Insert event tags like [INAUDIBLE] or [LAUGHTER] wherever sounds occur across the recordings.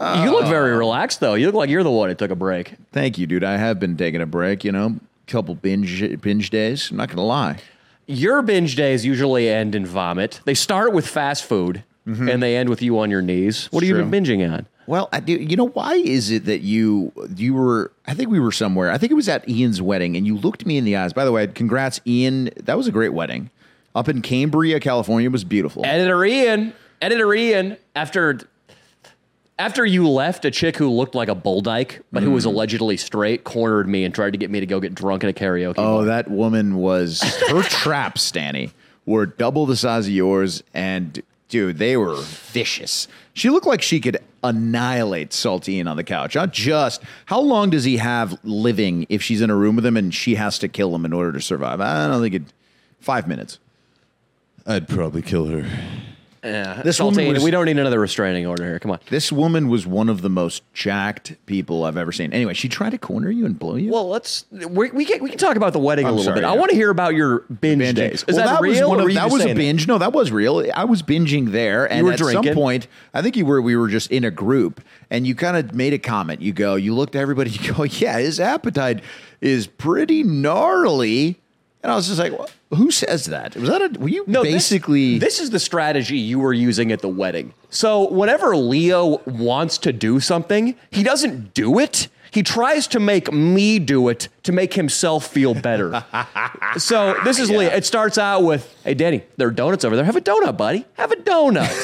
you look very Uh, relaxed, though. You look like you're the one that took a break. Thank you, dude. I have been taking a break. You know, couple binge binge days. I'm not gonna lie. Your binge days usually end in vomit. They start with fast food Mm-hmm. and they end with you on your knees. What have you been binging on? Well, I do. You know, why is it that you you were? I think we were somewhere. I think it was at Ian's wedding, and you looked me in the eyes. By the way, congrats, Ian. That was a great wedding. Up in Cambria, California, it was beautiful. Editor Ian, editor Ian, after after you left, a chick who looked like a bull dyke but who was Mm. allegedly straight cornered me and tried to get me to go get drunk at a karaoke. Oh, that woman was [LAUGHS] her traps, Danny, were double the size of yours, and dude, they were vicious. She looked like she could annihilate Saltine on the couch. Not just how long does he have living if she's in a room with him and she has to kill him in order to survive? I don't think it. Five minutes. I'd probably kill her. yeah. this woman Saltine, was- we don't need another restraining order here. Come on. This woman was one of the most jacked people I've ever seen. Anyway, she tried to corner you and blow you. Well, let's we, we can we can talk about the wedding a I'm little sorry, bit. I yeah. want to hear about your binge, binging. days. Is well, that, real? was one or of- were you that just was a saying binge. No, that was real. I was binging there, and were at drinking. some point, I think you were. We were just in a group, and you kind of made a comment. You go, you looked at everybody. [LAUGHS] You go, yeah, his appetite is pretty gnarly. And I was just like, "Wha- who says that? Was that a? Were you No, this- basically? this, is the strategy you were using at the wedding. So whenever Leo wants to do something, he doesn't do it. He tries to make me do it to make himself feel [LAUGHS] better. so this is Leo. It starts out with, "Hey, Danny, there are donuts over there. Have a donut, buddy. Have a [LAUGHS] donut."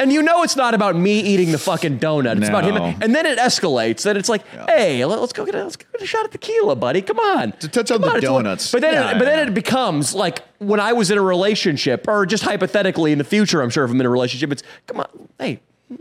and you know it's not about me eating the fucking donut. It's about him. No. And then it escalates. Then it's like, "Hey, let- let's go get a, let's go get a shot at tequila, buddy. Come on." To touch on Come the it's a little- donuts. But then, Yeah, but yeah, then yeah. it becomes like when I was in a relationship, or just hypothetically in the future, I'm sure if I'm in a relationship, it's come on, hey,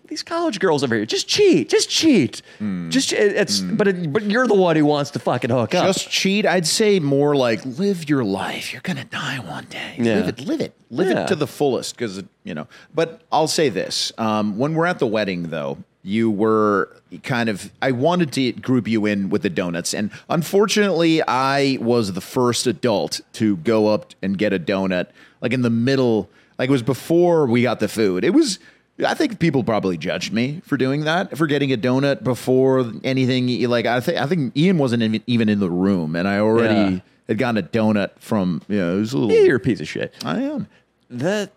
these college girls over here, just cheat, just cheat, just it- it's. But it, but you're the one who wants to fucking hook up. just cheat. I'd say more like live your life. You're gonna die one day. Live Yeah. it, live it, live Yeah. it to the fullest. Because you know. But I'll say this: um, when we're at the wedding, though, you were kind of. I wanted to group you in with the donuts, and unfortunately, I was the first adult to go up and get a donut, like in the middle. Like it was before we got the food. It was. I think people probably judged me for doing that, for getting a donut before anything. e, Like I think I think Ian wasn't even- even in the room, and I already Yeah. had gotten a donut from you know it was a little. Yeah, you're a piece of shit. I am. the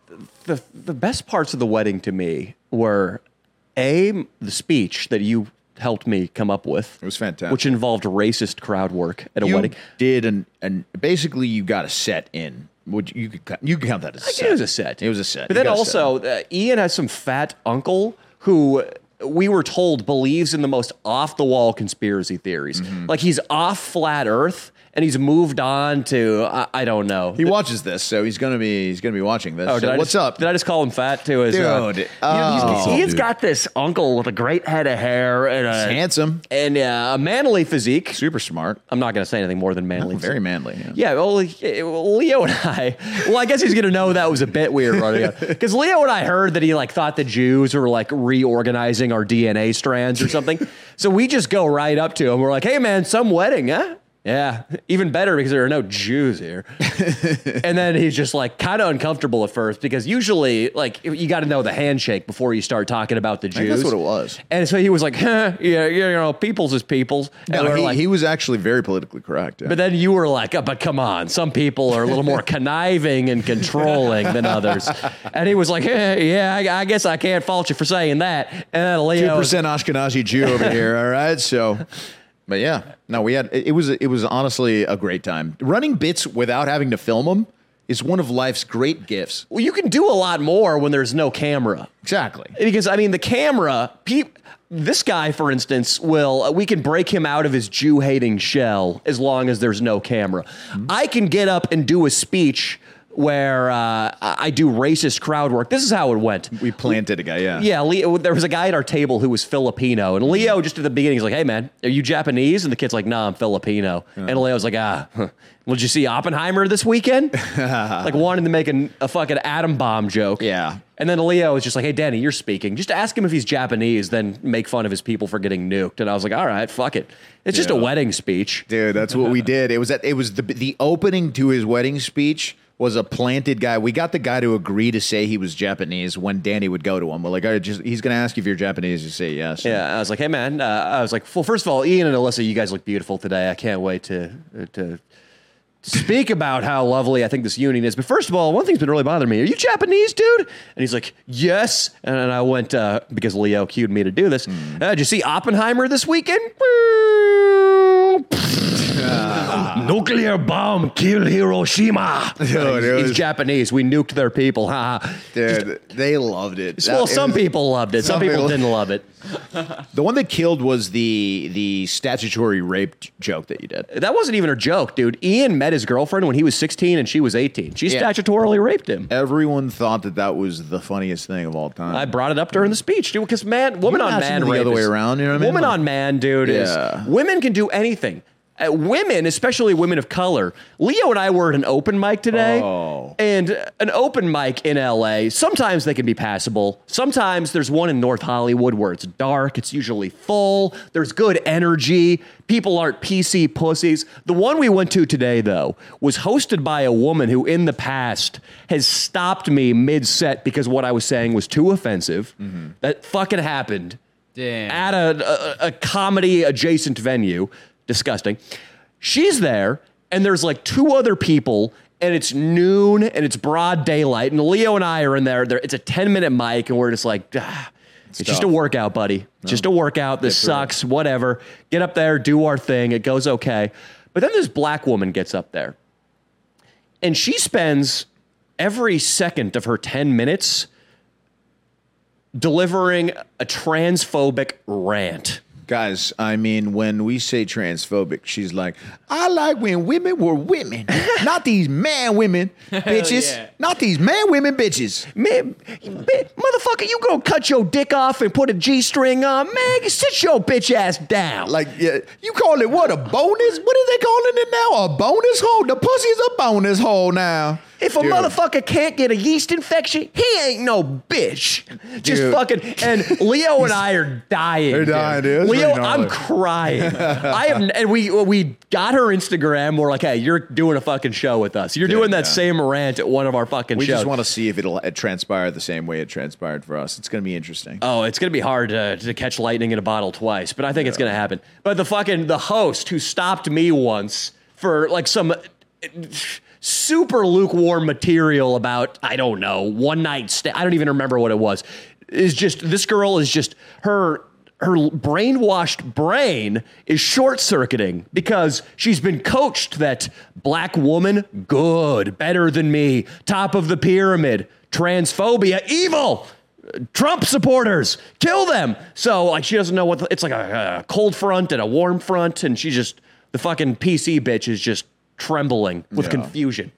the the best parts of the wedding to me were a the speech that you helped me come up with. It was fantastic. which involved racist crowd work at a You wedding. did and and basically you got a set in. Would you, you could cut- you could count that as a set. It was a set. It was a set. But You then got a set. also, uh, Ian has some fat uncle who uh, we were told believes in the most off the wall conspiracy theories. Mm-hmm. Like he's off flat Earth and he's moved on to I, I don't know. he watches this, so he's gonna be he's gonna be watching this. Oh, so I what's just, up, Did I just call him fat too? As, uh, dude? he's- Oh, he's- Ian's got this uncle with a great head of hair and a handsome, and uh, a manly physique. super smart, I'm not going to say anything more than manly. very manly. Yeah. Yeah, well, he- well, Leo and I. Well, I guess he's gonna know that was a bit weird running up because Leo and I heard that he like thought the Jews were like reorganizing our DNA strands or something. so we just go right up to him. We're like, "Hey, man, some wedding, huh?" Yeah, even better because there are no Jews [LAUGHS] here. and then he's just like kind of uncomfortable at first because usually, like, you got to know the handshake before you start talking about the Jews. think that's what it was. And so he was like, [LAUGHS] huh, yeah, you know, peoples is peoples. And No, we're he, like, he was actually very politically correct. yeah. but then you were like, oh, but come on, some people are a little [LAUGHS] more conniving and controlling than others. And he was like, eh, yeah, I, I guess I can't fault you for saying that. And then two Leo, was- percent Ashkenazi Jew over [LAUGHS] here. All right, so. But yeah, no, we had it it was it was honestly a great time. Running bits without having to film them is one of life's great gifts. well, you can do a lot more when there's no camera. Exactly. Because, I mean, the camera, pe- this guy, for instance, will, uh, we can break him out of his Jew hating shell as long as there's no camera. Mm-hmm. I can get up and do a speech where uh, I I do racist crowd work. This is how it went. We planted a guy. Yeah. Yeah, Leo, there was a guy at our table who was Filipino, and Leo just at the beginning he's like, "Hey man, are you Japanese?" And the kid's like, "Nah, I'm Filipino." And Leo's like, "Ah, huh. well, did you see Oppenheimer this [LAUGHS] weekend?" like wanting to make an, a fucking atom bomb joke. Yeah. And then Leo is just like, "Hey Danny, you're speaking. Just ask him if he's Japanese, then make fun of his people for getting nuked." And I was like, "All right, fuck it. It's just a Yeah. wedding speech." [LAUGHS] Dude, that's what we did. It was at, it was the the opening to his wedding speech was a planted guy. We got the guy to agree to say he was Japanese when Danny would go to him. We're like, "All right, just he's going to ask if you're Japanese. You say yes. Yeah, I was like, hey man, uh, I was like, well, first of all, Ian and Alyssa, you guys look beautiful today. I can't wait to uh, to speak about how lovely I think this union is. But first of all, one thing's been really bothering me. Are you Japanese, dude? And he's like, yes. And, then I went uh, because Leo cued me to do this. Uh, did you see Oppenheimer this weekend? [LAUGHS] Nuclear bomb kill Hiroshima. Oh, Dude, [LAUGHS] it he's, was- Japanese. We nuked their people. Ha ha. Dude, they loved it. well, That- it some was- people loved it. Some some people people- didn't love it. The one that killed was the the statutory rape j- joke that you did. That wasn't even a joke, dude. Ian met his girlfriend when he was 16 and she was 18. She Yeah. statutorily raped him. Everyone thought that that was the funniest thing of all time. I brought it up during the speech, dude, because man, woman You're on not man, something the rape other way is- around, you know what I mean? Woman Like- on man, dude, Yeah. is women can do anything. Uh, women, especially women of color. Leo and I were at an open mic today, Oh. and an open mic in LA. Sometimes they can be passable. Sometimes there's one in North Hollywood where it's dark. It's usually full. There's good energy. People aren't PC pussies. The one we went to today, though, was hosted by a woman who, in the past, has stopped me mid-set because what I was saying was too offensive. That fucking happened Damn. at a, a, a comedy adjacent venue. Disgusting. She's there, and there's like two other people, and it's noon and it's broad daylight, and Leo and I are in there. there it's a 10 minute mic, and we're just like, ah, it's, just a tough. workout, buddy. Just a workout. This sucks, whatever. Get up there, do our thing. It goes okay. But then this black woman gets up there, and she spends every second of her 10 minutes delivering a transphobic rant. Guys, I mean, when we say transphobic, she's like, I like when women were women, not these man women bitches, yeah. not these man women bitches. Man, man, motherfucker, you go cut your dick off and put a G string on. Man, sit your bitch ass down. Like, yeah, you call it what a bonus? What are they calling it now? A bonus hole? The pussy's a bonus hole now. if a Dude. motherfucker can't get a yeast infection, he ain't no bitch. Just Dude. fucking. And Leo and I are dying. They're dying, dude. It's Leo, pretty gnarly. I'm crying. [LAUGHS] I have, and we we got her Instagram. We're like, hey, you're doing a fucking show with us. You're doing that yeah. same rant at one of our fucking we shows. just want to see if it'll uh, transpire the same way it transpired for us. It's going to be interesting. Oh, it's gonna be hard to, to catch lightning in a bottle twice, but I think it's gonna happen. But the fucking the host who stopped me once for like some uh, super lukewarm material about I don't know one night stand. I don't even remember what it was. Is just this girl is just her her brainwashed brain is short circuiting because she's been coached that black woman good better than me top of the pyramid transphobia evil Trump supporters, kill them. So like she doesn't know what the, it's like a, a cold front and a warm front, and she just the fucking PC bitch is just trembling with Yeah. confusion.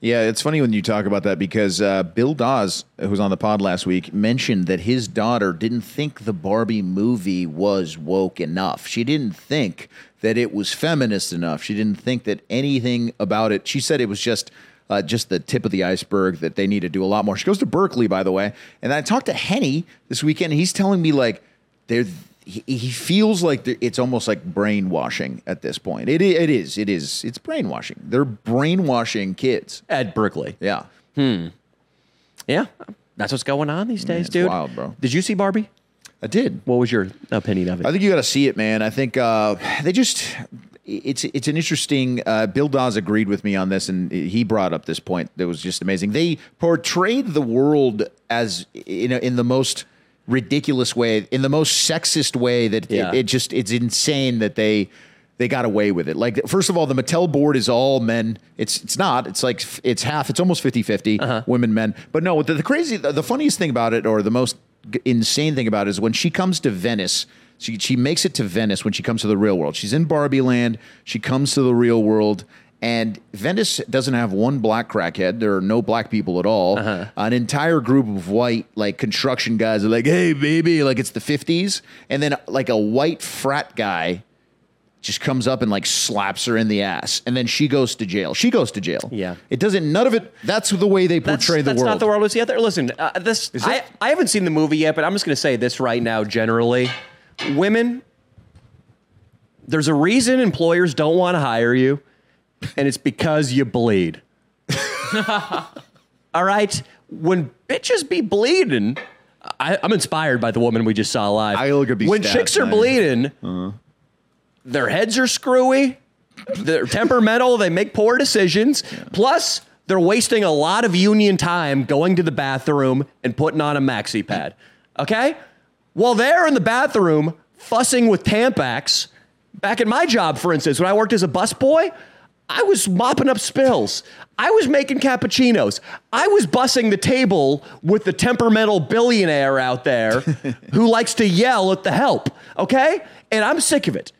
Yeah, it's funny when you talk about that because uh, Bill Dawes, who was on the pod last week, mentioned that his daughter didn't think the Barbie movie was woke enough. She didn't think that it was feminist enough. She didn't think that anything about it. She said it was just. Uh, just the tip of the iceberg that they need to do a lot more. She goes to Berkeley, by the way, and I talked to Henny this weekend. And he's telling me like there he, he feels like there- it's almost like brainwashing at this point. It i- it is it is it's brainwashing. They're brainwashing kids. At Berkeley, Yeah. yeah, that's what's going on these days, it's dude. wild, bro. Did you see Barbie? I did. What was your opinion of it? I think you got to see it, man. I think uh, they just it's it's an interesting. Uh, Bill Dawes agreed with me on this, and he brought up this point that was just amazing. They portrayed the world as you know in the most ridiculous way, in the most sexist way that Yeah. it, it just it's insane that they. They got away with it. Like, first of all, the Mattel board is all men. It's it's not. It's like f- it's half. It's almost 50-50 women men. But no, the, the crazy, the, the funniest thing about it, or the most g- insane thing about it, is when she comes to Venice. She she makes it to Venice when she comes to the real world. She's in Barbie land. She comes to the real world, and Venice doesn't have one black crackhead. There are no black people at all. Uh-huh. An entire group of white like construction guys are like, "Hey, baby!" Like it's the fifties, and then like a white frat guy just comes up and like slaps her in the ass, and then she goes to jail. She goes to jail. Yeah. it doesn't. None of it. That's the way they that's, portray the that's world. not the world we see out there. Listen, uh, this I, I haven't seen the movie yet, but I'm just going to say this right now. Generally, women, there's a [LAUGHS] reason employers don't want to hire you, and it's because you bleed. All right. When bitches be bleeding, I, I'm inspired by the woman we just saw live. I'll go be when stabbed chicks are tonight. bleeding, Uh-huh. their heads are screwy, they're temperamental, they make poor decisions. Plus, they're wasting a lot of union time going to the bathroom and putting on a maxi pad. Okay? While they're in the bathroom fussing with Tampax, back at my job, for instance, when I worked as a busboy, I was mopping up spills. I was making cappuccinos. I was bussing the table with the temperamental billionaire out there who likes to yell at the help. Okay? And I'm sick of it.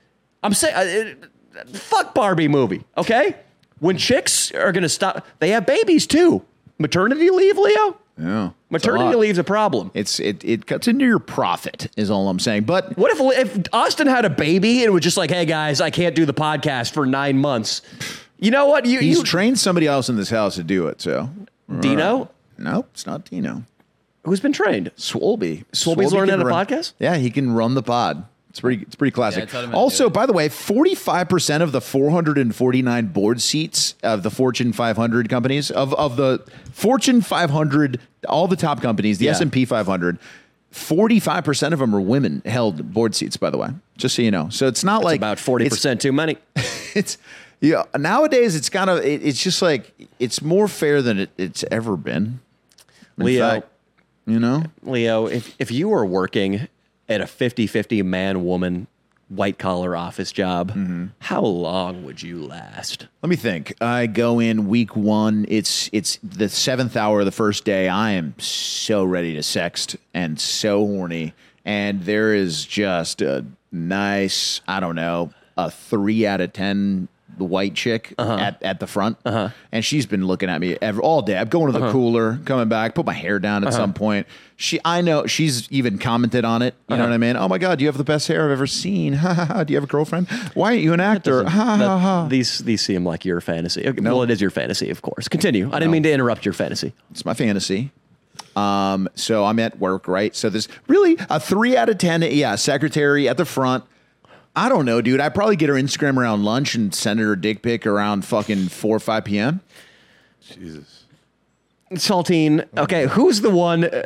I'm saying, uh, fuck Barbie movie. Okay? When chicks are going to stop, they have babies too. Maternity leave, Leo? Yeah. It's a Maternity lot. leave's a problem. It's it it cuts into your profit is all I'm saying. But What if if Austin had a baby and was just like, "Hey guys, I can't do the podcast for nine months." You know what? You, he's you trained somebody else in this house to do it. So Dino, nope, it's not Dino. who's been trained. Swolby. Swolby's learning can how to run- podcast? Yeah, he can run the pod. It's pretty. It's pretty classic. taught him how to do also, it. by the way, forty-five percent of the four hundred and forty-nine board seats of the Fortune five hundred companies of of the Fortune five hundred, all the top companies, the Yeah. S and P five hundred. 45% of them are women held board seats, by the way, just so you know. So it's not like About forty it's- percent too many. it's yeah. Nowadays, it's kind of it, it's just like it's more fair than it, it's ever been. In Leo. fact, you know, Leo, if if you were working at a 50-50 man woman white collar office job, Mm-hmm. how long would you last? let me think. I go in week one. It's it's the seventh hour of the first day. I am so ready to sext and so horny, and there is just a nice I don't know a three out of ten white chick at, at the front and she's been looking at me ever, all day i'm going to the cooler coming back put my hair down at some point she i know she's even commented on it you know what i mean oh my god you have the best hair i've ever seen [LAUGHS] ha ha ha do you have a girlfriend why aren't you an actor ha [LAUGHS] ha That- ha These these seem like your fantasy. Okay, Well, it is your fantasy, of course. Continue. I didn't mean to interrupt your fantasy. It's my fantasy. Um, so I'm at work, right? So there's really a three out of ten. Yeah, secretary at the front. I don't know, dude. I probably get her Instagram around lunch and send her a dick pic around fucking four or five p.m. Jesus. Saltine. Okay, who's the one uh,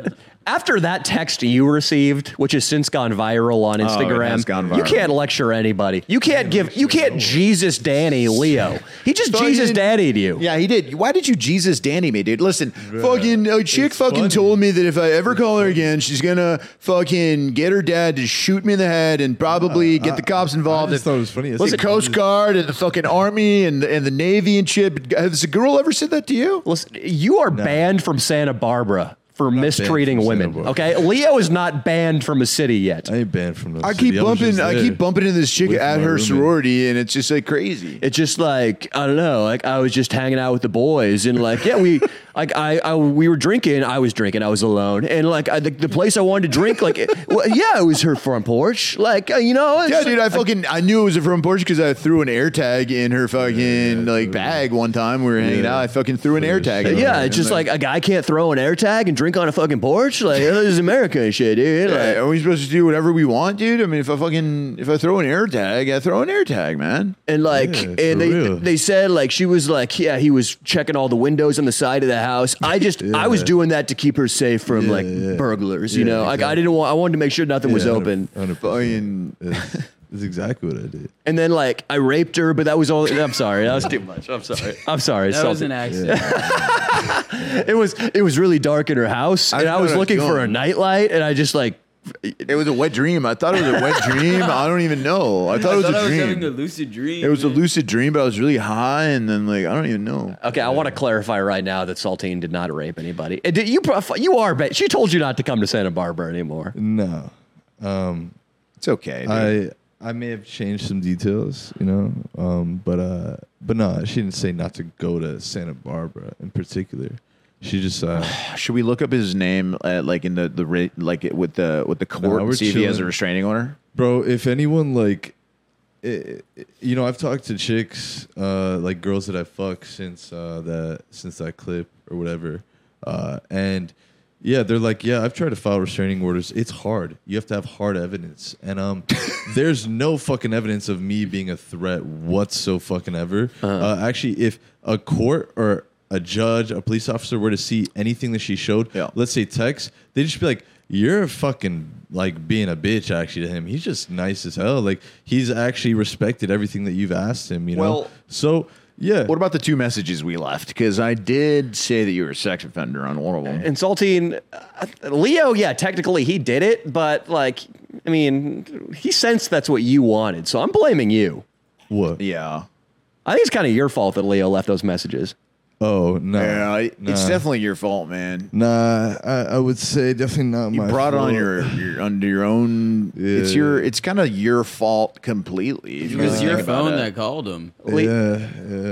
after that text you received, which has since gone viral on Instagram? Oh, has gone You viral. can't lecture anybody. You can't give. You can't Jesus Danny Leo. He just Jesus Fucking- Danny'd you. Yeah, he did. Why did you Jesus Danny me, dude? Listen, fucking a chick it's fucking funny. told me that if I ever call her again, she's gonna fucking get her dad to shoot me in the head and probably get the cops involved. I just And- thought it was funny. Was it Coast Guard and the fucking Army and and the Navy and shit? Has a girl ever said that to you? Listen, you are banned from Santa Barbara for mistreating from women. Santa Barbara. Okay, Leo is not banned from a city yet. I ain't banned from those. I keep bumping. I keep bumping into this chick with at my her roommate. sorority, and it's just like crazy. It's just like I don't know. Like I was just hanging out with the boys, and like yeah, [LAUGHS] we like I, I we were drinking. I was drinking. I was alone, and like I, the, the place I wanted to drink, like it, [LAUGHS] well, yeah, it was her front porch. Like uh, you know, it's- yeah, dude. I fucking I knew it was a front porch because I threw an air tag in her fucking like dude. bag one time. We were hanging Yeah. out. I fucking threw an air Pretty tag. sick. in Yeah, there. it's just like a guy can't throw an air tag and drink on a fucking porch. Like this is America and shit, dude. Like, Like, are we supposed to do whatever we want, dude? I mean, if I fucking if I throw an air tag, I throw an air tag, man. and like, Yeah, for and they real. they said like she was like, yeah, he was checking all the windows on the side of the house. I just I was doing that to keep her safe from like yeah. burglars. You Yeah, know, like I exactly. didn't want I wanted to make sure nothing was open. Fucking That's exactly what I did. And then like I raped her, but that was all. I'm sorry, that was [LAUGHS] too much. I'm sorry. I'm sorry. That was Salty. an accident. it was it was really dark in her house, and know I what was I was looking for a doing. nightlight, and I just like it was a wet dream. I thought it was a wet dream. I don't even know. I thought I it was thought I a was dream. having a lucid dream. it was a man. lucid dream, but I was really high, and then like I don't even know. okay. I want to clarify right now that Saltine did not rape anybody. And did you prof- you are ba- she told you not to come to Santa Barbara anymore. No, It's okay. dude. I I may have changed some details, you know, um, but uh, but no, she didn't say not to go to Santa Barbara in particular. She just uh, Should we look up his name, uh, like in the the ra- like with the with the court, we're and see if he has a chilling. restraining order? bro if anyone like i i- you know i've talked to chicks uh like girls that i fucked since uh that since that clip or whatever uh and yeah they're like yeah i've tried to file restraining orders it's hard you have to have hard evidence and um there's no fucking evidence of me being a threat whatsoever uh, actually if a court or a judge, a police officer were to see anything that she showed, Yeah. let's say text, they'd just be like, "You're fucking like being a bitch." Actually, to him, he's just nice as hell. Like he's actually respected everything that you've asked him. You know, Well- so yeah, What about the two messages we left? Because I did say that you were a sex offender on one of them. insulting uh, Leo. Yeah, technically he did it, but like, I mean, he sensed that's what you wanted, so I'm blaming you. what? Yeah. I think it's kind of your fault that Leo left those messages. Oh no, Yeah, it- it's Nah. definitely your fault, man. Nah, I, I would say definitely not You my. brought fault. on your, your under your own. It's Yeah. your. It's kind of your fault completely. if It you was really your think about phone it. that called him. Le- Yeah,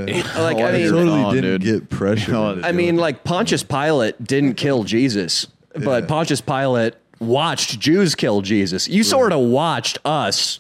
yeah. like, Oh, I I I mean, totally totally on, didn't dude. get pressure. No, into I doing mean, it. like mm-hmm. Pontius Pilate didn't kill Jesus, but Pontius Pilate watched Jews kill Jesus. You sort of watched us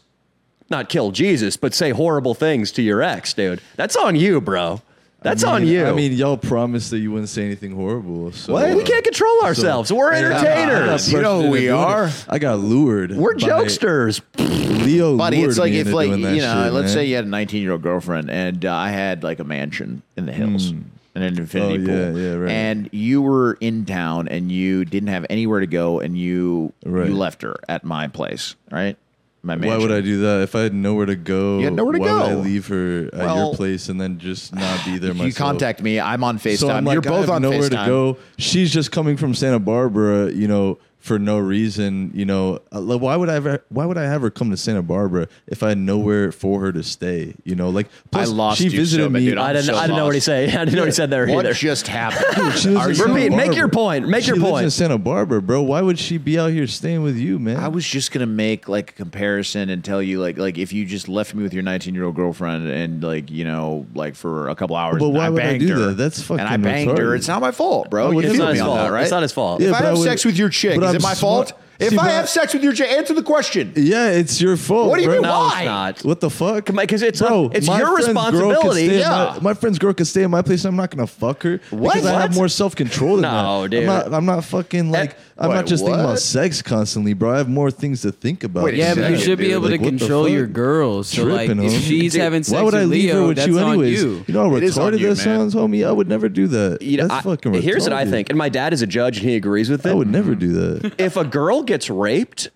not kill Jesus, but say horrible things to your ex, dude. That's on you, bro. That's I on mean- you. I mean, y'all promised that you wouldn't say anything horrible. So uh, What? we can't control ourselves. We're Yeah. entertainers. You know who we Doing it. are. I got lured. We're by jokesters. Leo, Buddy, lured it's like me if into like you doing that know, shit, let's man. say you had a 19 year old girlfriend, and uh, I had like a mansion in the hills and an infinity Hmm. Oh, yeah, pool, yeah, right. and you were in town, and you didn't have anywhere to go, and you Right. you left her at my place, right? My mansion. Why would I do that if I had nowhere to go? You had nowhere to why Would I go. leave her at Well, your place and then just not be there You myself. contact me. I'm on Facetime. So I'm like, You're I both have on nowhere FaceTime. to go. She's just coming from Santa Barbara, you know, for no reason. You know, Uh, like, why would I ever? Why would I have her come to Santa Barbara if I had nowhere for her to stay? You know, like plus, lost She you so bad, visited me. dude. I I'm didn't. so I didn't know what he lost. said. [LAUGHS] I didn't know what he said there What either. just [LAUGHS] happened? Are She lives in you- Santa Repeat, make your Barbara. point, make she your lives in point. Santa Barbara, bro. Why would she be out here staying with you, man? I was just gonna make like a comparison and tell you like like if you just left me with your 19 year old girlfriend and like you know like for a couple hours. But and why I would I banged do her, that? That's fucking And I banged her. retarded. Oh, It's not my fault, bro. I you wouldn't hit do me that. It's on not his that, fault. right? It's not his fault. If Yeah, I but have I would- sex with your chick, but is I'm it my smart. fault? If See, I but have I- sex with your chick, answer the question. Yeah, it's your fault. What do you bro. mean, no, Why? it's not. What the fuck? Because it's Bro, not- it's my your friend's girl could responsibility. stay in Yeah. my, my friend's girl could stay in my place. I'm not gonna fuck her. What? Because I have What? Eh, more self control than No, that. dude. I'm not, I'm not fucking like. I'm Wait, not just thinking what? about sex constantly, bro. I have more things to think about. Wait a Yeah, than but you Exactly, sex. should be dude. able Like, to what the control fuck? your girls. So Tripping, like, homie. if she's Dude, having sex Why would with I leave Leo, her with that's you on anyways? you. know how It is on retarded you, that man. sounds, homie. I would never do that. You know, That's I- fucking retarded. here's what I think, and my dad is a judge, and he agrees with it. I would never [LAUGHS] do that. if a girl gets raped,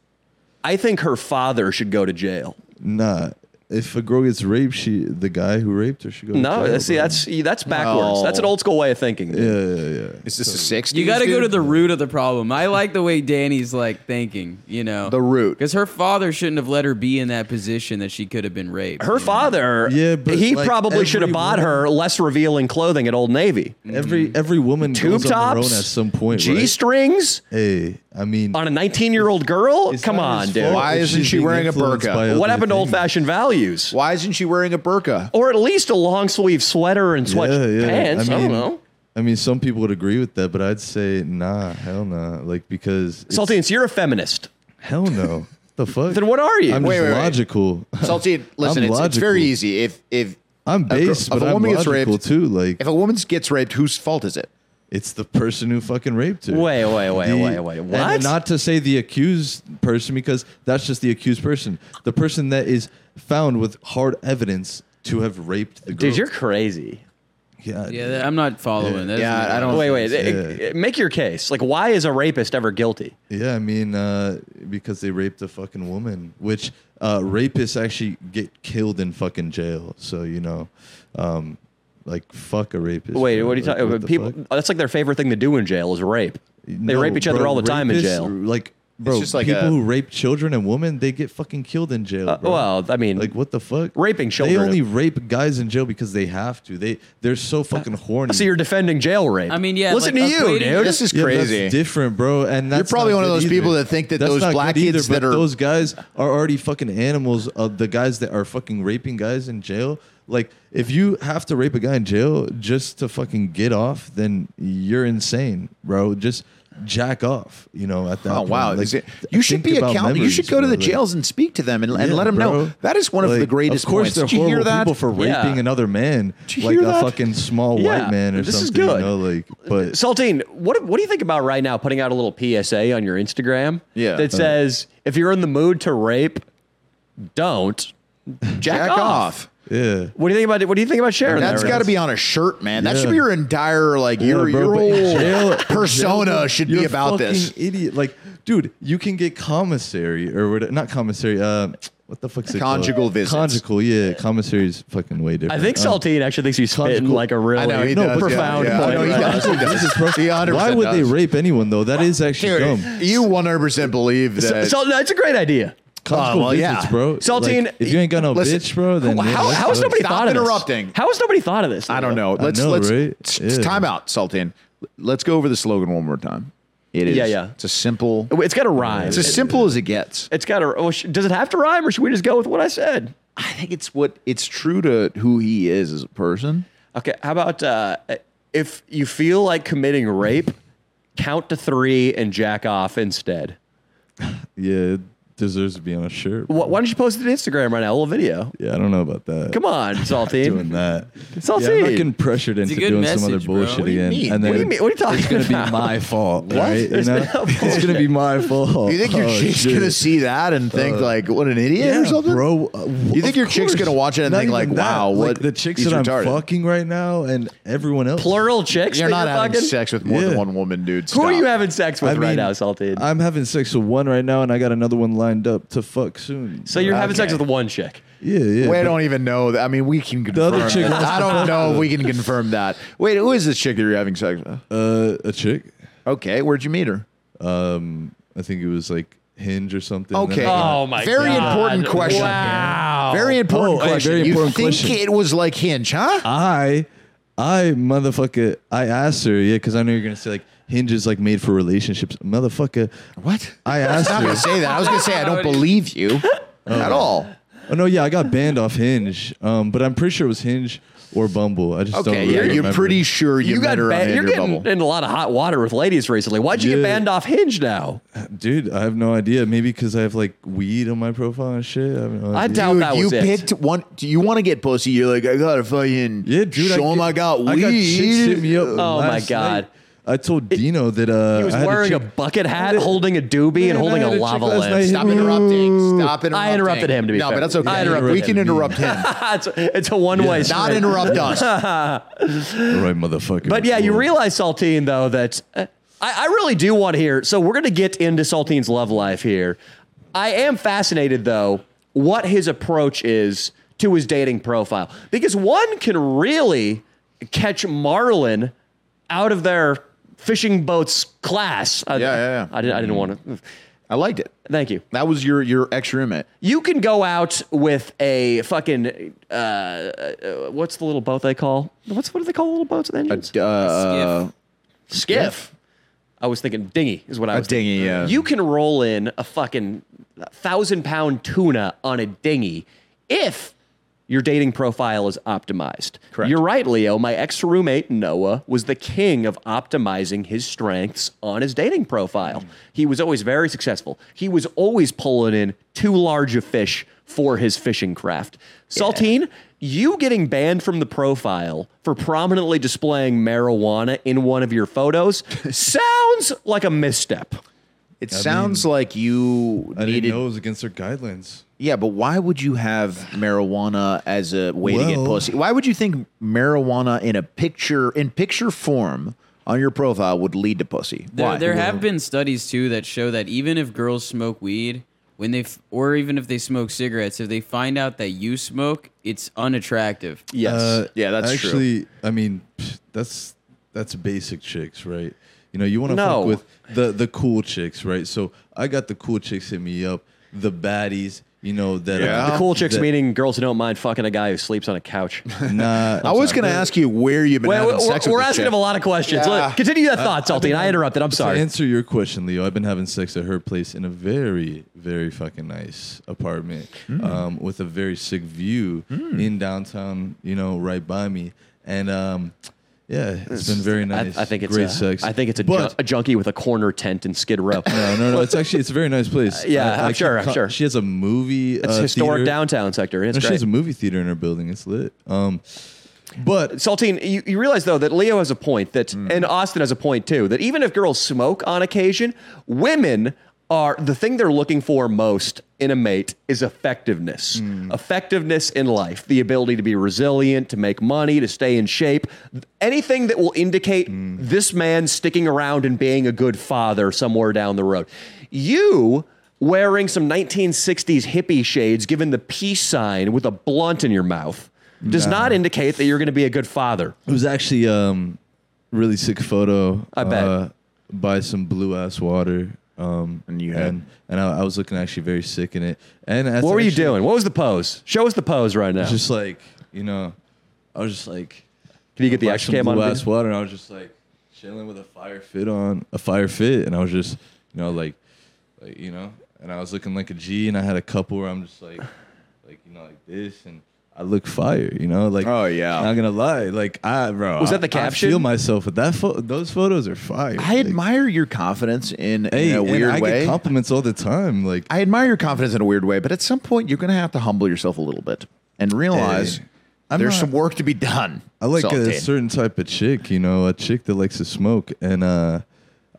I think her father should go to jail. nah. If a girl gets raped, she the guy who raped her should go. to No, jail, see, bro. that's that's backwards. That's an old school way of thinking. yeah, yeah, yeah. Is this a 60? [LAUGHS] You got to go to the root of the problem. I like the way Danny's like thinking, you know, The root. because her father shouldn't have let her be in that position that she could have been raped. Her father, Yeah, but he like probably should have every bought woman- her less revealing clothing at Old Navy. Every every woman Tube goes on her own tops at some point. G right? strings Hey, I mean, on a 19 year old girl. it's Come not on, his dude. fault Why if isn't she's she being wearing a influenced burqa? by What other happened to old things. fashioned values? Why isn't she wearing a burqa? Or at least a long sleeve sweater and sweat Yeah, yeah. pants. I, don't know. I mean, some people would agree with that, but I'd say nah, hell nah. Like because it's- Saltines, you're a feminist. hell no. the fuck? Then what are you? I'm Wait, just wait, wait. logical. Salty, listen, I'm it's, it's very logical. easy. If if [LAUGHS] I'm a gr- base, if but a I'm woman gets logical raped, too. Like if a woman gets raped, whose fault is it? it's the person who fucking raped her. Wait, wait, wait, The- wait, wait. and What? not to say the accused person because that's just the accused person. The person that is found with hard evidence to have raped the girl. Dude, you're crazy. yeah, Yeah, that- I'm not following. That Yeah, doesn't- I don't- Wait, wait. Oh, Yeah. eh, eh, Make your case. Like, why is a rapist ever guilty? Yeah, I mean, uh, because they raped a fucking woman, which uh, rapists actually get killed in fucking jail. So you know, um, like fuck a rapist. Wait, bro. what are you Like, talking what about? the People, fuck? that's like their favorite thing to do in jail is rape. They No, rape each other bro, all the time in rapists, jail. Like, bro, just like people a- who rape children and women, they get fucking killed in jail. Uh, bro. well, I mean, Mm-hmm. like what the fuck? raping children- They only rape guys in jail because they have to. They they're so fucking horny. so you're defending jail rape. I mean, yeah, Listen like, to you, equating- dude. This is Yeah, but crazy. That's different, bro. And that's probably not one of good those either. people that think that That's those not black good either, kids that but are- those guys are already fucking animals. Of the guys that are fucking raping guys in jail. Like, if you have to rape a guy in jail just to fucking get off, then you're insane, bro. Just jack off, you know. At that. Oh point. wow! Like, Is it- you should think be about accountable. You should memories, go to bro. the Like, jails and speak to them and, and yeah, let them bro. know. That is one of Like, the greatest Of course, points. they're Did you horrible hear that? people for raping Yeah. another man, Did you like hear a that? fucking small Yeah, white man or this is something. good. You know, like, but Saltine, what what do you think about right now putting out a little PSA on your Instagram? Yeah. that Uh, says if you're in the mood to rape, don't jack, Back off. off. Yeah. What do you think about it? What do you think about sharing That's that? got to be on a shirt, man. That Yeah. should be your entire like your Yeah, your bro, but whole jail- persona jail- should you're be a about this. fucking Idiot, like, dude, you can get commissary or what? Not commissary. Uh, what the fuck's it called? Conjugal visits. Conjugal, yeah. Commissary is fucking way different. I think Um, Saltine actually thinks he's spitting conjugal- like a really Oh. I know he no, does. profound Yeah, yeah. point. I know he right? does. He does. He 100% Why would they does. rape anyone though? That is actually dumb. You 100 percent [LAUGHS] believe So, that. so that's a great idea. Conjugal Oh, well, yeah. visits, bro. Saltine, Like, if you ain't got no listen, bitch, bro, then yeah, How, that's how has dumb. nobody Stop thought of interrupting. this? How has nobody thought of this? I don't know. Let's know, let's right? s- Yeah. time out, Sultan. Let's go over the slogan one more time. It is. Yeah, yeah. It's a simple. It's got to rhyme. It's as It- simple as it gets. it's got to. Oh, sh- does it have to rhyme, or should we just go with what I said? I think it's what it's true to who he is as a person. Okay. How about uh, if you feel like committing rape, count to three and jack off instead. Yeah, it deserves to be on a shirt. Wh- Why don't you post it to Instagram right now? A little video. Yeah, I don't know about that. Come on, doing Saltine. that. Saltine. Yeah, I'm not getting pressured into a good doing some other message, bro. bullshit What do you again. mean? What And then do you mean? What are you talking It's gonna about? [LAUGHS] be my fault, right? You know? no [LAUGHS] it's gonna be my fault. You think your Oh, chick's shit. gonna see that and think like, "What an idiot" or something? bro. uh, w- You think of your chick's course. gonna watch it and Not think, like, even that. wow, what- the chicks he's that I'm retarded. fucking right now and everyone [LAUGHS] else. Plural chicks. You're that not having fucking- sex with more than Yeah. one woman, dude. Who are Stop. you having sex with I right mean, now, Saltine? I'm having sex with one right now, and I got another one lined up to fuck soon. so you're having sex Okay. with one chick. yeah, yeah. Uh, We but don't even know that. I mean, we can confirm. other chick that. wants I [LAUGHS] don't know if we can confirm that. Wait, who is this chick that you're having sex with? Uh, a chick. Okay, where'd you meet her? Um, I think it was like Hinge or something. Okay. Then I- Oh my Very god. important question. Wow. Very important Oh, hey, question. very you important think question. it was like Hinge, huh? I, I motherfucker, I asked her, yeah, because I know you're gonna say like Hinge is like made for relationships, motherfucker. What? I asked I'm not her. gonna say that. I was gonna say I [LAUGHS] don't believe [LAUGHS] you at all. Oh no, yeah, I got banned off Hinge, um, but I'm pretty sure it was Hinge or Bumble. I just don't. Okay, really you're, you're remember. pretty sure you, You met got her ba- on you're Hinge getting Bubble. in a lot of hot water with ladies recently. Why'd you get Yeah. banned off Hinge now? dude. I have no idea. Maybe because I have like weed on my profile and shit. I, have no I idea. doubt that you was it. picked one. Do you want to get pussy? You're like, I got to fucking Yeah, dude. show him I got I got chicks weed. hit me up. Oh, my last God. night. I told Dino that uh, He was I had wearing a, chick- bucket [LAUGHS] hat, holding a doobie, and Man, I holding a had a chick lava last lamp. night Stop interrupting. Stop interrupting. I interrupted him, to be no, fair. but that's okay. I interrupted we can him. interrupt [LAUGHS] him. [LAUGHS] it's, it's a one-way street. Not interrupt us. All right, motherfucker. But yeah, you Cool. realize, Saltine, though, that uh, I, I really do want to hear. So we're going to get into Saltine's love life here. I am fascinated, though, what his approach is to his dating profile. Because one can really catch Marlin out of their fishing boat's class. I, Yeah, yeah, yeah. I, didn't, I didn't want to. I liked it. Thank you. That was your your ex roommate. You can go out with a fucking uh, uh, what's the little boat they call? What's what do they call the little boats at the engines? Uh, skiff. I was thinking dinghy is what I A was thinking. dinghy, yeah. You can roll in a fucking thousand pound tuna on a dinghy if your dating profile is optimized. Correct. You're right, Leo. My ex roommate, Noah, was the king of optimizing his strengths on his dating profile. He was always very successful. He was always pulling in too large a fish for his fishing craft. Saltine, you getting banned from the profile for prominently displaying marijuana in one of your photos sounds like a misstep. it sounds like you I didn't needed. know it was against their guidelines. Yeah, but why would you have marijuana as a way to get Well- pussy? Why would you think marijuana in a picture in picture form on your profile would lead to pussy? There, why? there have been studies too that show that even if girls smoke weed, when they f- or even if they smoke cigarettes, if they find out that you smoke, it's unattractive. Yes. yeah, that's true. Uh, actually, I mean, pfft, that's that's basic chicks, right? You know, you want to No. fuck with the the cool chicks, right? So I got the cool chicks hit me up, the baddies, you know that. Yeah. the cool chicks that- meaning girls who don't mind fucking a guy who sleeps on a couch. [LAUGHS] Nah, I was going to ask you where you've been Well, having we're, sex with we're this asking chick. him a lot of questions. Let- Yeah. Continue that thought, Saltine. I interrupted. I'm To sorry. answer your question, Leo, I've been having sex at her place in a very, very fucking nice apartment Hmm. um, with a very sick view in downtown, you know, right by me. And um, yeah, it's been very I, nice. I think it's great a, sex. I think it's a, But- Uh, ju- a junkie with a corner tent and Skid Row. No, no, no. It's actually it's a very nice [LAUGHS] place. yeah, I'm keep sure, I'm co- sure. She has a movie. It's uh, historic theater. downtown sector. It's No, she great. has a movie theater in her building. It's lit. Um, but Saltine, you, you realize though that Leo has a point that, and Austin has a point too, that even if girls smoke on occasion, women are the thing they're looking for most in a mate is effectiveness. Effectiveness in life, the ability to be resilient, to make money, to stay in shape, anything that will indicate this man sticking around and being a good father somewhere down the road. You wearing some 1960s hippie shades, given the peace sign with a blunt in your mouth, does not indicate that you're going to be a good father. It was actually um really sick photo. I bet. Uh, by some blue ass water. Um, And you had- and, and I, I was looking actually very sick in it. And that's What were you actually doing? What was the pose? Show us the pose right now. Just like you know, I was just like Can you get the watched action some cam on? blue video? ass water, and I was just like chilling with a fire fit on, a fire fit, and I was just you know like like you know, and I was looking like a G, and I had a couple where I'm just like like you know like this and. I look fire, you know, like Oh, yeah. Not gonna lie, like I bro. Was I- that the I feel caption? myself, but that pho- those photos are fire. I Like, admire your confidence in, Hey, in a and weird I way. get compliments all the time. Like I admire your confidence in a weird way, but at some point you're going to have to humble yourself a little bit and realize Hey, I'm there's not- some work to be done. I like a Sultan. certain type of chick, you know, a chick that likes to smoke, and uh,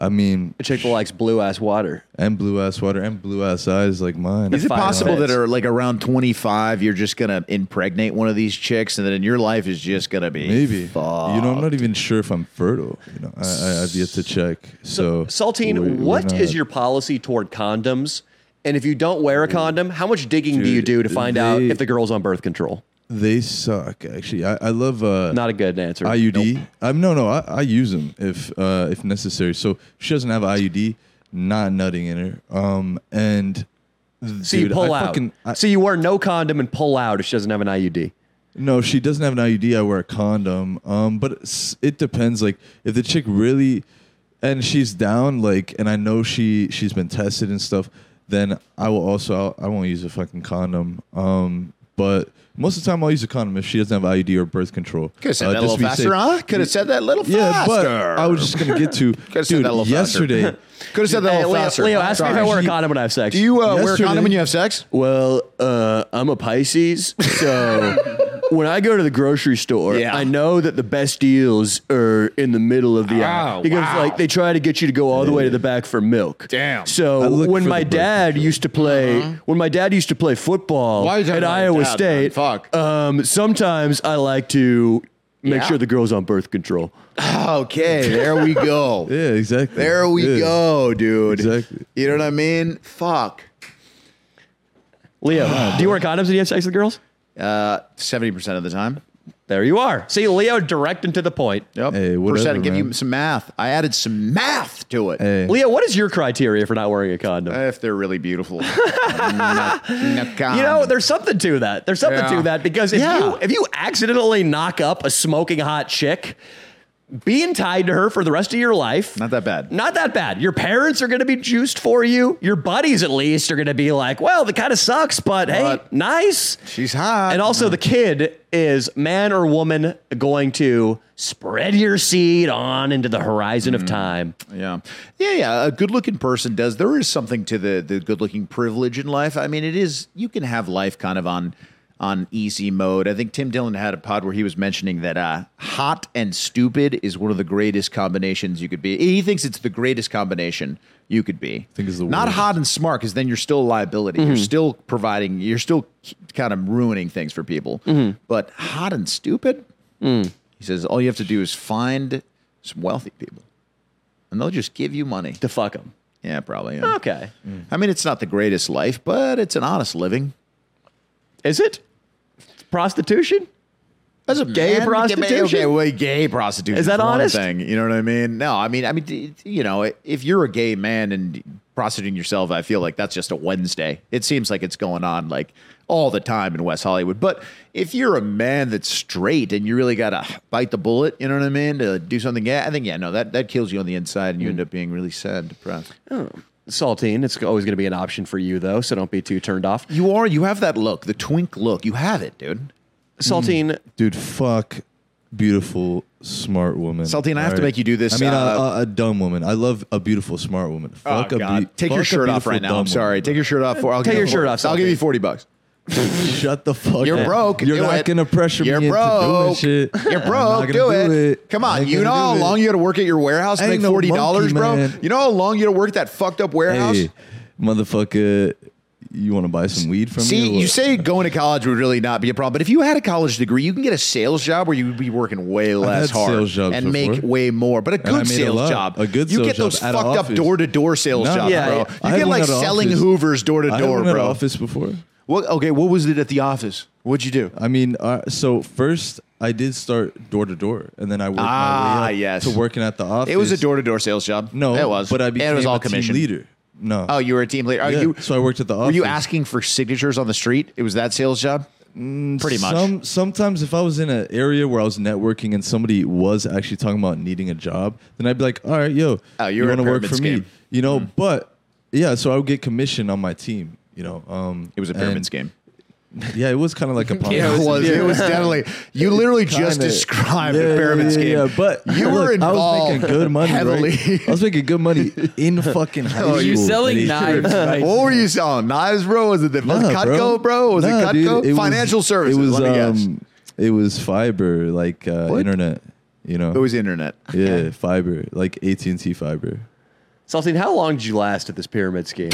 I mean, A chick that likes blue ass water. and blue ass water and blue ass eyes like mine. Is it fire possible pits. that are like around 25 you're just going to impregnate one of these chicks and then your life is just going to be Maybe. fucked? You know, I'm not even sure if I'm fertile. You know, I, I, I've yet to check. So, Saltine, we- we're what not- is your policy toward condoms? And if you don't wear a condom, how much digging do you do to find out they- if the girl's on birth control? They suck. Actually, I, I love uh, Not a good answer. IUD. Um, no, no, I, I use them if uh, if necessary. So if she doesn't have a IUD. Not nutting in her. Um, and so you dude, pull I out. fucking- I- so you wear no condom and pull out if she doesn't have an IUD. No, if she doesn't have an IUD. I wear a condom. Um, but it's, it depends. Like, if the chick really, and she's down, like, and I know she she's been tested and stuff, then I will also I'll, I won't use a fucking condom. Um, but most of the time I'll use a condom if she doesn't have IUD or birth control. Could have said Uh, that a just little to be faster, safe. huh? Could have said that a little Yeah, faster. but I was just gonna get to [LAUGHS] have said dude. that a little faster. [LAUGHS] Yesterday, Could have said that a Hey, little Leo, faster. Leo, ask me if I Sorry. wear a condom when I have sex. Do you uh, wear a Yesterday- condom when you have sex? Well, uh, I'm a Pisces, [LAUGHS] so when I go to the grocery store, Yeah. I know that the best deals are in the middle of the aisle Oh, because, wow. like, they try to get you to go all the way to the back for milk. Damn. Uh-huh. I So look when for my the birth dad used to play, when my dad used to play football Why is that at my Iowa dad, man? State, Fuck. Um, sometimes I like to make Yeah. sure the girl's on birth control. Okay, there we go. [LAUGHS] yeah, exactly. There we Yeah. go, dude. Exactly. You know what I mean? Fuck. Leo, Ah. do you wear condoms when you have sex with girls? Uh, Seventy percent of the time. There you are. See, Leo, direct and to the point. Yep. Hey, whatever, percent. Give you man. some math. I added some math to it. Hey. Leo, what is your criteria for not wearing a condom? If they're really [LAUGHS] beautiful. Knock- knock on. You know, there's something to that. There's something Um, Yeah. to that because if Yeah. you if you accidentally knock up a smoking hot chick, being tied to her for the rest of your life, not that bad. not that bad. Your parents are going to be juiced for you. Your buddies, at least, are going to be like, "Well, that kind of sucks, but hey, But- nice." She's hot. And also, the kid is man or woman going to spread your seed on into the horizon Mm. of time. Yeah, yeah, yeah. A good-looking person does. There is something to the the good-looking privilege in life. I mean, it is you can have life kind of on on easy mode. I think Tim Dillon had a pod where he was mentioning that uh, hot and stupid is one of the greatest combinations you could be. He thinks it's the greatest combination you could be. think it's the not worst. Mm-hmm. hot and smart because then you're still a liability. You're still providing. You're still kind of ruining things for people. Mm-hmm. But hot and stupid, Mm. he says, all you have to do is find some wealthy people and they'll just give you money. To fuck them. Yeah, probably. yeah. Okay, I mean, it's not the greatest life, but it's an honest living. is it prostitution? As a gay prostitution? okay, well, gay prostitution Is that for one honest? Thing, you know what I mean? No, I mean, I mean, d- you know, if you're a gay man and prostituting yourself, I feel like that's just a Wednesday. It seems like it's going on like all the time in West Hollywood. But if you're a man that's straight and you really gotta bite the bullet, you know what I mean, to do something gay, I think yeah, no, that that kills you on the inside, and you end up being really sad, and depressed. Saltine, it's always going to be an option for you though, so don't be too turned off. You are, you have that look, the twink look. You have it, dude. Saltine, dude, fuck beautiful, smart woman. Saltine, I have to make you do this, I mean, a- uh, a, a dumb woman. I love a beautiful, smart woman. Fuck Oh, a God. be- Take your fuck a shirt off beautiful, right now. dumb I'm sorry. woman. Take your shirt off. For, I'll give Take you your shirt 40. off, I'll give you Salty. 40 bucks. [LAUGHS] Shut the fuck You're up. broke. You're Do not it. gonna pressure You're me broke. into doing shit. [LAUGHS] You're [LAUGHS] I'm not broke. gonna Do it. Come I'm on. not You gonna know how do it. long you got to work at your warehouse to I make ain't no $40, monkey, bro? man. You know how long you got to work at that fucked up warehouse? Hey, motherfucker, you want to buy some weed from me? or See, you what?" say going to college would really not be a problem, but if you had a college degree, you can get a sales job where you'd be working way less had hard sales jobs and make before. way more. But a I good made a sales lot. job, A good you sales get those job at fucked up office. door to door sales No. jobs, Yeah, bro. yeah. I You had get one like at the selling office. Hoovers door to I had door, one at bro. office before. What, okay, what was it at the office? What'd you do? I mean, uh, so first I did start door to door, and then I worked Ah, my way up yes. to working at the office. It was a door to door sales job. No, it was. But I And became it was all a team commission. leader. No. Oh, you were a team leader. Are Yeah, you? so I worked at the office. Were you asking for signatures on the street? It was that sales job. Pretty much. Some, sometimes if I was in an area where I was networking and somebody was actually talking about needing a job, then I'd be like, all right, yo, Oh, you were a wanna work pyramid for me? scheme. Hmm. You know, but yeah, so I would get commission on my team, you know. Um, it was a pyramid and- scheme. Yeah, it was kind of [LAUGHS] like a Yeah, It It was. was- It was definitely. You literally just Kinda. described Yeah, a pyramid yeah, scheme. yeah, but You were look, I was involved making good money. right? heavily. [LAUGHS] I was making good money [LAUGHS] in fucking high Oh, school. you You're selling Eddie. [LAUGHS] knives. right? Oh. What were you selling? Knives, bro? Was it the was Nah, Cutco, bro? Was Nah, it dude, Cutco? was- Financial services. It was. let me guess. um, It was fiber, like uh, What? Oh, internet. You know. It was internet. Yeah, fiber, like AT and T fiber. Saltine, how long did you last at this pyramid scheme?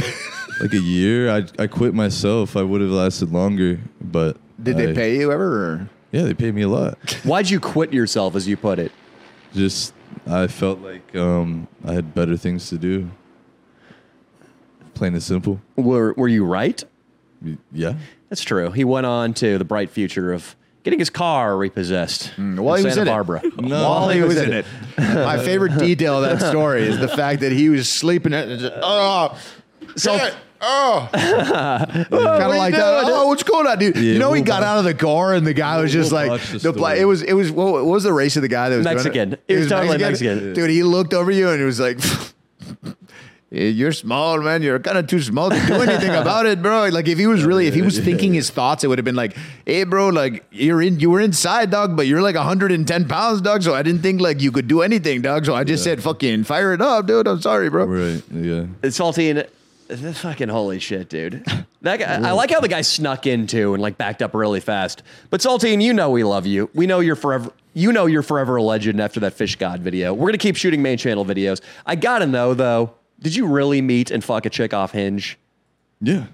Like a year, I I quit myself. I would have lasted longer, but Did I- they pay you ever? Or? Yeah, they paid me a lot. [LAUGHS] Why'd you quit yourself, as you put it? Just I felt like um I had better things to do. Plain and simple. Were Were you right? Y- Yeah. That's true. He went on to the bright future of getting his car repossessed Mm, while in he was Santa in it. [LAUGHS] Barbara. No, While he I was said in it. My favorite detail of that story is the fact that he was sleeping. At, oh, So- shit. Oh, kind of like that. doing? Oh, what's going on, dude? you Yeah, know, he we'll got watch- out of the car, and the guy was just we'll like watch the the black. story. It was it was what, what was the race of the guy that was doing it? Mexican. He was totally Mexican. dude. He looked over you and he was like. [LAUGHS] "Yeah, You're small, man. You're kind of too small to do anything about it, bro. Like if he was really, if he [LAUGHS] was thinking his thoughts, it would have been like, "Hey, bro, like you're in, you were inside, dog, but you're like 110 pounds, dog. So I didn't think like you could do anything, dog. So I just said, fucking fire it up, dude. I'm sorry, bro. Right. Yeah. Saltine, the uh, fucking holy shit, dude. That guy, I like how the guy snuck into and like backed up really fast. But Saltine, you know we love you. We know you're forever. You know you're forever a legend after that fish god video. We're gonna keep shooting main channel videos. I gotta know though, did you really meet and fuck a chick off Hinge? Yeah.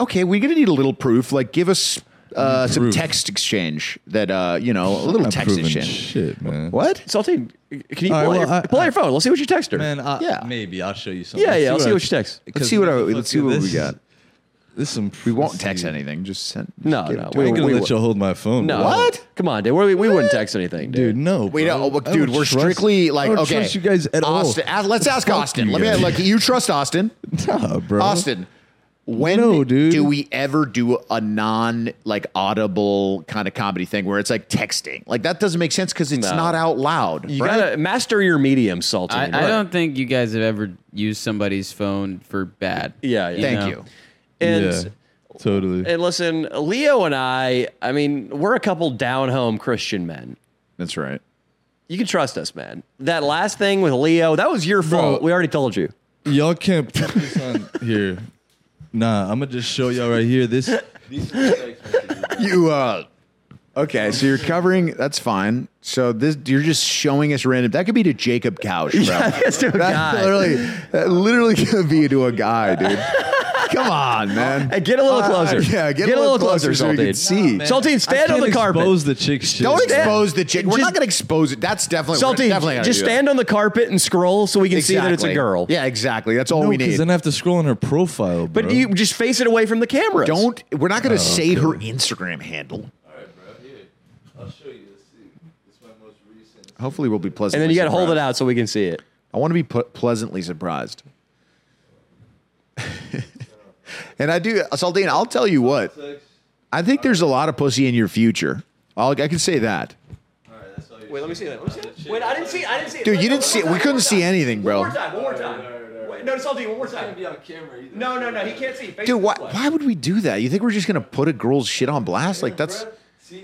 Okay, we're gonna need a little proof. Like, give us uh, some Proof. text exchange that uh, you know, a little Not text proven exchange. shit, man. What? Saltine, can you All pull, right, out well, your, I- pull out your phone? Let's see what you text her. Man, I, Yeah. maybe I'll show you something. Yeah, yeah, I'll see what she texts. Let's see what I- let's see what we this- got. This is some. We won't text anything. Just send. just No, give it no, to I we- her. ain't gonna we- let you hold my phone. no, bro. What? Come on, dude. We, we wouldn't text anything, dude? No, We bro. don't, I dude. We're trust- strictly like I don't okay. Trust you guys at Austin, all? Ask- let's ask Fuck Austin. you Let me guys. like you trust Austin. [LAUGHS] Nah, bro. Austin, when No, dude. do we ever do a non like audible kind of comedy thing where it's like texting? Like that doesn't make sense because it's No. not out loud. You right? gotta master your medium, Saltine. I, I Right. don't think you guys have ever used somebody's phone for bad. Yeah, yeah. Thank know. you. And Yeah, totally. And listen, Leo and I, I mean, we're a couple down home Christian men. That's right. You can trust us, man. That last thing with Leo, that was your fault. We already told you. y'all can't put this on here. Nah, I'm gonna just show y'all right [LAUGHS] here. This. These You uh Okay, so you're covering. That's fine. So this you're just showing us random. That could be to Jacob Couch, bro. [LAUGHS] That's to a that guy. literally, that literally could be to a guy, dude. Come on, man. Uh, Hey, get a little closer. yeah, get, a little closer, closer, so we can Saltine. see. man. Saltine, stand on the carpet. Expose the chick shit. Don't stand- expose the chick. We're just- not going to expose it. That's definitely we're Saltine, Definitely gonna just do that. stand on the carpet and scroll so we can see that it's a Exactly. girl. Yeah, exactly. That's all No, we because need. then I have to scroll on her profile, bro. But you just face it away from the camera. Don't. We're not Oh, going to say her Instagram handle. I'll show you. Let's see. It's my most recent. Hopefully, we'll be pleasant. And then you got to hold it out so we can see it. I want to be ple- pleasantly surprised. [LAUGHS] and I do, Saldine. I'll tell you what. I think there's a lot of pussy in your future. I'll, I can say that, Wait, let me see that. Let me see that. Wait, I didn't see. I didn't see. dude. You didn't see. We couldn't see anything, bro. time. One more time. Wait, no, Saltine, one more time. on camera. Either. No, no, no. He can't see. Dude, why, why would we do that? You think we're just gonna put a girl's shit on blast? Like that's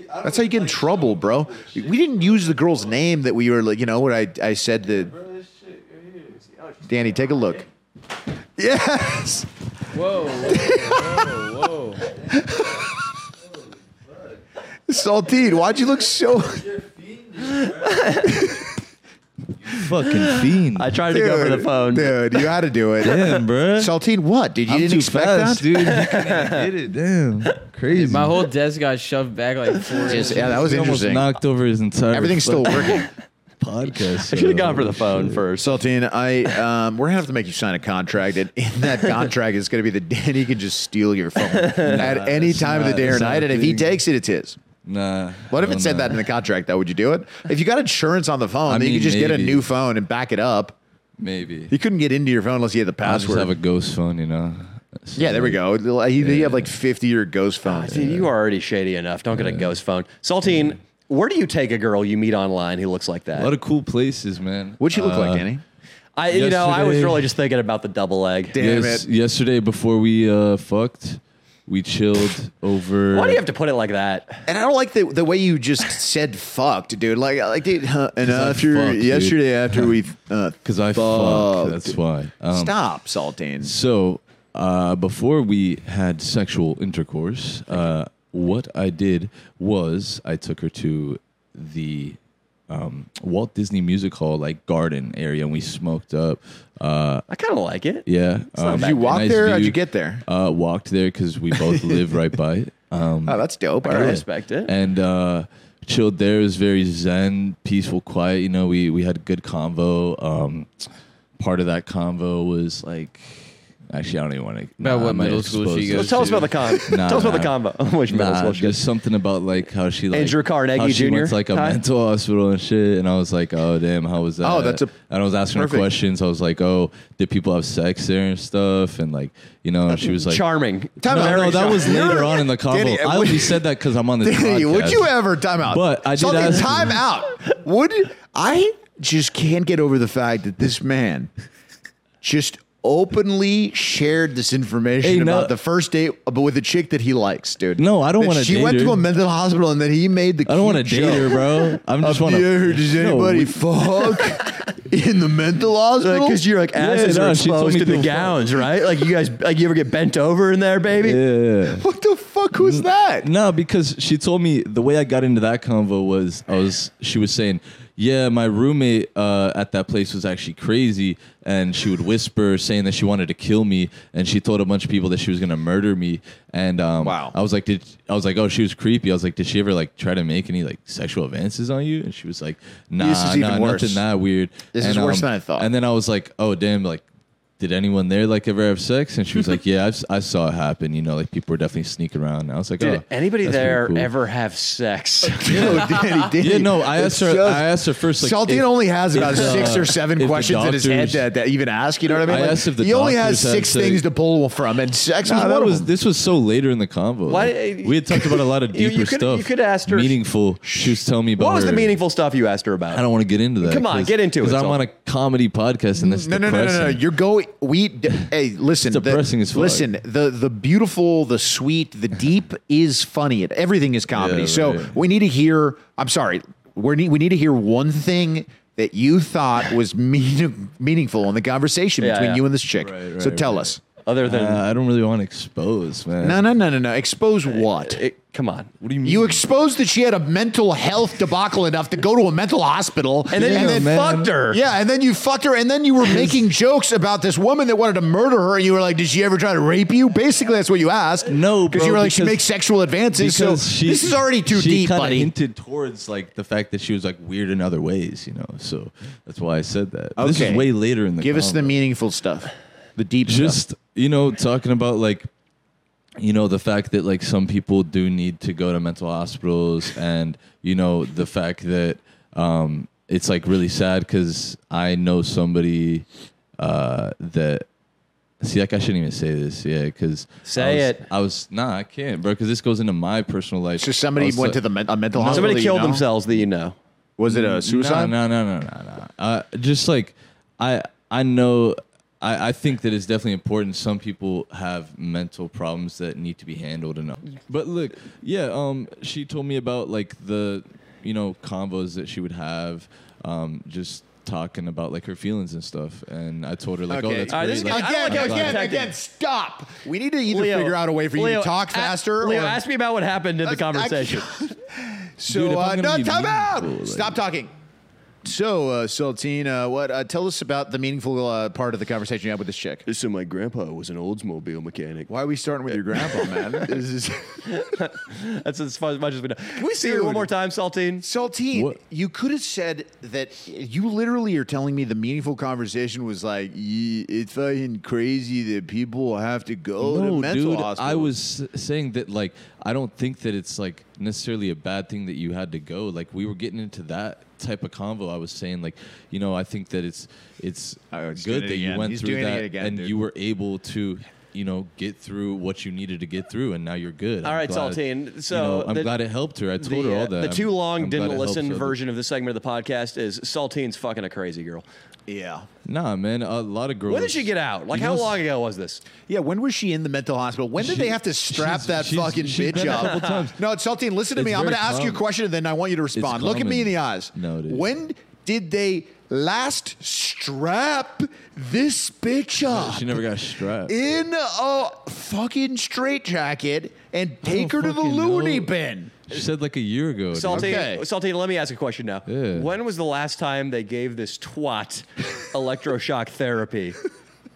that's how you get in trouble, bro. We didn't use the girl's name that we were, like, you know, what I I said the. Danny, take a look. Yes. [LAUGHS] Whoa, whoa, whoa, whoa. Saltine, why'd you look so? fucking fiend. I tried to go for the phone. Dude, you had to do it. [LAUGHS] Damn, bruh. Saltine, what? Did you I'm didn't too expect fast, that? [LAUGHS] dude. You can't even Get it, damn, crazy. My whole desk got shoved back like four Just- inches. yeah, that was He almost interesting. knocked over his entire. Everything's still fucking working. Podcast. I should have though. gone for the phone Shit. first. Saltine, I um, we're gonna have to make you sign a contract, and in that [LAUGHS] contract is gonna be the Danny can just steal your phone [LAUGHS] at any that's time of the not- day or that's not night, a and if he thing. takes it, it's his. Nah. What if hell it said nah. that in the contract though? Would you do it? If you got insurance on the phone, I then you mean, could just get a maybe. new phone and back it up. Maybe. You couldn't get into your phone unless you had the I just password. have a ghost phone, you know. So, yeah, there we go. Like, You you have like fifty year ghost phones. Dude, you are already shady enough. Don't get a ghost phone. Saltine, where do you take a girl you meet online who looks like A lot that? of cool places, man. What'd she look Uh, like, Danny? I, you know, I was Yesterday- really just thinking about the double leg. Damn yes- it. Yesterday, before we uh, fucked, we chilled over. Why do you [LAUGHS] have to put it like that? And I don't like the the way you just said "fucked," dude. Like, like, dude. Huh, and I after fuck, dude. yesterday, after we, uh, Because I fuck. Fucked. That's why. Um, stop, Saltine. So, uh, before we had sexual intercourse, uh, what I did was I took her to the um, Walt Disney Music Hall, like garden area, and we smoked up. Uh, I kind of like it. yeah. Um, Did you walk nice there? How'd view. you get there? Uh, walked there because [LAUGHS] we both live right by it. Um, Oh, that's dope. All I right. respect it. and uh, chilled there. It was very zen, peaceful, quiet. You know, we we had a good convo. Um, part of that convo was like, actually, I don't even want to. About what middle school she goes Well, tell us about the con. [LAUGHS] Nah, tell us about the nah. combo. [LAUGHS] Which middle Nah, school shit. just something about like how she like Andrew Carnegie how she Jr. went to, like a Hi. mental hospital and shit. And I was like, oh damn, how was that? Oh, that's a- And I was asking perfect. her questions. I was like, oh, did people have sex there and stuff? And like, you know, and she was like, Charming. Time no, out. no, that was No, no, later no. on in the convo. Danny, I would- only said that because I'm on this Danny, podcast. would you ever time out? But I did Saltine, ask- time out. Would I just can't get over the fact that this man just openly shared this information Hey, no- about the first date uh, but with a chick that he likes, dude. No, I don't That wanna She date went to her. a mental hospital and then he made the I don't want to want date her, bro. I'm just want to. Yeah, does anybody [LAUGHS] fuck in the mental Uh, hospital? Because you're like asses no, are she told exposed me to the to- gowns, right? Like you guys, like you ever get bent over in there, baby? Yeah. what the fuck was that? No, because she told me the way I got into that convo was I was she was saying, "Yeah, my roommate uh, at that place was actually crazy," and she would whisper saying that she wanted to kill me, and she told a bunch of people that she was gonna murder me. And um, Wow. I was like, "Did I was like, oh, she was creepy." I was like, "Did she ever like try to make any like sexual advances on you?" And she was like, "Nah, This is even nah, worse. nothing that weird." This is And, um, worse than I thought. And then I was like, "Oh, damn!" Like did anyone there like ever have sex? And she [LAUGHS] was like, yeah, I've, si saw it happen. You know, like people were definitely sneaking around. And I was like, Did oh, anybody that's pretty there cool." ever have [LAUGHS] sex? No, Danny, Danny. [LAUGHS] Yeah, no, I asked her. It's just- I asked her first. Like, Saltine if- only has about if, uh, six or seven if the questions in his head doctors- that, that even ask. You know what I mean? I asked if the he only has doctors had six sex. things to pull from, and sex Nah, was one that of was them. this was so later in the convo. Why- Like, we had talked about a lot [LAUGHS] of You- you deeper could- stuff. you could ask her- meaningful. She was telling me about What was the her- meaningful stuff you asked her about? I don't want to get into that. Come on, 'cause- get into it, 'cause I'm Salt. on a comedy podcast and this. No, no, no, no, no. depressing. You're going. We. D- hey, listen. It's depressing the, as fuck. Listen. The the beautiful, the sweet, the deep [LAUGHS] is funny. It everything is comedy. Yeah, so right. we need to hear. I'm sorry. We need we need to hear one thing that you thought was [LAUGHS] meaning, meaningful in the conversation Yeah, between yeah. you and this chick. Right, so right, tell right. us. Other than Uh, I don't really want to expose, man. No, no, no, no, no. Expose what? it, come on. What do you mean? You exposed that she had a mental health debacle enough to go to a mental hospital, And then Damn, you man. fucked her. yeah, and then you fucked her, and then [LAUGHS] you were making jokes about this woman that wanted to murder her, and you were like, "Did she ever try to rape you?" Basically, that's what you asked. No, because bro, you were like, "She because- makes sexual advances." So because she, this is already too she deep, kinda buddy. hinted towards like the fact that she was like weird in other ways, you know. So that's why I said that. This is Okay. way later in the. Give us the convo. meaningful stuff, the deep stuff. Oh. Just you know, talking about like, you know, the fact that like some people do need to go to mental hospitals, and you know the fact that um, it's like really sad because I know somebody uh, that. See, like I shouldn't even say this, yeah, because Say I was, it. I was nah, I can't, bro, because this goes into my personal life. So somebody I was went like- to the men- a mental hospital. Somebody that you killed know? themselves that you know. Was it a suicide? No, no, no, no, no, no. Uh, just like I, I know. I, I think that it's definitely important. Some people have mental problems that need to be handled, and but look, yeah. Um, she told me about like the, you know, combos that she would have, um, just talking about like her feelings and stuff. And I told her like, oh, Okay. that's All right, great. this is like, getting- I don't like Again, how he's again, protecting. again, stop. We need to either figure out a way for you Leo, to talk a- faster Leo, or ask me about what happened in the [LAUGHS] That's- I [LAUGHS] conversation. So Dude, if uh, I'm no, gonna be time out. meaningful, like- Stop talking. So, uh, Saltine, uh, what? Uh, tell us about the meaningful uh, part of the conversation you had with this chick. So my grandpa was an Oldsmobile mechanic. Why are we starting with your grandpa, [LAUGHS] man? This is That's as far- as much as we know. Can we see it one Dude. more time, Saltine? Saltine, What? you could have said that you literally are telling me the meaningful conversation was like, "Ye- it's fucking crazy that people have to go to no, mental dude. hospitals. I was s- saying that like I don't think that it's like necessarily a bad thing that you had to go. Like we were getting into that type of convo. I was saying like you know I think that it's it's Oh, he's doing good it that you again. went He's through doing it that again, and dude. you were able to you know get through what you needed to get through and now you're good. All I'm right, glad- Saltine. you So know, I'm the- glad it helped her. I told her uh, all that. the I'm- too long I'm glad didn't it helped listen other- version of the segment of the podcast is Saltine's fucking a crazy girl. yeah. Nah, man. A lot of girls. When did she get out? Like You how know, long ago was this? Yeah, when was she in the mental hospital? When did She- they have to strap she's- that she's- fucking she's bitch been a up? couple [LAUGHS] times. No, Saltine, listen to It's me. I'm very going to ask you a common. question, and then I want you to respond. Look at me in the common. eyes. No, it is. When did they last strap this bitch up? She never got strapped. in a fucking straitjacket and take her to the fucking loony know. bin. She said like a year ago. dude. Saltine, Okay. Saltine, let me ask a question now. Yeah. When was the last time they gave this [LAUGHS] twat electroshock therapy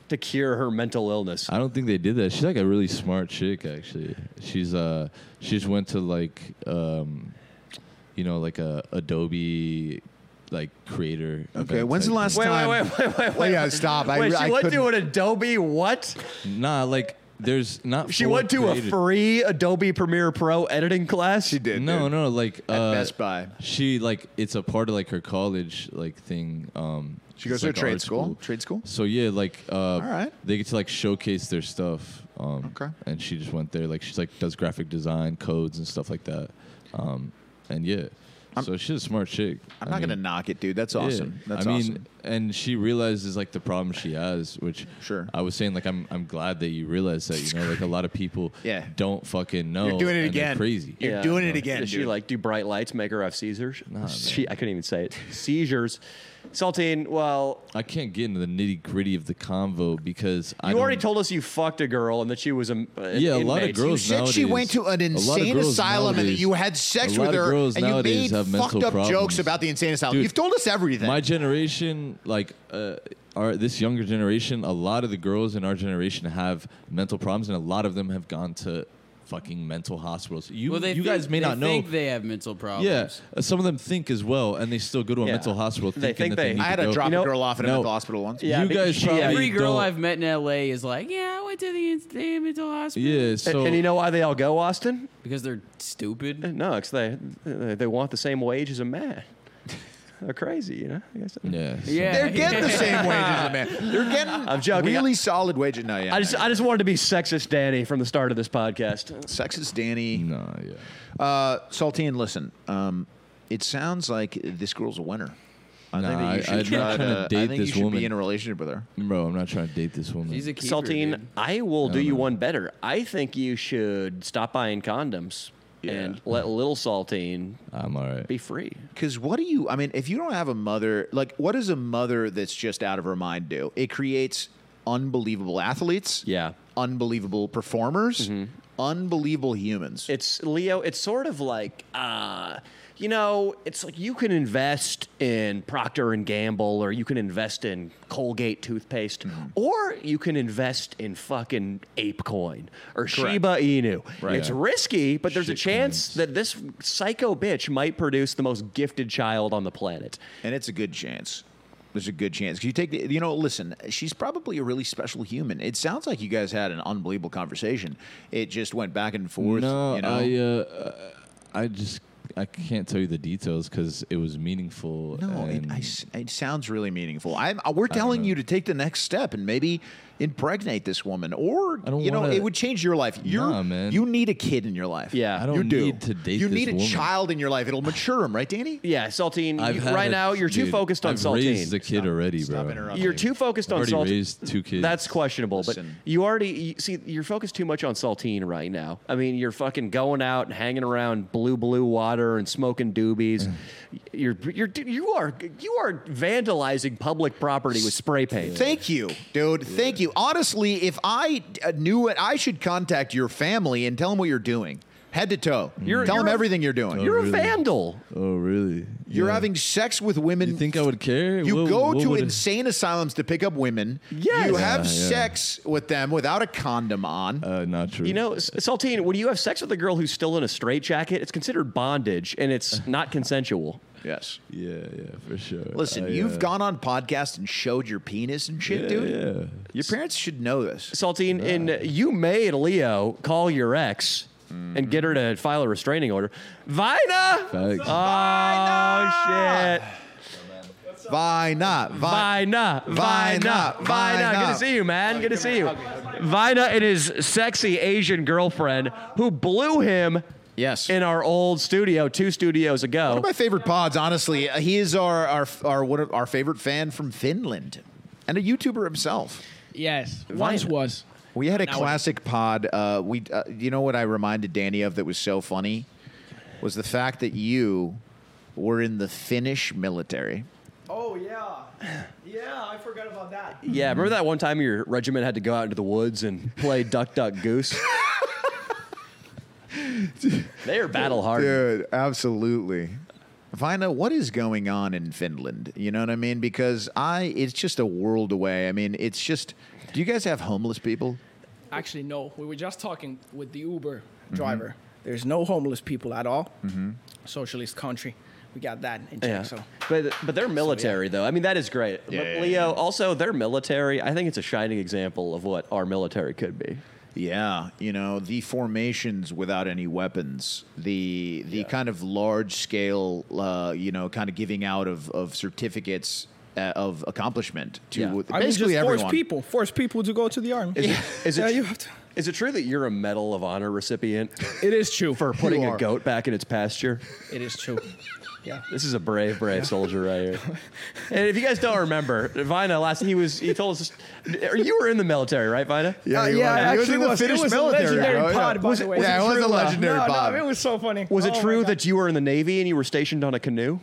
to cure her mental illness? I don't think they did that. She's like a really smart chick, actually. She's uh, she just went to like um, you know, like a Adobe like creator. Okay, event when's the type last Wait, time? wait, wait, wait, wait, Wait, yeah, stop. I, Wait, she I went couldn't- to an Adobe what? thing. Nah, like there's not. She full went to a creator- free Adobe Premiere Pro editing class. She did. No, dude. no, like uh, Best Buy. She like it's a part of like her college like thing. Um, She goes it's, to a like, trade art school? Trade school? So yeah, like uh, all right. they get to like showcase their stuff. Um, Okay. and she just went there. Like she's like does graphic design codes and stuff like that. Um, and yeah, so she's a smart chick. I'm I not gonna mean, knock it, dude. That's yeah. awesome. That's I mean, awesome. and she realizes like the problem she has, which Sure. I was saying like I'm I'm glad that you realize that you know like a lot of people [LAUGHS] Yeah. don't fucking know. You're doing it and they're again. Crazy. You're doing it Does again, She dude. like do bright lights, make her have seizures. [LAUGHS] man. she, I couldn't even say it. Seizures. Saltine, well, I can't get into the nitty gritty of the convo because I you already don't- told us you fucked a girl and that she was a an Yeah, a lot of inmate. girls You said she nowadays- went to an a lot of insane girls asylum and that nowadays- you had sex a lot with of her girls and you made nowadays have mental fucked up problems. jokes about the insane asylum. Dude, You've told us everything. My generation, like uh, our this younger generation, a lot of the girls in our generation have mental problems, and a lot of them have gone to fucking mental hospitals. You Well, they you think- guys may they not know. think they have mental problems. yeah, uh, some of them think as well, and they still go to a Yeah. mental hospital They thinking think that they, they- need I had to to go. drop know- a girl off at a No. mental hospital once. Yeah, you because guys she- probably Every girl don't- I've met in LA is like, "Yeah, I went to the insane mental hospital." Yeah, And- so and you know why they all go, Austin? Eh, because they're stupid. No, because they, they they want the same wage as a [LAUGHS] man. They're crazy, you know. I guess. yeah, so- Yeah, They're getting the [LAUGHS] same wages, as a man. They're [LAUGHS] getting I'm joking. really solid wages. No, yeah. I just no, I just wanted to be sexist, Danny, from the start of this podcast. Sexist Danny. No, yeah. Uh, Saltine, listen. Um, it sounds like this girl's a winner. I Nah, think that you I- should I'm not try trying to I date think you this should woman. be in a relationship with her. Bro, I'm not trying to date this woman. He's a keeper, Saltine, dude. I will do you one better. I think you should stop buying condoms and let little Saltine I'm all right. be free. Because what do you? I mean, if you don't have a mother, like, what does a mother that's just out of her mind do? It creates unbelievable athletes. Yeah. Unbelievable performers. Mm-hmm. Unbelievable humans. It's Leo. It's sort of like, uh, you know, it's like you can invest in Procter and Gamble, or you can invest in Colgate toothpaste, or you can invest in fucking ApeCoin or Shiba Inu. It's Yeah. risky, but there's a Shit chance coins. that this psycho bitch might produce the most gifted child on the planet. and it's a good chance. There's a good chance. 'Cause You take the, you know, listen, she's probably a really special human. It sounds like you guys had an unbelievable conversation. It just went back and forth. No, you know? I uh, uh, I just I can't tell you the details because it was meaningful. No, it, and I s it sounds really meaningful. I'm, uh, we're telling you to take the next step and maybe impregnate this woman, or I don't you know, wanna- it would change your life. You're, Nah, man. You need a kid in your life. Yeah. I don't you do. need to date You this need a woman. child in your life. It'll mature him, right, Danny? Yeah, Saltine. I've you- had right a- now, you're too dude, focused on I've Saltine. Raised a kid already, Stop bro. interrupting. You're too focused on Already Saltine. raised two kids. That's questionable, Listen. but you already you, see you're focused too much on Saltine right now. I mean, you're fucking going out and hanging around blue blue water and smoking Mm. doobies. you're you're you are you are vandalizing public property with spray paint. Thank you, dude. Thank you. Honestly, if I uh, knew it, I should contact your family and tell them what you're doing, head to toe. Mm. You're- tell them you're- everything you're doing. You're a really? vandal. Oh, really? You're Yeah. having sex with women. You think I would care? You What- go what to would- insane asylums to pick up women. Yes. You Yeah, have yeah. sex with them without a condom on. [LAUGHS] Uh, not true. You know, S- Saltine, when you have sex with a girl who's still in a straitjacket, it's considered bondage and it's not consensual. yes. Yeah, yeah, for sure. Listen, I, you've uh, gone on podcasts and showed your penis and shit, yeah, dude. Yeah. Your parents should know this. Saltine, and you made Leo call your ex and get her to file a restraining order. Vina! Facts. Uh, Oh, shit. Why not? Why? Vina, Vina, Vina, Vina. Good to Vina. see you, man. Good to see you. Vina and his sexy Asian girlfriend who blew him Yes. in our old studio two studios ago. my favorite pods, honestly, Uh, he is our our our one of our favorite fan from Finland, and a YouTuber himself. Yes, once was. We had a classic pod. Uh, we, uh, you know what I reminded Danny of that was so funny was the fact that you were in the Finnish military. Oh yeah, yeah. I forgot about that. Yeah, remember that one time your regiment had to go out into the woods and play duck, duck, [LAUGHS] goose? they are battle hard. Dude, absolutely. Vina, what is going on in Finland? You know what I mean? Because I, it's just a world away. I mean, it's just. Do you guys have homeless people? Actually, no. We were just talking with the Uber Mm-hmm. driver. There's no homeless people at all. Socialist country. We got that in check. Yeah. So But but they're military though. I mean that is great. Yeah, but yeah, Leo, also they're military. I think it's a shining example of what our military could be. Yeah, you know the formations without any weapons, the the kind of large scale, uh, you know, kind of giving out of of certificates uh, of accomplishment to Yeah. I mean, basically I mean, just force everyone. people, force people to go to the army. Is it, is, it, yeah, you have to. is it true that you're a Medal of Honor recipient It is true. [LAUGHS] for putting a are. goat back in its pasture? It is true. yeah. This is a brave, brave soldier [LAUGHS] right here. And if you guys don't remember, Vina last he was he told us you were in the military, right, Vina? Uh, yeah, I He was actually in the was. It Finnish was a military, legendary bro. pod, "Oh, Yeah. by Was the it- way. yeah, it Was it was a true? legendary [LAUGHS] no, pod. No, it was so funny. Was Oh it my true God. that you were in the Navy and you were stationed on a canoe?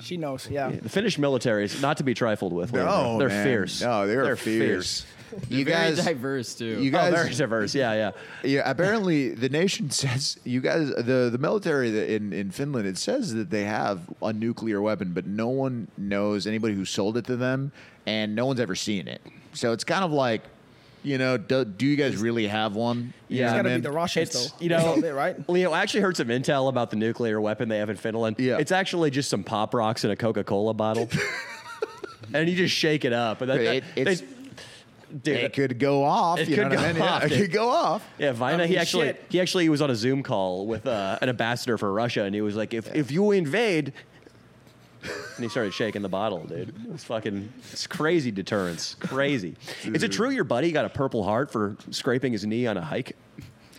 she knows? Yeah. The Finnish military is not to be trifled with. Leo. they're Oh, man. fierce. No, they're, They're fierce. Oh, You Very guys, diverse too. you Oh, very guys, diverse. Yeah, yeah. yeah. Apparently, the nation [LAUGHS] says you guys, the the military that- in in Finland, it says that they have a nuclear weapon, but no one knows anybody who sold it to them, and no one's ever seen it. So it's kind of like, you know, do, do you guys really have one? You Yeah, it's know what I got to be mean? the Russians, It's though. you know, That's right? Leo. I actually heard some intel about the nuclear weapon they have in Finland. Yeah. it's actually just some pop rocks in a Coca Cola [LAUGHS] bottle, and you just shake it up. And that, It- that- it's- they- dude, It could go off. It you could know what go I mean? Yeah, off, It dude. could go off. Yeah, Vina. I he mean, actually shit. he actually was on a Zoom call with uh, an ambassador for Russia, and he was like, "If if you invade," and he started shaking the bottle, dude. It's fucking it's crazy deterrence, crazy. Is it true your buddy got a Purple Heart for scraping his knee on a hike?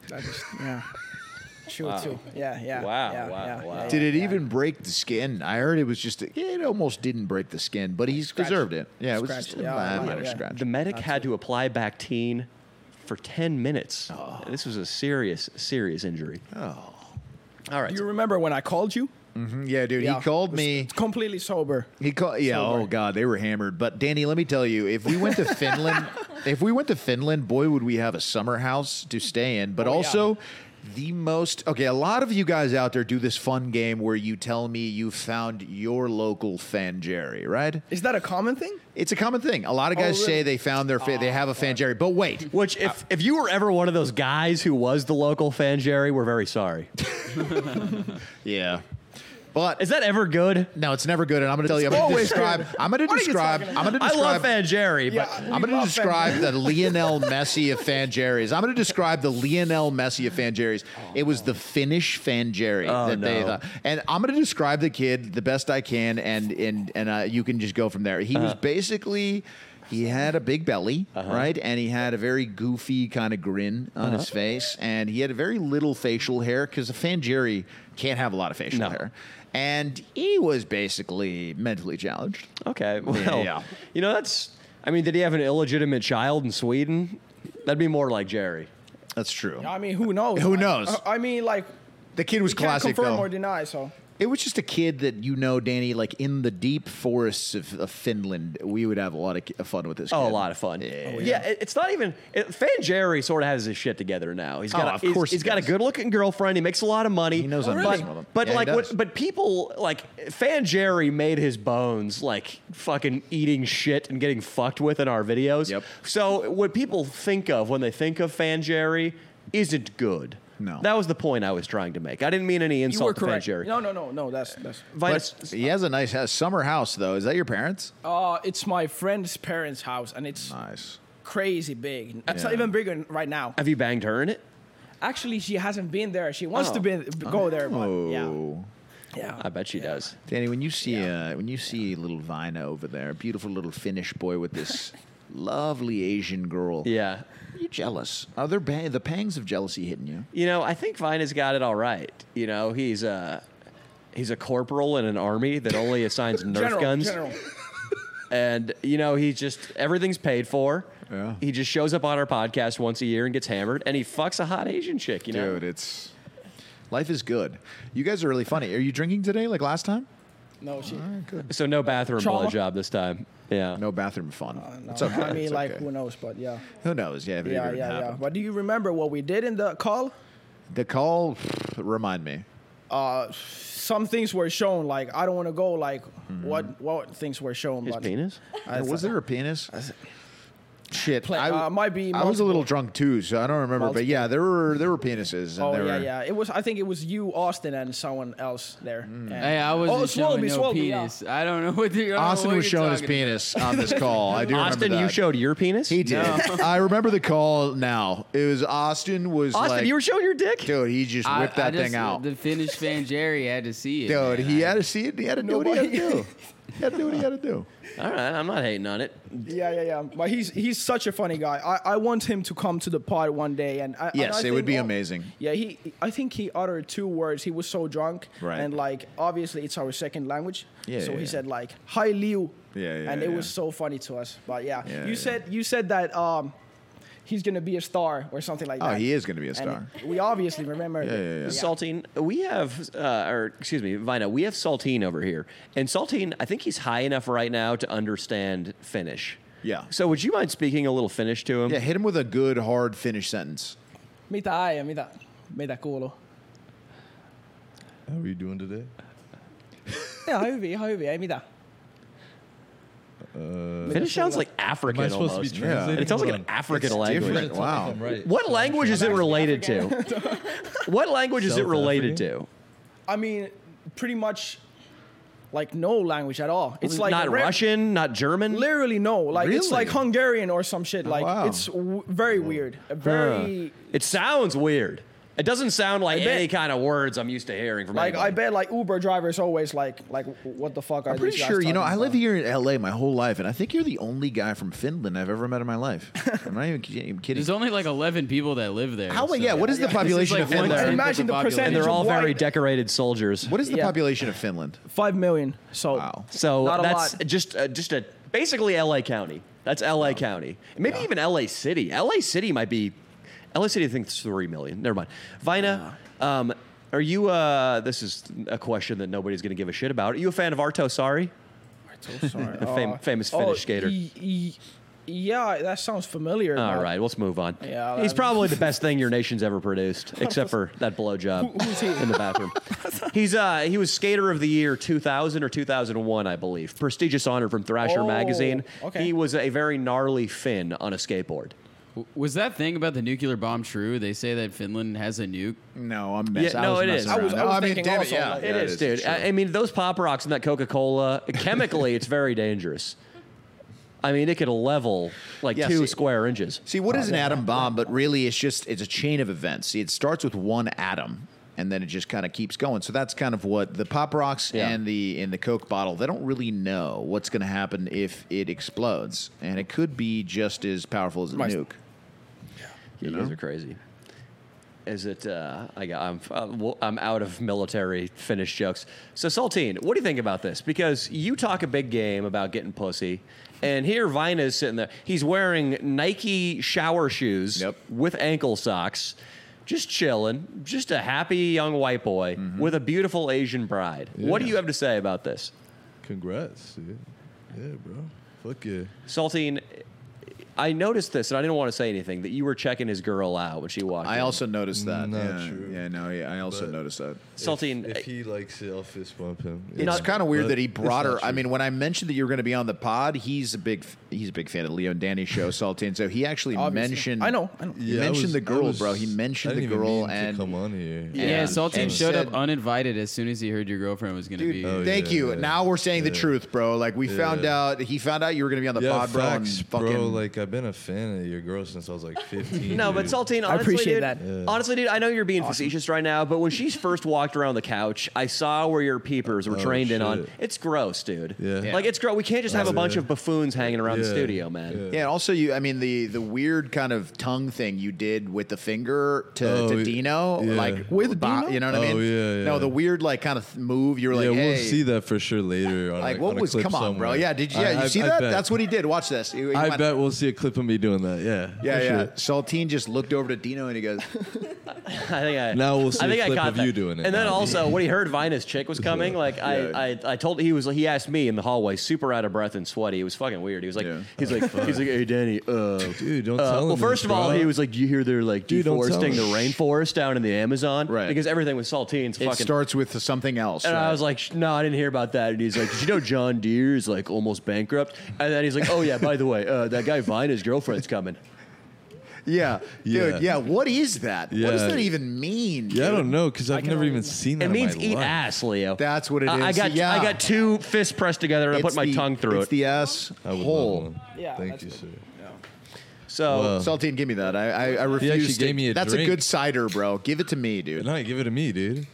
That is- [LAUGHS] yeah. True too. Yeah, yeah. Wow, yeah, wow, yeah, wow. yeah, Did it Oh, yeah. even break the skin? I heard it was just a, it almost didn't break the skin, but he Scratch. preserved it. Yeah, it was Scratch. just a Yeah, minor yeah, yeah. scratch. The medic had to apply Bactine for 10 minutes. Oh. This was a serious, serious injury. All right. Do you remember when I called you? Yeah, dude, Yeah. he called It's- me. It's completely sober. He called. Yeah. Sober. Oh God, they were hammered. But Danny, let me tell you, if we went to [LAUGHS] Finland, if we went to Finland, boy, would we have a summer house to stay in. But Oh, yeah. also. The most okay. A lot of you guys out there do this fun game where you tell me you found your local fan Jerry, right? Is that a common thing? It's a common thing. A lot of guys say Oh, really? Oh, they found their fa- they have a fan Jerry, but [LAUGHS] wait, Which, if, Uh, if you were ever one of those guys who was the local fan, Jerry, we're very [LAUGHS] sorry. yeah. But Is that ever good? No, it's never good, and I'm going to tell you. I'm going to always describe. good. I'm going to What are you describe. talking I'm going to I describe. love Fan Jerry, but Yeah. I'm We going to love describe the Lionel Messi of Fangeries. I'm going to describe the Lionel Messi of Fangeries. it was the Finnish Fangeries that they Oh, no. thought. And I'm going to describe the kid the best I can, and and and uh, you can just go from there. He was Uh-huh. basically. He had a big belly, right? And he had a very goofy kind of grin on Uh-huh. his face. And he had very little facial hair because a Fangeri can't have a lot of facial No. hair. And he was basically mentally challenged. okay. Well, yeah. you know, that's, I mean, did he have an illegitimate child in Sweden? That'd be more like Jerry. That's true. I mean, who knows? Who Like, knows? I I mean, like The kid was we can't classic, confirm though. or deny. So It was just a kid that you know, Danny, like in the deep forests of, of Finland. We would have a lot of ki- fun with this. Oh, kid. a lot of fun. Yeah. yeah. it- it's not even. It, Jerry sort of has his shit together now. He's got. Oh, a, of he's- course he he's got a does. good-looking girlfriend. He makes a lot of money. He knows how to make some of them. but, but Yeah, he like, does. what, but people like Fan Jerry made his bones like fucking eating shit and getting fucked with in our videos. Yep. So what people think of when they think of Fan Jerry isn't good. No. that was the point I was trying to make. I didn't mean any You were insult to Fan correct. Jerry. No, no, no, no. That's that's. Vitus- But he has a nice house, summer house, though. Is that your parents? Uh, it's my friend's parents' house, and it's Nice. crazy big. It's Yeah. even bigger right now. have you banged her in it? Actually, she hasn't been there. She wants Oh. to be, go there, but yeah, Oh. yeah. I bet she does. Danny, when you see uh, when you see little Vina over there, beautiful little Finnish boy with [LAUGHS] this lovely Asian girl, Yeah. are you jealous? Are there ba- the pangs of jealousy hitting you? You know, I think Vina's got it all right. You know, he's a he's a corporal in an army that only [LAUGHS] assigns Nerf general, guns, general. and you know, he's just everything's paid for. Yeah. He just shows up on our podcast once a year and gets hammered, and he fucks a hot Asian chick. You know, it's life is good. You guys are really funny. Are you drinking today, like last time? No, she. so no bathroom Trauma. blowjob this time. Yeah, No bathroom fun. Uh, No, it's okay. I mean, It's like okay. who knows? But yeah, who knows? Yeah, if it yeah, even yeah, yeah. happened. But do you remember what we did in the call? The call. pfft, Remind me. Some things were shown. Like I don't want to go. Like Mm-hmm. what? What things were shown? his but penis. I was thought- there a penis? Shit, Play- I, uh, might be I was a multiple. little drunk too, so I don't remember. But Multiple. yeah, there were there were penises. And Oh there yeah, were, yeah. It was. I think it was you, Austin, and someone else there. Mm. And- Oh, Hey, I wasn't showing no penis. I don't know what the Austin was showing his penis penis. on this call. I do Austin, remember that. you showed your penis. He did. [LAUGHS] I remember the call now. It was Austin was Austin, like, you were showing your dick. dude. He just I- whipped I that just- thing out. The Finnish fan Jerry had to see it. dude, man. he I- had to see it. He had to do what he had to do. He had to do what he had to [LAUGHS] do. All right, I'm not hating on it. Yeah, yeah, yeah. But he's he's such a funny guy. I, I want him to come to the pod one day. And I, and Yes, I it would think- be amazing. Yeah, he. I think he uttered two words. He was so drunk, Right. And like, obviously, it's our second language. Yeah, So yeah, he yeah. said like, "Hi, Liu." Yeah, yeah, And it yeah. was so funny to us. But yeah, Yeah, you yeah. said you said that um, he's gonna be a star or something like Oh, that. he is gonna be a And star. we obviously remember. Yeah, yeah, yeah. Saltine, we have, uh, or excuse me, Vina, we have Saltine over here. And Saltine, I think he's high enough right now to understand Finnish. Yeah. So would you mind speaking a little Finnish to him? Yeah, hit him with a good hard finish sentence. Mitä äijä, mitä, mitä kuuluu? How are you doing today? Ihan hyvin, ihan hyvin, ei mitään. Finnish sounds like African Am I supposed to be almost. translating? It sounds like Hold an on. African It's language. different. Wow. Right. What language is it related to? [LAUGHS] what language is it South related African? to? I mean, pretty much like no language at all. It's like not rare- Russian, not German. Literally no. Like it's Really? like Hungarian or some shit. Like wow. it's w- very weird. A Very It sounds weird. It doesn't sound like bet- any kind of words I'm used to hearing from like I anybody. bet like Uber drivers always like like what the fuck are I'm pretty these guys sure. You know, talking I live about? here in LA my whole life, and I think you're the only guy from Finland I've ever met in my life. I'm not even kidding. even kidding. There's only like 11 people that live there. How? so- yeah. What is the This is, population like, of Finland? one one-tenth Imagine of the and population. they're all very White. decorated soldiers. What is the Yeah. population of Finland? five million. So Wow. So Not a that's lot. just uh, just a basically LA County. That's LA County. Maybe even LA City. LA City might be. LA City I think it's three million. Never mind. Vina, um, are you? Uh, this is a question that nobody's going to give a shit about. Are you a fan of Arto Sari? So sorry. The [LAUGHS] fam- Uh, famous oh, Finnish skater. y- y- yeah, that sounds familiar. All but right, let's move on. Yeah, He's that- probably [LAUGHS] the best thing your nation's ever produced, except for that blowjob who's he? in the [LAUGHS] bathroom. He's uh he was skater of the year 2000 or 2001, I believe. Prestigious honor from Thrasher Oh, magazine. okay. He was a very gnarly Finn on a skateboard. W- Was that thing about the nuclear bomb true? They say that Finland has a nuke. No, I'm messing. Yeah, no, it is. I I was- was, messing I around. was I mean, thinking damn it, also, yeah, like- yeah, it is, true. dude. I, I mean, those pop rocks and that Coca Cola, chemically, it's very dangerous. I mean, it could level like Yeah, two see- square inches. See, Oh, what is an atom bomb? But really, it's just it's a chain of events. See, it starts with one atom, and then it just kind of keeps going. So that's kind of what the pop rocks Yeah. and the and the Coke bottle. They don't really know what's going to happen if it explodes, and it could be just as powerful as a My- nuke. Yeah, you guys are crazy. Is it? Uh, I got. I'm. Uh, well, I'm out of military Finnish jokes. So Saltine, what do you think about this? Because you talk a big game about getting pussy, and here Vina is sitting there. He's wearing Nike shower shoes Yep. with ankle socks. just chilling, just a happy young white boy with a beautiful Asian bride. What do Yeah. you have to say about this? Congrats, dude. Yeah, bro. Fuck yeah. Saltine, I noticed this and I didn't want to say anything that you were checking his girl out when she walked I in. also noticed that. Not yeah, true. yeah, no, yeah, I also But- noticed that. Saltine, If, if he likes it, I'll fist bump him. It's not- kind of weird But that he it's brought her. not I true. mean, when I mentioned that you were going to be on the pod, he's a big f- he's a big fan of Leo and Danny's show, Saltine. So he actually Obviously. mentioned. I know, I know. He I mentioned was- the I girl, was- bro. He mentioned I didn't the even girl mean to and come on here. Yeah, Yeah, Saltine and showed said- up uninvited as soon as he heard your girlfriend was going to be Dude, here. Oh, thank yeah, you. yeah. Now we're saying the Yeah. truth, bro. Like we found Yeah. out, he found out you were going to be on the Yeah, pod, bro. and facts, bro. fucking, Like I've been a fan of your girl since I was like 15. No, but dude. Saltine, honestly, I appreciate dude, that. Yeah. Honestly, dude, I know you're being facetious right now, but when she first walked around the couch, I saw where your peepers were Oh, trained in on. shit. It's gross, dude. Yeah. Yeah. Like, it's gross. We can't just have a Yeah. bunch of buffoons hanging around the Yeah. studio, man. Yeah. Yeah, and also you. I mean the the weird kind of tongue thing you did with the finger to, Oh, to yeah. Dino, Yeah. like With bo- Dino? you know what I Oh, mean? yeah, yeah. No, the weird like kind of th- move. You were like, yeah, hey, we'll see that for sure later. On like a, what on a was? clip Come on, bro. somewhere. Yeah, did you? Yeah, I- you I- see I that? bet. That's what he did. Watch this. He- he I went- bet we'll see a clip of me doing that. Yeah. Yeah, for yeah. sure. Saltine just looked over to Dino and he goes, [LAUGHS] I think I Now we'll see I a think I clip caught of that. you doing it And then now. also when he heard Vina's chick was coming, [LAUGHS] like I, I, I told he was he asked me in the hallway, super out of breath and sweaty. It was fucking weird. He was like Yeah. he's like he's like, hey Danny, uh, Dude, don't uh, tell him. well, first this, of all, bro. he was like, "You hear they're like Dude, don't tell deforesting the him. rainforest down in the Amazon, Right. Because everything with saltines, "It fucking starts with something else." And right? I was like, "Sh- no, I didn't hear about that. And he's like, did you know John Deere is like almost bankrupt? And then he's like, oh yeah, by the way, uh, that guy Vine, his girlfriend's coming. "Yeah, Yeah. dude, yeah. What is that? What does Yeah. that even mean?" Yeah, I dude? don't know because I've can never only- even seen that. It in means my eat life. ass, Leo. That's what it it is. I, I is. got Yeah. I got two fists pressed together and I It's put my the- tongue through It's it. the ass I would hole. love one. Yeah, Thank that's you, good. sir. so Wow. Saltine, give me that. I I, I refuse. to- gave me a That's drink. a good cider, bro. Give it to me, dude. No, give it to me, dude.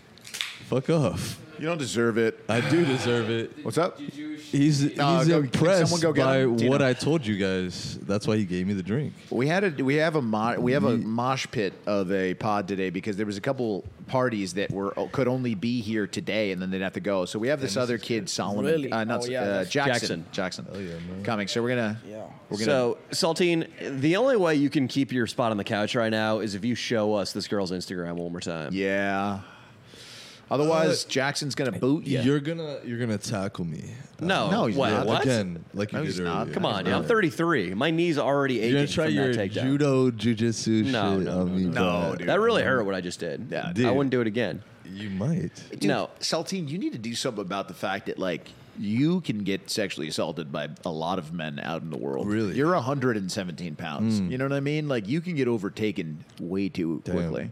Fuck off. You don't deserve it. I do deserve it. What's up? He's No, he's go- can impressed someone go get by him? Dino. what I told you guys. That's why he gave me the drink. We had a we have a mo- we have a mosh pit of a pod today because there was a couple parties that were could only be here today and then they'd have to go. So we have this other kid Solomon, Really? uh, not Oh, yeah, uh, that's- Jackson, Jackson, Oh, coming. So we're gonna Yeah. we're gonna so Saltine, the only way you can keep your spot on the couch right now is if you show us this girl's Instagram one more time. yeah. Uh, Otherwise, Jackson's gonna boot you. You're gonna you're gonna tackle me. No, No, he's what, not. what? Again, like you No, did he's not. earlier. Come on, Yeah. dude. I'm 33. My knees already aching You're gonna try from your that takedown. judo jujitsu No, shit no, on no, me, no. bro. No, dude. That really hurt what I just did. Yeah, I dude. wouldn't do it again. You might. Dude, no. Saltine, you need to do something about the fact that like you can get sexually assaulted by a lot of men out in the world. Really? Hmm. you're 117 pounds. You know what I mean? Like you can get overtaken way too Damn. quickly.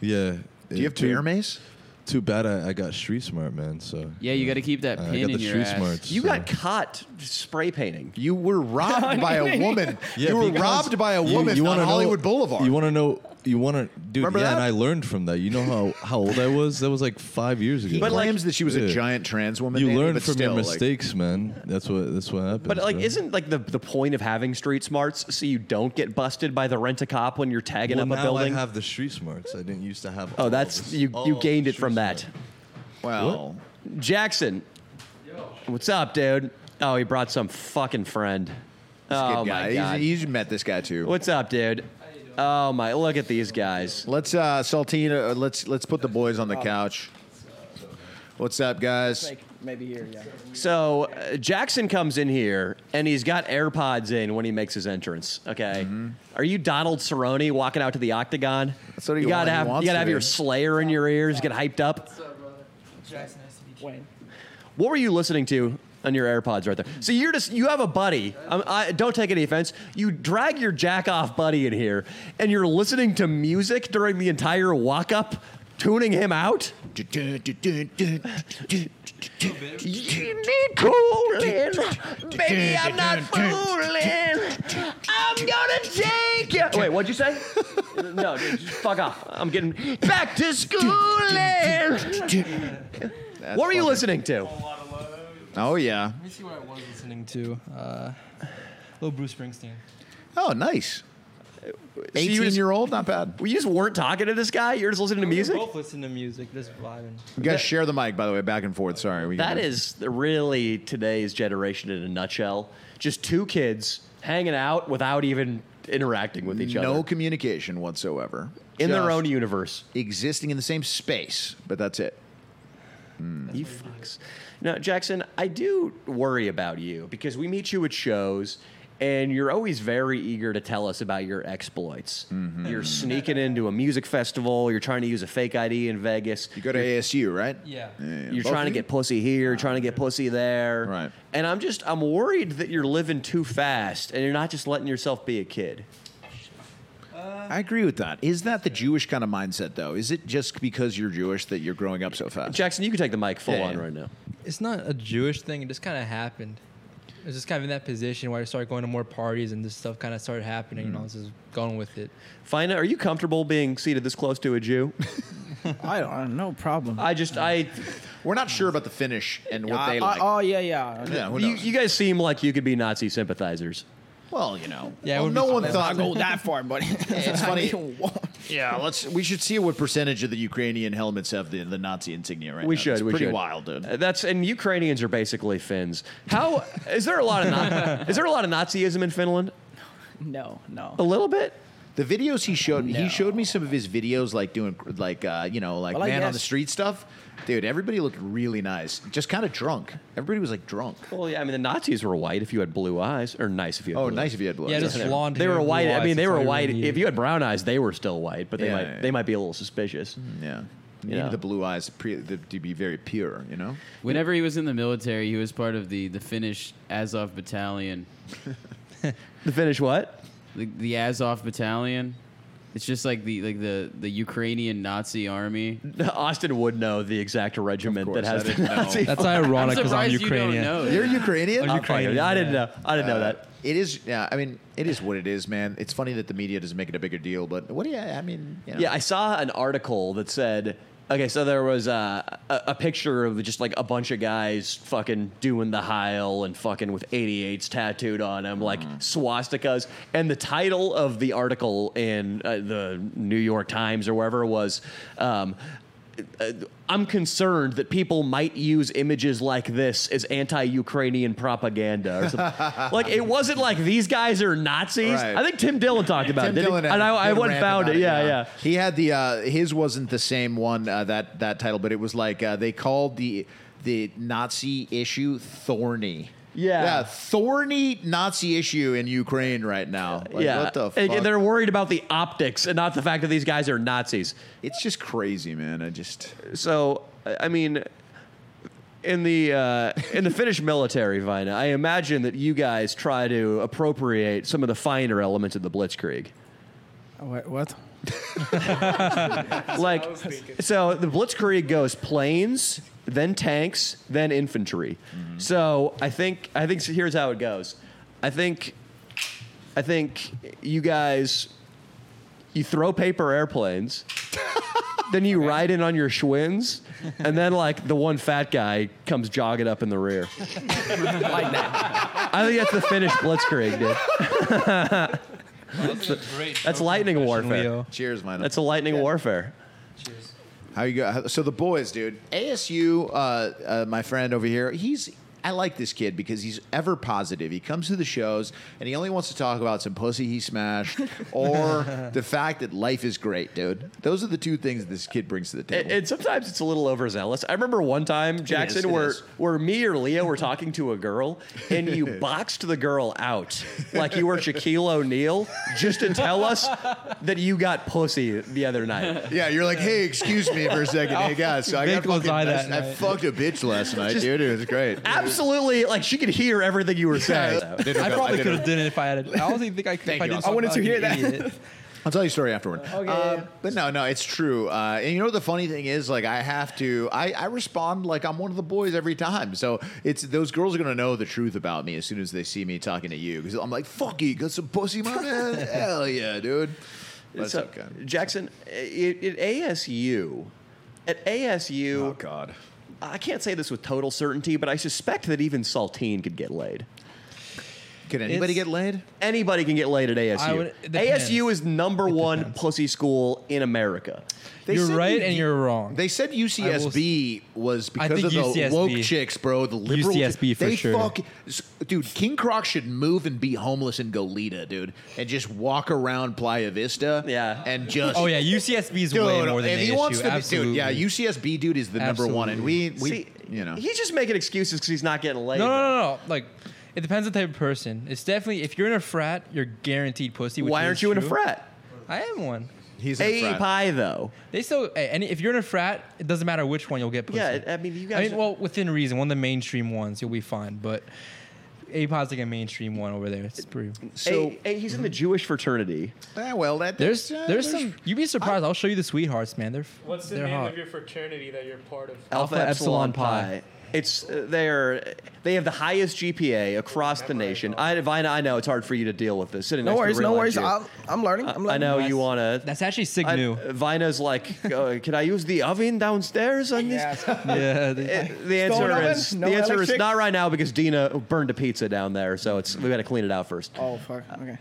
Yeah. Do you have Too- bear mace? Too bad I, I got street smart, man. So Yeah, you got to keep that I pin got in the your street ass. smarts. You so- got caught spray painting. You were [LAUGHS] robbed by a woman. Yeah, you were because robbed by a you- woman you on wanna know- Hollywood Boulevard. You want to know? You want to, dude? Remember yeah, and that? I learned from that. You know how how old I was? That was like five years ago. but like- claims that she was a Yeah. giant trans woman. you Danny, learn but from still, your like- mistakes, man. That's what that's what happens. But like, bro. isn't like the, the point of having street smarts so you don't get busted by the rent a cop when you're tagging well, up now a building? I have the street smarts. I didn't used to have. oh, that's you. You gained it from that. well, Jackson, what's up, dude? Oh, he brought some fucking friend. this Oh good my guy. He's- god, He's, met this guy too. what's up, dude? Oh my, look at these guys. Let's uh, Saltine. Uh, let's let's put the boys Oh. on the couch. What's up, guys? Like maybe here, yeah. So uh, Jackson comes in here and he's got AirPods in when he makes his entrance. Okay, are you Donald Cerrone walking out to the Octagon? Mm-hmm. That's what he you gotta wa- he have. wants you gotta to have be. your Slayer in your ears. Get hyped up. Wayne. What were you listening to on your AirPods right there? So you're just you have a buddy. Um, I, don't take any offense. You drag your jack off buddy in here, and you're listening to music during the entire walk up, tuning him out. You need cooling, baby. I'm not fooling. I'm gonna take you. Wait, what'd you say? no, dude, just fuck off. I'm getting back to schooling. What were you listening to? Oh yeah. Let me see what I was listening to. Uh, little Bruce Springsteen. Oh, nice. you just- Eighteen-year-old, not bad. You just weren't talking to this guy. You're just listening to music. We both listen to music, just vibing. You guys share the mic, by the way, back and forth. Sorry, we That is really today's generation in a nutshell. Just two kids hanging out without even interacting with each no other communication whatsoever. in their Just own universe. existing in the same space, but that's it. Mm. You fucks. Now, Jackson, I do worry about you because we meet you at shows and you're always very eager to tell us about your exploits. Mm-hmm. You're sneaking into a music festival, you're trying to use a fake ID in Vegas. You go to ASU, right? Yeah. You're Both trying to of you? get pussy here, trying to get pussy there. Right. And I'm just I'm worried that you're living too fast and you're not just letting yourself be a kid. I agree with that. Is that the Jewish kind of mindset though? Is it just because you're Jewish that you're growing up so fast? Jackson, you can take the mic full Yeah, on yeah. right now. It's not a Jewish thing. It just kind of happened. It was just kind of in that position where I started going to more parties and this stuff kind of started happening, and I Mm-hmm. was just going with it. Fina, are you comfortable being seated this close to a Jew? I don't, I don't- no problem. I just I We're not sure about the finish and what I- they I- like. oh yeah, yeah. yeah, who you, knows? you guys seem like you could be Nazi sympathizers. well, you know. Yeah, it Well, would no be- one Let's not thought. go that [LAUGHS] far, buddy. it's funny. Whoa. Yeah, let's. [LAUGHS] We should see what percentage of the Ukrainian helmets have the, the Nazi insignia right We now. should. It's we pretty should. wild, dude. Uh, That's and Ukrainians are basically Finns. How is there a lot of Na- is there a lot of Nazism in Finland? no, no. A little bit. The videos he showed he showed me some of his videos like doing like uh, you know like Well, I man on guess- the street stuff. Dude, everybody looked really nice. Just kind of drunk. Everybody was like drunk. Well, yeah. I mean, the Nazis were white if you had blue eyes, or nice if you. Had Oh, blue nice eyes. if you had blood. Yeah, just Yeah. blonde. They hair, were blue white. I eyes, mean, they that's were all you really white. needed. If you had brown eyes, they were still white, but they Yeah, might yeah. they might be a little suspicious. Yeah. You need Yeah. the blue eyes pre- the, to be very pure, you know? Whenever he was in the military, he was part of the the Finnish Azov Battalion. The Finnish what? The, the Azov Battalion. It's just like the like the the Ukrainian Nazi army. [LAUGHS] Austin would know the exact regiment that has course, I the didn't know. Nazi. That's ironic because I'm surprised you don't Ukrainian. know. You're Ukrainian? Are you- I'm fucking- I didn't know. I didn't know that. Uh, It is, yeah. I mean, it is what it is, man. It's funny that the media doesn't make it a bigger deal, but what do you? I mean, you know. Yeah, I saw an article that said, okay, so there was uh, a, a picture of just like a bunch of guys fucking doing the Heil and fucking with 88s tattooed on them, like Mm. swastikas. And the title of the article in uh, the New York Times or wherever was, um, uh, I'm concerned that people might use images like this as anti-Ukrainian propaganda. Or [LAUGHS] something. like it wasn't like these guys are Nazis. Right. I think Tim Dillon talked about [LAUGHS] Tim it, uh, didn't he? Dillon had and a I, I good went and rant found about it. yeah. yeah. He had the uh, his wasn't the same one uh, that that title, but it was like uh, they called the the Nazi issue thorny. Yeah. yeah, thorny Nazi issue in Ukraine right now. Like, yeah, what the And fuck? they're worried about the optics and not the fact that these guys are Nazis. it's just crazy, man. I just So, I I mean, in the uh, in the Finnish military, Vina, I imagine that you guys try to appropriate some of the finer elements of the Blitzkrieg. Wha- what? [LAUGHS] Like, so the Blitzkrieg goes planes, then tanks, then infantry. So I think I think here's how it goes. I think I think you guys you throw paper airplanes, then you ride in on your Schwins, and then like the one fat guy comes jogging up in the rear. like that. I think that's the Finnish Blitzkrieg, dude. [LAUGHS] That's lightning warfare. Leo. cheers, man. That's a lightning warfare. How you go? how- So the boys, dude. ASU, uh, uh, my friend over here, he's. I like this kid because he's ever positive. He comes to the shows and he only wants to talk about some pussy he [LAUGHS] smashed or the fact that life is great, dude. Those are the two things this kid brings to the And, table. and sometimes it's a little overzealous. I remember one time, Jackson, is, it where is. where me or Leah were talking to a girl, and [LAUGHS] you boxed the girl out like you were Shaquille O'Neal, just to tell us that you got pussy the other [LAUGHS] night. yeah, you're like, hey, excuse me for a second. Hey, guys, so I got Vic was fucking, high that I, I night. fucked a bitch last night, dude. It was great. Absolutely, like she could hear everything you were saying. I probably could have done it if I had. A, I don't even think I could. Thank if I, you. did I wanted to [LAUGHS] hear that. I'll tell you a story afterward. Okay. But no, no, it's true. Uh, and you know what the funny thing is? Like, I have to, I, I respond like I'm one of the boys every time. So it's those girls are going to know the truth about me as soon as they see me talking to you. Because I'm like, fuck you, got some pussy, my man? Hell yeah, dude. But it's So, okay. Jackson, i- i- at ASU, at ASU, Oh, God. I can't say this with total certainty, but I suspect that even Saltine could get laid. Could anybody It's- get laid? Anybody can get laid at I ASU. would- it depends. ASU is number one pussy school in America. They you're said right you- and you're wrong. They said UCSB was I because think of the UCSB. woke chicks, bro. The liberal UCSB for they sure. fuck- s- dude. King Croc should move and be homeless in Goleta, dude, and just walk around Playa Vista. Yeah. and just Oh yeah, UCSB is dude. way more than if he ASU. wants to, be- Absolutely. dude, yeah, UCSB dude is the number one, and we we See, you know he's just making excuses because he's not getting laid. No, no, no, no. Like, it depends on the type of person. It's definitely if you're in a frat, you're guaranteed pussy. Which Why is aren't you in a true. frat? I am one. he's in a A frat. pie though. They still. Hey, any, if you're in a frat, it doesn't matter which one you'll get pussy. Yeah, I mean, you guys- I mean, well, within reason, one of the mainstream ones, you'll be fine. But APOD's like a mainstream one over there. It's pretty. So A- A- he's in the Jewish fraternity. ah, well, that There's, uh, there's some. You'd be surprised. I, will show you the sweethearts, man. They're f- What's the they're name hot. of your fraternity that you're part of? Alpha, Alpha Epsilon, Epsilon Pi. Pi. It's uh, they're they have the highest GPA across the nation. I, Vina, I know it's hard for you to deal with this. Sitting No next to a worries, real no worries. Jew. I'm, I'm learning. I'm learning. I know you [LAUGHS] want to. That's actually sig new. Vina's like, [LAUGHS] uh, can I use the oven downstairs on this? Yes. yeah. they- Uh, [LAUGHS] the answer oven? is No the answer is electric? not right now because Dina burned a pizza down there, so it's we got to clean it out first. oh fuck. Okay.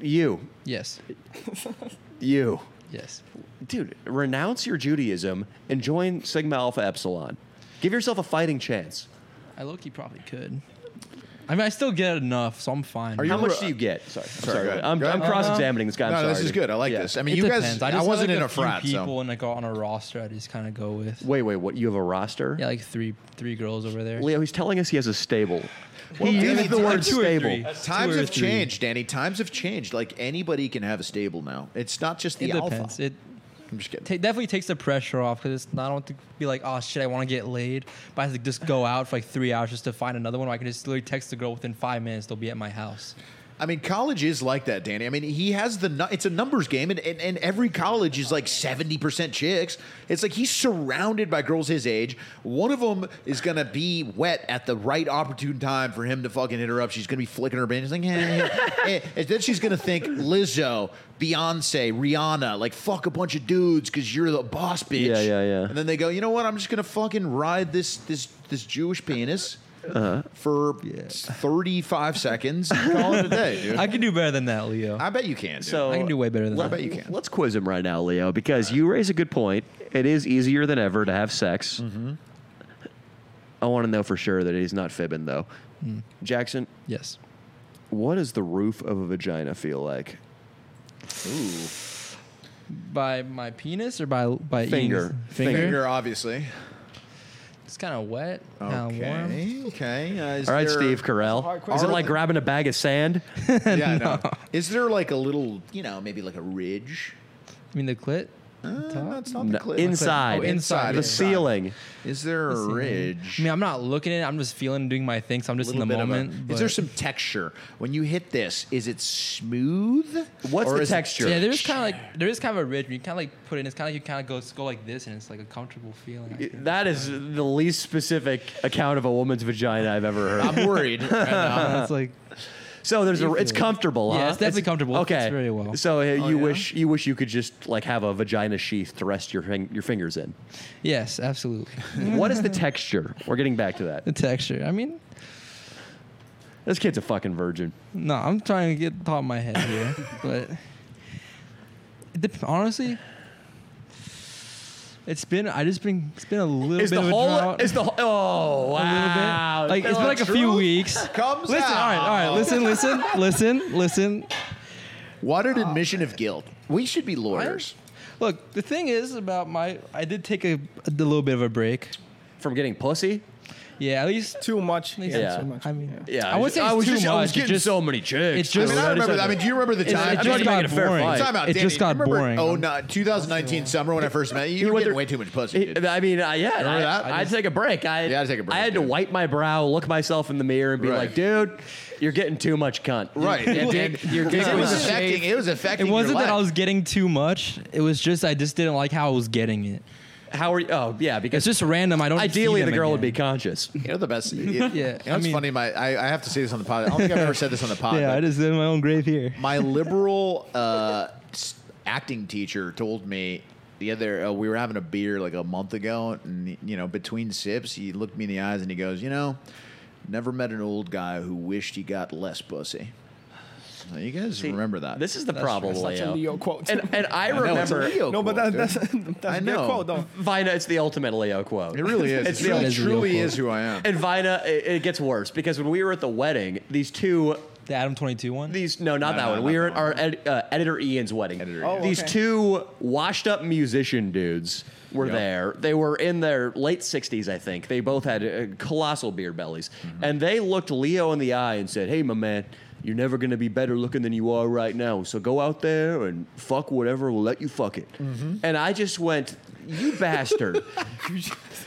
You, yes. you, Yes. dude, renounce your Judaism and join Sigma Alpha Epsilon. Give yourself a fighting chance. I low key probably could. I mean, I still get enough, so I'm fine. How much do you get? Sorry, I'm sorry. go ahead. I'm, Go ahead. I'm cross-examining this guy. I'm no, sorry, this is dude. good. I like Yeah. this. I mean, It you depends. guys, I, I, just have, wasn't like, in a few frat, people so and like on a roster. I just kind of go with. Wait, wait, what? You have a roster? Yeah, like three three girls over there. Leo, he's telling us he has a stable. he dude, used the two- word two or stable. three. Times Two or have three. changed, Danny. Times have changed. Like anybody can have a stable now. It's not just the It alpha. depends. It I'm just kidding. ta definitely takes the pressure off because it's not I don't think be like, oh shit, I want to get laid, but I have to just go out for like three hours just to find another one. Or I can just literally text the girl within five minutes; they'll be at my house. I mean, college is like that, Danny. I mean, he has the nu- it's a numbers game, and, and, and every college is like seventy percent chicks. It's like he's surrounded by girls his age. One of them is gonna be wet at the right opportune time for him to fucking hit her up. She's gonna be flicking her bands like, eh, eh, [LAUGHS] eh. and then she's gonna think Lizzo, Beyonce, Rihanna, like fuck a bunch of dudes because you're the boss bitch. Yeah, yeah, yeah. And then they go, you know what? I'm just gonna fucking ride this this this Jewish penis. For 35 seconds, and call it a day, dude. I can do better than that, Leo. I bet you can. So So I can do way better than let- that. [LAUGHS] bet you can. Let's quiz him right now, Leo, because you raise a good point. It is easier than ever to have sex. Mm-hmm. I want to know for sure that he's not fibbing, though. Hmm. Jackson, Yes. what does the roof of a vagina feel like? By my penis or by by Finger. Ian's finger. finger, obviously. It's kind of wet, kind of warm. Okay. Okay. Uh, is All right, there- Steve Carell. Is it like grabbing a bag of sand? Yeah, no. Is there like a little, you know, maybe like a ridge? I mean the clit. Uh, no, it's not No, the clip. inside. Oh, inside, The yeah. ceiling. Is there a ridge? I mean, I'm not looking at it. I'm just feeling, and doing my thing. So I'm just in the Little bit of a- moment. is but- there some texture when you hit this? Is it smooth? What's Or the is it- texture? Yeah, there's kind of like there is kind of a ridge. where You kind of like put it. in. It's kind of like you kind of go go like this, and it's like a comfortable feeling. I think. That is the least specific account of a woman's vagina I've ever heard. I'm worried. right now. It's like [LAUGHS] So there's a, it's comfortable, Yeah, huh? it's definitely comfortable. It Okay, fits very well. Oh, So uh, you wish you wish you could just like have a vagina sheath to rest your fing- your fingers in. yes, absolutely. [LAUGHS] what is the texture? We're getting back to that. The texture. I mean, This kid's a fucking virgin. no, I'm trying to get the top of my head here, [LAUGHS] but it dep- honestly, it's been I just been it's been a little Is bit the of a whole drought. is the whole, oh a little wow bit. Like it's been like a few weeks. Comes Listen, all right, all right. Listen, listen, listen, listen. What an Uh, admission of guilt. We should be lawyers. Look, the thing is about my I did take a, a little bit of a break. from getting pussy. Yeah, at least Too much. least Yeah. it's Too too much. I mean, Yeah, I wouldn't say it's was too just, I was much, it getting just- so many chicks. it's just- I mean, I remember. I mean, do you remember the It's- time? it I'm just talking got about- boring. Time out, It Danny. just got Remember- boring. Oh, no, 2019 summer when I first met you. You were went getting through- way too much pussy. dude. I mean, I, yeah, Remember I, that? I had to take a break. I You had to take a break, I had to dude. wipe my brow, look myself in the mirror, and be Right. like, "Dude, you're getting too much cunt." [LAUGHS] Right. Your dick, your dick it was was affecting. It was It affecting. wasn't your that I life. was getting too much. It was just I just didn't like how I was getting it. How are you? Oh, yeah, because It's just random. I don't. ideally the girl would be conscious. You know the best. yeah, [LAUGHS] I it's mean- funny. My I, I have to say this on the pod. I don't think I've ever said this on the pod. [LAUGHS] Yeah, but I just did my own grave here. my liberal uh, s- acting teacher told me the other uh, we were having a beer like a month ago, and you know between sips, he looked me in the eyes and he goes, you know. Never met an old guy who wished he got less pussy. Now, you guys remember that? This is the problem, true. That's such a Leo. Leo quote. And, and I I know, it's a remember Leo No, but quote, that, dude. that's that's I their know. quote though. Vina. It's the ultimate Leo quote. it really is. It's It's the really, ultimate. truly is who I am. And Vina, it, it gets worse because when we were at the wedding, these two, The Adam 22 one? these no, not No, that no, one. not we were that at our ed, uh, editor Ian's wedding. Editor Oh, Ian. these okay. two washed-up musician dudes were Yep. there. They were in their late sixties, I think. They both had uh, colossal beer bellies, Mm-hmm. and they looked Leo in the eye and said, "Hey, my man." You're never going to be better looking than you are right now. So go out there and fuck whatever will let you fuck it. Mm-hmm. And I just went, you [LAUGHS] bastard.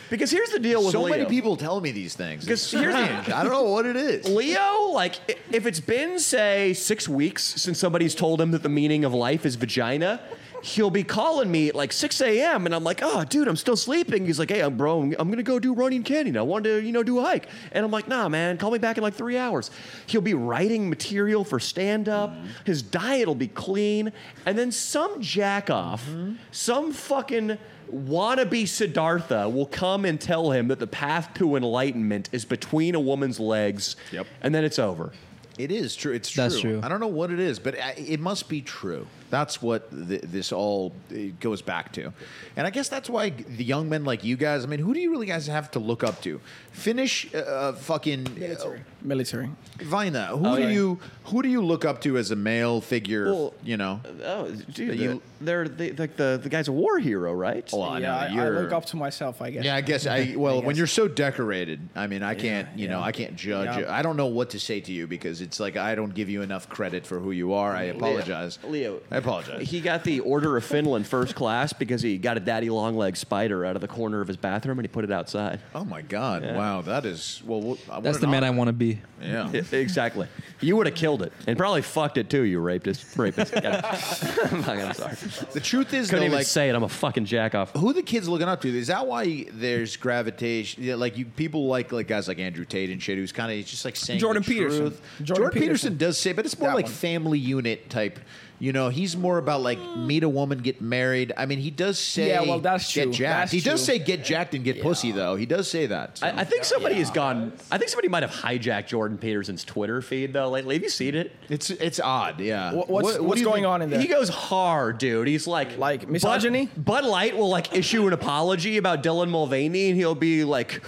because here's the deal with so Leo. many people tell me these things. It's 'Cause here's the- strange. I don't know what it is. Leo, like, i- if it's been, say, six weeks since somebody's told him that the meaning of life is vagina, he'll be calling me at like 6 a.m. and I'm like, oh, dude, I'm still sleeping. He's like, hey, I'm bro, I'm gonna go do running canyon. I wanted to, you know, do a hike. And I'm like, nah, man, call me back in like three hours. He'll be writing material for stand up. His diet will be clean. And then some jack off, some fucking wannabe Siddhartha will come and tell him that the path to enlightenment is between a woman's legs. Yep. And then it's over. It is true. It's true. That's true. I don't know what it is, but I, it must be true. That's what th- this all it goes back to, and I guess that's why g- the young men like you guys. I mean, who do you really guys have to look up to? Finnish, uh, uh, fucking uh, Military. Military. Vina. Who do Oh, yeah. you who do you look up to as a male figure? Well, you know, Oh, dude, That you- the- they're they, like the the guy's a war hero, right? Well, I know yeah, I, that I you're- look up to myself, [LAUGHS] I guess. Yeah, I guess I well when guess. you're so decorated, I mean, I can't, you know, yeah. I can't judge. Yeah. I don't know what to say to you because it's like I don't give you enough credit for who you are. I apologize, Leo. I apologize. [LAUGHS] He got the Order of Finland first class because he got a daddy long leg spider out of the corner of his bathroom and he put it outside. oh my god, wow, that is well. What, what That's an the man I honor. want to be. Yeah. [LAUGHS] Yeah, exactly. You would have killed it and probably fucked it too. You rapist, [LAUGHS] rapist. Yeah. I'm fucking- I'm sorry. The truth is, Couldn't though, even like say it. I'm a fucking jack off. who the kids looking up to? Is that why there's gravitation? Yeah, like you, people like like guys like Andrew Tate and shit, who's kind of just like saying Jordan the Peterson. truth. Jordan, Jordan Peterson. Peterson. does say, but it's more That like one. family unit type. You know, he's more about like meet a woman, get married. I mean, he does say, Yeah, well, that's get true. jacked. That's he does true. say get jacked and get pussy, though. He does say that. so. I, I think somebody has gone. I think somebody might have hijacked Jordan Peterson's Twitter feed though lately. Have you seen it? it's it's odd, yeah. What, what's What- what do what's you going think- on in there? He goes hard, dude. He's like Like Bud- misogyny? Bud, Light will like issue an apology about Dylan Mulvaney, and he'll be like,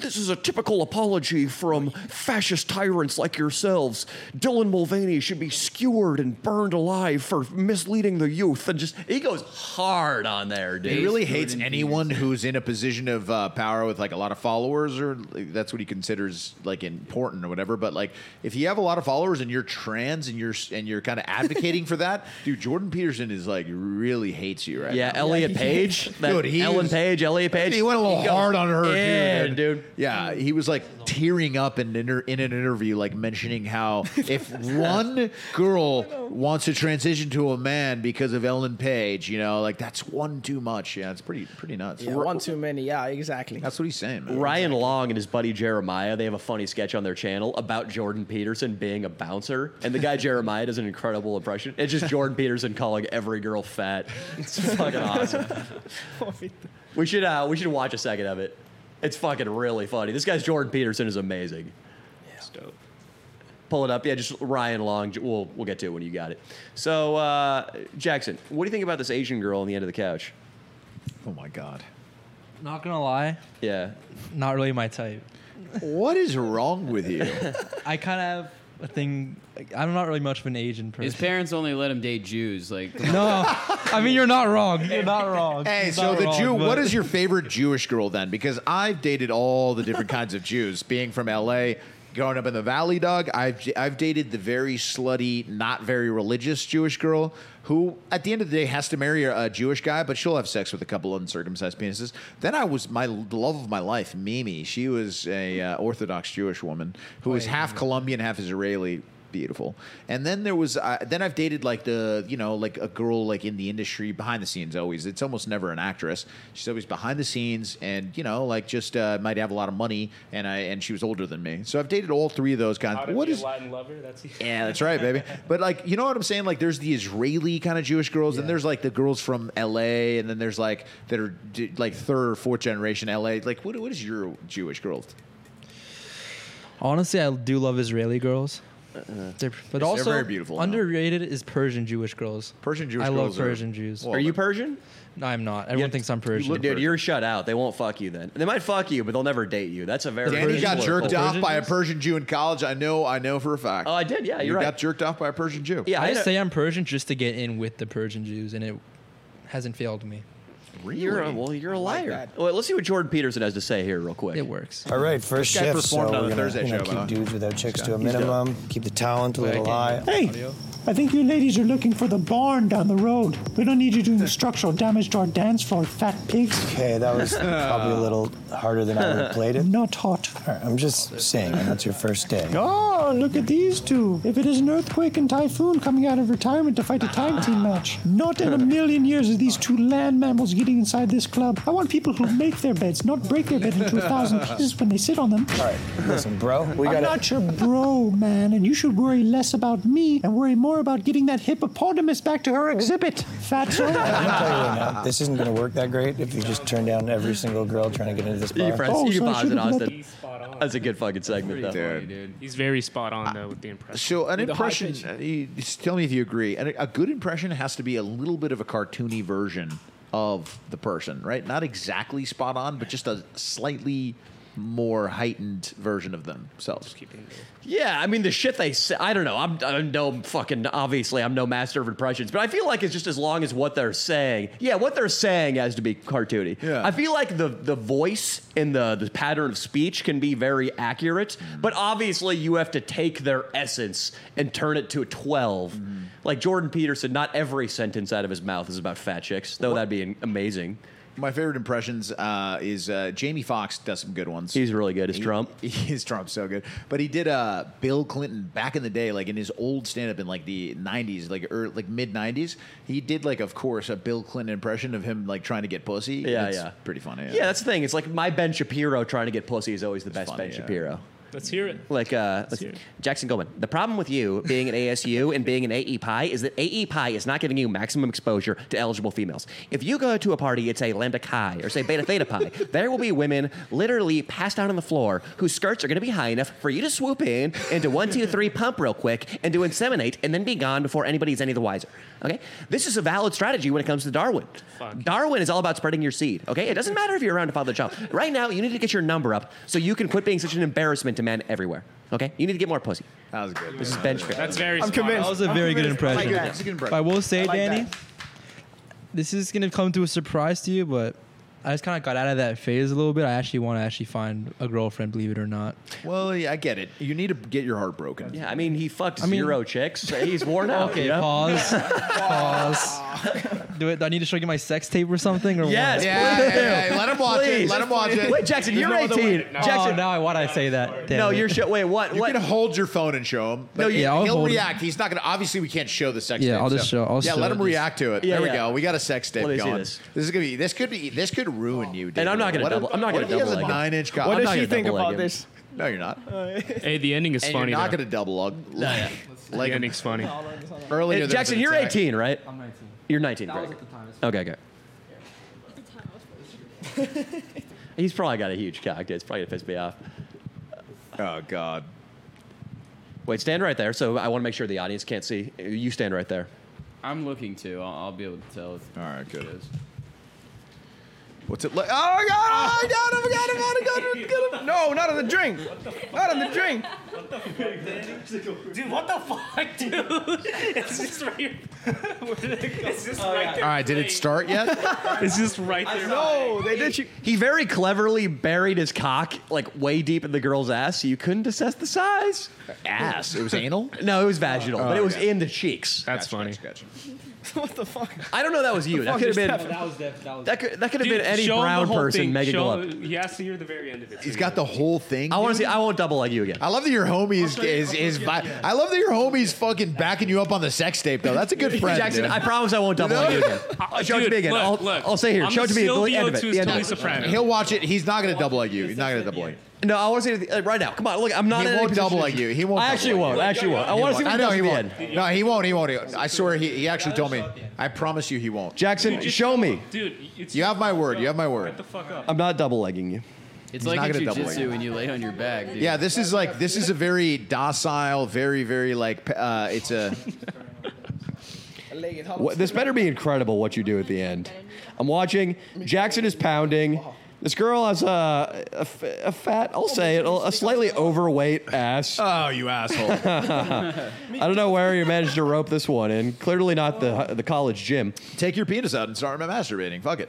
"This is a typical apology from fascist tyrants like yourselves. Dylan Mulvaney should be skewered and burned alive for misleading the youth." And just he goes hard on there, dude. He really Jordan hates anyone who's in a position of uh, power with like a lot of followers, or like, that's what he considers like important or whatever. But like, if you have a lot of followers and you're trans and you're and you're kind of advocating [LAUGHS] for that, dude, Jordan Peterson is like really hates you right yeah, now. Elliot Page, that Dude, he Ellen was- Page, Elliot Page. He went a little goes hard on her, in, dude. dude. Yeah, he was like tearing up in, inter- in an interview, like [LAUGHS] mentioning how if one girl wants to transition to a man because of Ellen Page, you know, like that's one too much. Yeah, it's pretty pretty nuts. Yeah, one too many. Yeah, exactly. [LAUGHS] That's what he's saying, man. Ryan Long and his buddy Jeremiah, they have a funny sketch on their channel about Jordan Peterson being a bouncer. And the guy Jeremiah does an incredible impression. It's just Jordan Peterson calling every girl fat. It's fucking awesome. We should uh, we should watch a second of it. It's fucking really funny. This guy's Jordan Peterson is amazing. It's dope. Pull it up. Yeah, just Ryan Long. J- We'll we'll get to it when you got it. So uh, Jackson, what do you think about this Asian girl on the end of the couch? Oh my god. Not gonna lie, Yeah. not really my type. What is wrong with [LAUGHS] you? I kind of have a thing. Like, I'm not really much of an Asian person. His parents only let him date Jews. Like, no, I mean you're not wrong. You're not wrong. hey, You're so not the wrong, Jew, but- what is your favorite Jewish girl then? Because I've dated all the different kinds of Jews, being from LA, growing up in the Valley, Doug. I've I've dated the very slutty, not very religious Jewish girl who at the end of the day has to marry a, a Jewish guy, but she'll have sex with a couple uncircumcised penises. Then I was my the love of my life, Mimi. She was a uh, Orthodox Jewish woman who was Wait. half Colombian, half Israeli. Beautiful. And then there was, uh, then I've dated like the, you know, like a girl like in the industry behind the scenes always. It's almost never an actress. She's always behind the scenes and, you know, like just uh, might have a lot of money and I, and she was older than me. So I've dated all three of those How kinds. to What be is, a Latin lover? That's [LAUGHS] yeah, that's right, baby. But like, you know what I'm saying? Like, there's the Israeli kind of Jewish girls, and there's like the girls from LA, and then there's like that are d- like third or fourth generation LA. Like, what, what is your Uh-huh. Jewish girl? Honestly, I do love Israeli girls. They're- but also very beautiful, no? Underrated is Persian Jewish girls. Persian Jewish I love girls are- Persian Jews. Well, Are you Persian? No, I'm not. Everyone Yeah, thinks I'm Persian. Dude, you're shut out. They won't fuck you then. They might fuck you, but they'll never date you. That's a very Danny got Persian jerked political- off by a Persian Jew in college. I know. I know for a fact. Oh, I did. Yeah, you you're got right. jerked off by a Persian Jew. Yeah, I I just know- say I'm Persian just to get in with the Persian Jews, and it hasn't failed me. You're a, well, you're a liar. that. well, let's see what Jordan Peterson has to say here, real quick. It works. All right, first This guy shift. So performed on we're the gonna, Thursday you show, know, by the way. keep dudes without chicks to a He's done. minimum. Keep the talent a little high. Hey, I think you ladies are looking for the barn down the road. We don't need you doing structural damage to our dance floor, fat pigs. Okay, that [LAUGHS] was probably a little harder than I would have played it. I'm not hot. All right, I'm just saying, and that's your first day. [LAUGHS] Oh, look at these two. If it is an earthquake and typhoon coming out of retirement to fight [LAUGHS] a tag team match, not in a million years are these two land mammals getting inside this club. I want people who make their beds, not break their bed into [LAUGHS] a thousand pieces when they sit on them. All right, listen, bro, [LAUGHS] we I'm got not your bro, man, and you should worry less about me and worry more about getting that hippopotamus back to her exhibit, [LAUGHS] fatso. to. This isn't going to work that great if you just turn down every single girl trying to get into this You, bar. press- Oh, you so I pause it, should've let- Austin. He's spot on. That's a good fucking segment, though. Dude. He's very spot on though with the impression. So an With a high impression. pitch. uh, you- just tell me if you agree. And a good impression has to be a little bit of a cartoony version of the person, right? Not exactly spot on, but just a slightly more heightened version of themselves. Yeah, I mean the shit they say. I don't know. I'm, I'm no fucking. Obviously, I'm no master of impressions, but I feel like it's just as long as what they're saying. Yeah, what they're saying has to be cartoony. Yeah. I feel like the the voice and the the pattern of speech can be very accurate, but obviously you have to take their essence and turn it to a twelve. Mm-hmm. Like Jordan Peterson, not every sentence out of his mouth is about fat chicks, though that'd be amazing. My favorite impressions uh, is uh, Jamie Foxx does some good ones. He's really good as He- Trump. [LAUGHS] His Trump's so good. But he did uh, Bill Clinton back in the day, like in his old stand up in like the 90s, like er, like mid 90s. He did, like, of course, a Bill Clinton impression of him like trying to get pussy. Yeah, It's yeah. Pretty funny. Yeah. that's the thing. It's like my Ben Shapiro trying to get pussy is always the best funny, Ben yeah. Shapiro. Let's hear it. Like uh, let's- hear it. Jackson Goldman. The problem with you being an ASU [LAUGHS] and being an AE Pi is that AE Pi is not giving you maximum exposure to eligible females. If you go to a party at say Lambda Chi or say Beta Theta Pi, [LAUGHS] there will be women literally passed out on the floor whose skirts are going to be high enough for you to swoop in [LAUGHS] and to one two three pump real quick and to inseminate and then be gone before anybody's any the wiser. Okay, this is a valid strategy when it comes to Darwin. Fuck. Darwin is all about spreading your seed, okay? It doesn't matter if you're around to father the child. Right now, you need to get your number up so you can quit being such an embarrassment to men everywhere, okay? You need to get more pussy. That was good. This is bench fat. That's very. I'm spot convinced. On. That was a very good impression. Yeah, it's a good But impression. I will say, I like Danny, that. this is gonna come to a surprise to you, but I just kind of got out of that phase a little bit. I actually want to actually find a girlfriend, believe it or not. Well, yeah, I get it. You need to get your heart broken. Yeah, I mean, he fucked mean- zero chicks. so He's worn out. Okay, you know? pause. pause. Do it. Do I need to show you my sex tape or something? Or what? Yes, Yeah, please. yeah, yeah. Let him watch it. Please. Let him watch it. Wait, Jackson, you're 18. No. Oh, Jackson, no, now I why'd I say that? Damn it. you're shit. Wait, what? You what? can hold your phone and show him. No, But you- Yeah, I'll he'll hold it. react. He's not gonna. Obviously, we can't show the sex. Yeah, tape, I'll just so- show- I'll yeah, show let him it. react to it. Yeah, there yeah. we go. We got a sex tape Let me see going. this. This. is gonna be. This could be. This could ruin you. Dude. And I'm not gonna What if- double- I'm not what gonna if he has double a leg him. nine-inch cock? What I'm does not she gonna think double-leg about him. this? No, you're not. Hey, the ending is and funny. you're not though. gonna double leg. leg the him. ending's funny. Hey, earlier. than Jackson, for you're the tag. 18, right? I'm 19. You're 19. Greg. Okay, okay. [LAUGHS] He's probably got a huge cock. dude. It's probably gonna piss me off. Oh God. Wait, stand right there. So I want to make sure the audience can't see. You stand right there. I'm looking too. I'll, I'll be able to tell. if- All right, good. if it is. What's it like? Oh God! Oh God! I forgot about it. God, God, God. No, not on the drink. Not on the drink. Dude, what the fuck, dude? [LAUGHS] it's just right here. [LAUGHS] it's just right there. All right, did it start yet? It's just right there. No, Oh, they [LAUGHS] did you. He very cleverly buried his cock like way deep in the girl's ass, so you couldn't assess the size. Ass. It was anal. No, it was vaginal, but it was okay. in the cheeks. That's Gotcha, funny. gotcha, gotcha. What the fuck? I don't know. That was you. That fuck could have just been. happened? [LAUGHS] That was that could that could have Dude, been any show him the brown whole person thing. Megan Show- Gluck. He has to hear the very end of it. He's too. got the whole thing. I want dude. to see. I won't double like you again. I love that your homie is is, is vi- I love that your homie's fucking backing you up on the sex tape though. That's [LAUGHS] a good friend. Jackson, dude. I promise [LAUGHS] I won't double like you again. Uh, show it to dude, me again. Look, I'll, look. I'll say here. I'm show it to me. Silvio The end of it. to The his end of Tony it. Soprano. He'll watch it. He's not gonna double like you. He's not gonna double like you. No, I want to see it uh, right now. Come on, look. I'm not. He in won't any position double to like shoot. you. He won't I double actually like you. won't. I actually won't. I want to see. What I know he does at the won't. end. No, he won't. He won't. I swear he, he actually told me. I promise you he won't. Jackson, show me. Dude, it's You have my word. You have my word. Shut the fuck up. I'm not double legging you. It's He's like not in gonna double jujitsu you. when you lay on your back, dude. Yeah, this is like this is a very docile, very very like p- uh, [LAUGHS] it's a What, this better be incredible what you do at the end. I'm watching. Jackson is pounding. This girl has a, a, f- a fat, I'll say it, a slightly overweight ass. Oh, you asshole. I don't know where you managed to rope this one in. Clearly not the the college gym. Take your penis out and start masturbating. Fuck it.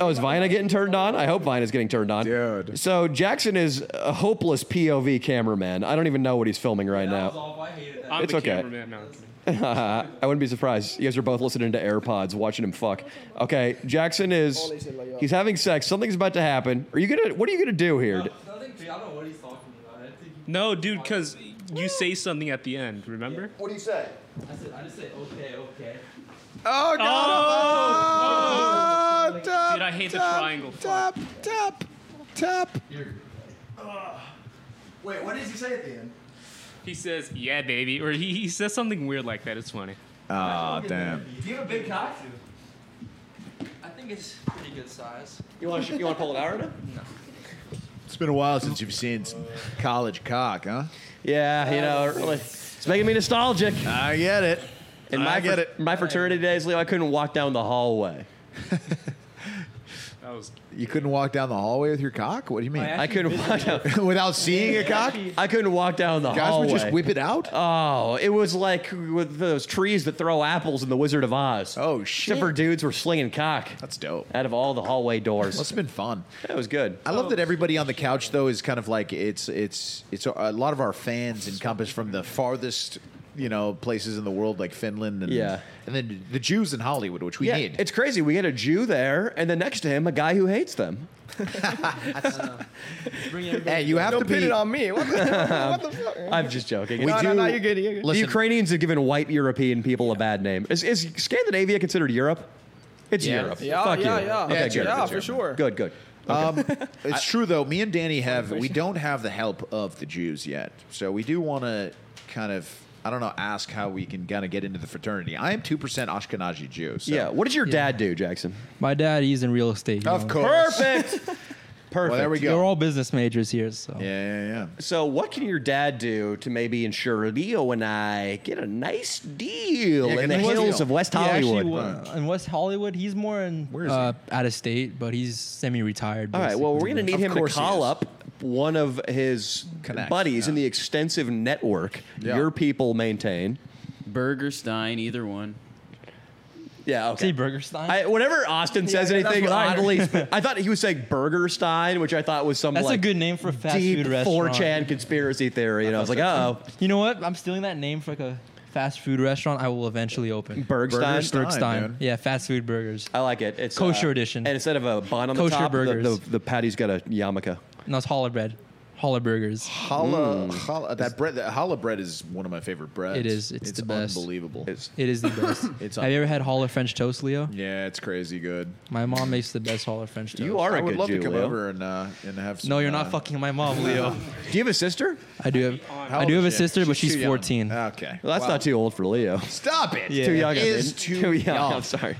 Oh, is Vina getting turned on? I hope Vina's getting turned on. Dude. So Jackson is a hopeless POV cameraman. I don't even know what he's filming right now. I'm It's the okay. cameraman now. [LAUGHS] I wouldn't be surprised. You guys are both listening to AirPods, watching him fuck. Okay, Jackson is he's having sex. Something's about to happen. Are you gonna what are you gonna do here? No, dude, because you say something at the end, remember? What do you say? I said, I just say okay, okay. Oh, God. Oh, top, Dude, I hate the top, triangle. Top, top, top. Wait, what does he say at the end? He says, yeah, baby. Or he, he says something weird like that. It's funny. Oh, damn. Do you have a big cock? I think it's pretty good size. You want you want to pull it out? It's been a while since you've seen some college cock, huh? Yeah, you know, it really, it's making me nostalgic. I get it. In my Uh, I get fr- it. My fraternity days, Leo, I couldn't walk down the hallway. That was You couldn't walk down the hallway with your cock? What do you mean? I couldn't walk down [LAUGHS] without seeing a cock. [LAUGHS] I couldn't walk down the Guys hallway. would just whip it out. Oh, it was like with those trees that throw apples in The Wizard of Oz. Oh shit! Except for dudes were slinging cock. That's dope. Out of all the hallway doors. Must have been fun. That was good. I love that everybody on the couch though is kind of like it's it's it's a, a lot of our fans encompass from the farthest you know places in the world like Finland and Yeah. and then the Jews in Hollywood which we yeah, need. it's crazy. We had a Jew there, and then next to him, a guy who hates them. Hey, you have to Don't pin be- it on me. What the, what the fuck? [LAUGHS] I'm just joking. We No, no, do- no, you're good, you're good. The Listen. Ukrainians have given white European people a bad name. Is, is Scandinavia considered Europe? It's Yeah. Europe. Yeah, Fuck yeah, you. yeah. Okay, Yeah, good. yeah, for sure. Good, good. Um, it's true though. Me and Danny have we don't have the help of the Jews yet, so we do want to kind of I don't know ask how we can kind of get into the fraternity. I am two percent Ashkenazi Jew. So. Yeah. What did your dad do, Jackson? My dad, he's in real estate. you Of know. course. [LAUGHS] Perfect. Perfect. Well, there we go. They're all business majors here, so. yeah, yeah, yeah. So, what can your dad do to maybe ensure Leo and I get a nice deal Yeah, in the get a nice hills deal. of West He actually Hollywood? wa- in West Hollywood, he's more in is he? uh, out of state, but he's semi-retired. All right. Well, we're going to basically. need him to call up one of his buddies in the extensive network your people maintain. Burger Stein, either one. Yeah. Okay. Burger Stein. I, whenever Austin says Yeah, that's anything what I heard. oddly, I thought he was saying Burger Stein, which I thought was some That's a like good name for a fast deep food restaurant. 4chan conspiracy theory, and I was like, oh, You know what? I'm stealing that name for like a fast food restaurant I will eventually open. Bergstein? Bergstein, dude. Bergstein. Yeah, fast food burgers. I like it. It's Kosher uh, edition. and instead of a bun on Kosher the top, the- burgers. The, the, patty's got a yarmulke. No, it's challah bread. Challah burgers. Challah, challah- that bread, that challah bread is one of my favorite breads. It is. It's the best. unbelievable. It's, It is the best. It's Have you ever had challah French toast, Leo? yeah, it's crazy good. My mom makes the best challah French toast. I would love to come over and uh, and have. Some, No, you're not uh, fucking my mom, Leo. Do you have a sister? I do have. How I old do have a is she? sister, but She's she's too young. 14. Okay, Well, that's Wow. not too old for Leo. Stop it. Yeah. Too young. I Is mean. too, too young. young. I'm [LAUGHS] sorry.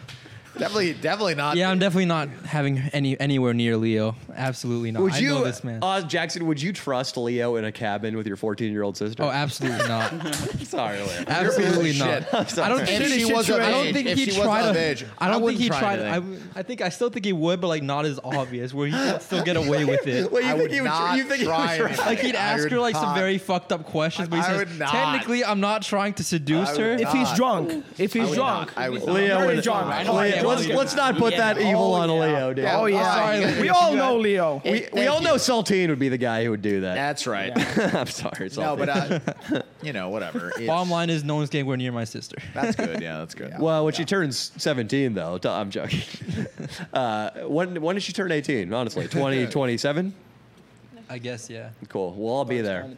Definitely, definitely not. Yeah, I'm definitely not having any anywhere near Leo. Absolutely not. Would I you, Uh, know this man. Oz Jackson? Would you trust Leo in a cabin with your 14 year old sister? Oh, absolutely not. sorry, [LAUGHS] Leo. Absolutely You're a piece not. of shit. I don't If think she he was should of try- I don't age- think if he she was tried. of to- age, I I don't think wouldn't he try tried. anything. I, w- I think I still think he would, but like not as obvious where he could still get away [LAUGHS] with it. Well, you I think would he would? not you think he try would? try? anything. Like he'd I ask would her like some not. very fucked up questions, but he I says, would not. "Technically, I'm not trying to seduce her." If he's drunk, if I he's would drunk, not. I would not. Leo, Very would- drunk. I know I Leo- am. let's let's not put that Oh, evil on Leo, dude. Oh yeah, Sorry, we Leo. all know Leo. We, we all know Saltine would be the guy who would do that. That's right. [LAUGHS] I'm sorry, Saltine. No, but uh, [LAUGHS] you know, whatever. It's- Bottom line is, no one's getting anywhere near my sister. that's good. Yeah, that's good. Well, when she turns 17, though, t- I'm joking. [LAUGHS] uh, when when did she turn 18? Honestly, [LAUGHS] 20, 27? I guess, yeah. Cool. We'll all be there.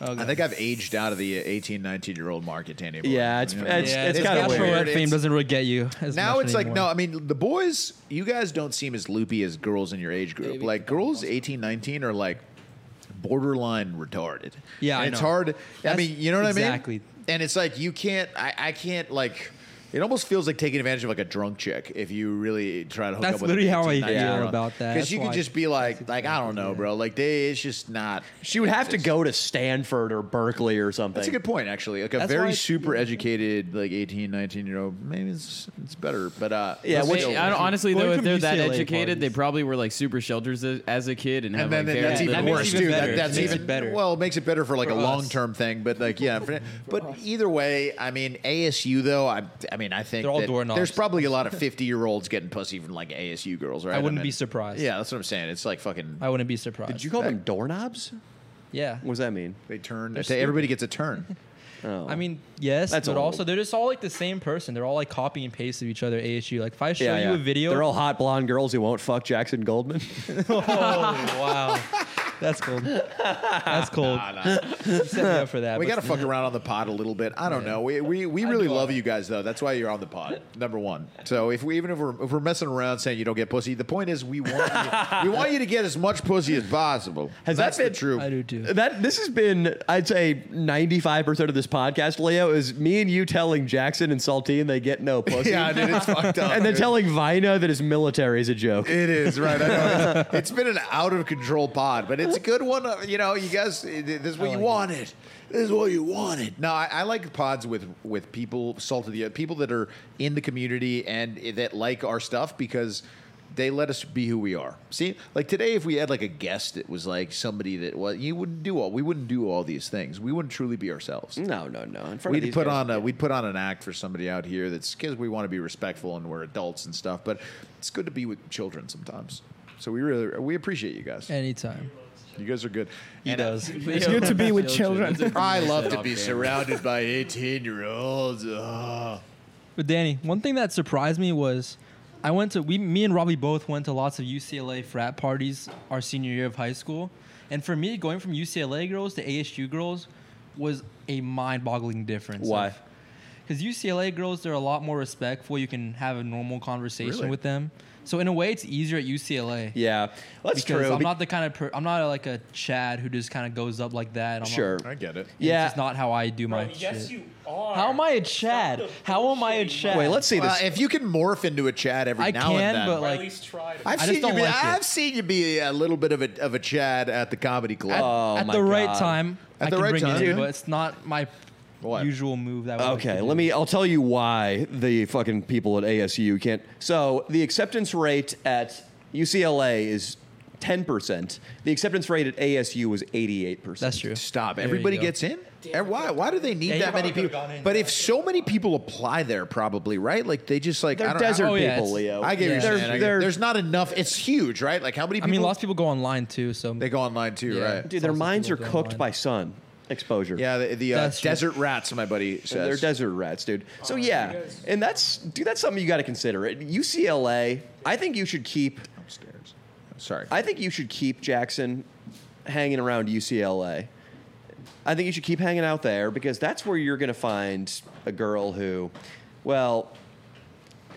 I think I've aged out of the 18, 19 year old market, Danny. Yeah, it's- it's- Yeah, it's it's kinda weird. Bachelorette fame doesn't really get you. As now much it's like anymore. no i mean the boys you guys don't seem as loopy as girls in your age group like girls 18 19 are like borderline retarded Yeah, And I it's know. hard i That's mean you know what i mean exactly. and it's like you can't i, I can't like It almost feels like taking advantage of like a drunk chick if you really try to hook That's up with. literally how I feel about that. Because you That's could why- just be like, like I don't know, bro. Like they, it's just not. She would have to go to Stanford or Berkeley or something. That's a good point, actually. Like a That's why very I- super educated, like 18, 19 year old, maybe it's it's better. But uh, Yeah, still- I don't, honestly though, Going if from they're that UCLA educated, they probably were like super shelters as, as a kid and, have and then like, then very that's even little- worse, dude. That, that's even better. Well, it makes it better for like For a us. long term thing, but like yeah. [LAUGHS] for- but either way, I mean ASU though. I I mean I think They're all that doorknobs. there's probably a lot of fifty year olds getting pussy from like ASU girls, right? I wouldn't mean, be surprised. Yeah, that's what I'm saying. It's like fucking. I wouldn't be surprised. Did you call them doorknobs? Yeah. What does that mean? They turn. They're They, everybody stupid. gets a turn. oh. I mean, yes, That's but old. also they're just all like the same person. They're all like copy and paste of each other. ASU. Like if I show you a video, They're all hot blonde girls who won't fuck Jackson [LAUGHS] Goldman. oh wow, [LAUGHS] that's cold. That's cold. You set me up for that. we but- got to fuck around on the pod a little bit. I don't know. We, we, we really love you guys though. That's why you're on the pod. Number one. So if we even if we're, if we're messing around saying you don't get pussy, the point is we want you, we want you to get as much pussy as possible. Has That's that been the truth. I do too. That this has been, I'd say, ninety five percent of this podcast, Leo, is me and you telling Jackson and Saltine they get no pussy. [LAUGHS] Yeah, dude, it's fucked [LAUGHS] up, And then dude. telling Vina that his military is a joke. It is right. I know. [LAUGHS] It's- it's been an out of control pod, but it's a good one. Uh, You know, you guys, eh, this is what you wanted. This is what you wanted. No, I, I like pods with with people salt of the earth, people that are in the community and eh, that like our stuff because. They let us be who we are. See, like today, if we had like a guest that was like somebody that well, you wouldn't do all. We wouldn't do all these things. We wouldn't truly be ourselves. No, no, no. In front of We'd these put guys. on a we'd put on an act for somebody out here that's because we want to be respectful and we're adults and stuff. But it's good to be with children sometimes. So we really we appreciate you guys. Anytime. You guys are good. He does. It's good to be with children. [LAUGHS] I love to be surrounded by eighteen year olds. Oh. But Danny, one thing that surprised me was I went to we me and Robbie both went to lots of UCLA frat parties our senior year of high school. And for me, going from UCLA girls to ASU girls was a mind-boggling difference. Why? Because UCLA girls, they're a lot more respectful. You can have a normal conversation Really? with them. So in a way, it's easier at UCLA. Yeah, that's because true. I'm not the kind of per- I'm not like a Chad who just kind of goes up like that. I'm Sure. not, I get it. It's Yeah. just not how I do my. yes, shit. you are. How am I a Chad? How am I a Chad? Well, if you can morph into a Chad every I now can, and then. but like, I've I seen just don't you be, like it. I've seen you be a little bit of a of a Chad at the comedy club. at, at the right time, At I the can right bring time, it in, yeah. but it's not my usual move. That I would Okay, like to let me. I'll tell you why the fucking people at ASU can't. So the acceptance rate at UCLA is ten percent. The acceptance rate at ASU was eighty-eight percent. That's true. Stop. Everybody gets in. And why? Why do they need that many people? But if so many people apply there, probably right? Like they just like They're I don't, desert I, Oh, yeah, people, it's- Leo. I get yeah. what you're They're- saying. I get- they're- there's not enough. It's huge, right? Like how many do. I people? mean, lots of people go online too, so they go online too, Yeah. right? Dude, their Lots of minds are cooked by sun exposure. Yeah, the, the uh, That's true. desert rats. My buddy says They're desert rats, dude. So yeah, and that's dude. That's something you got to consider. At UCLA, I think you should keep. upstairs. Sorry. I think you should keep Jackson hanging around UCLA. I think you should keep hanging out there because that's where you're going to find a girl who, well,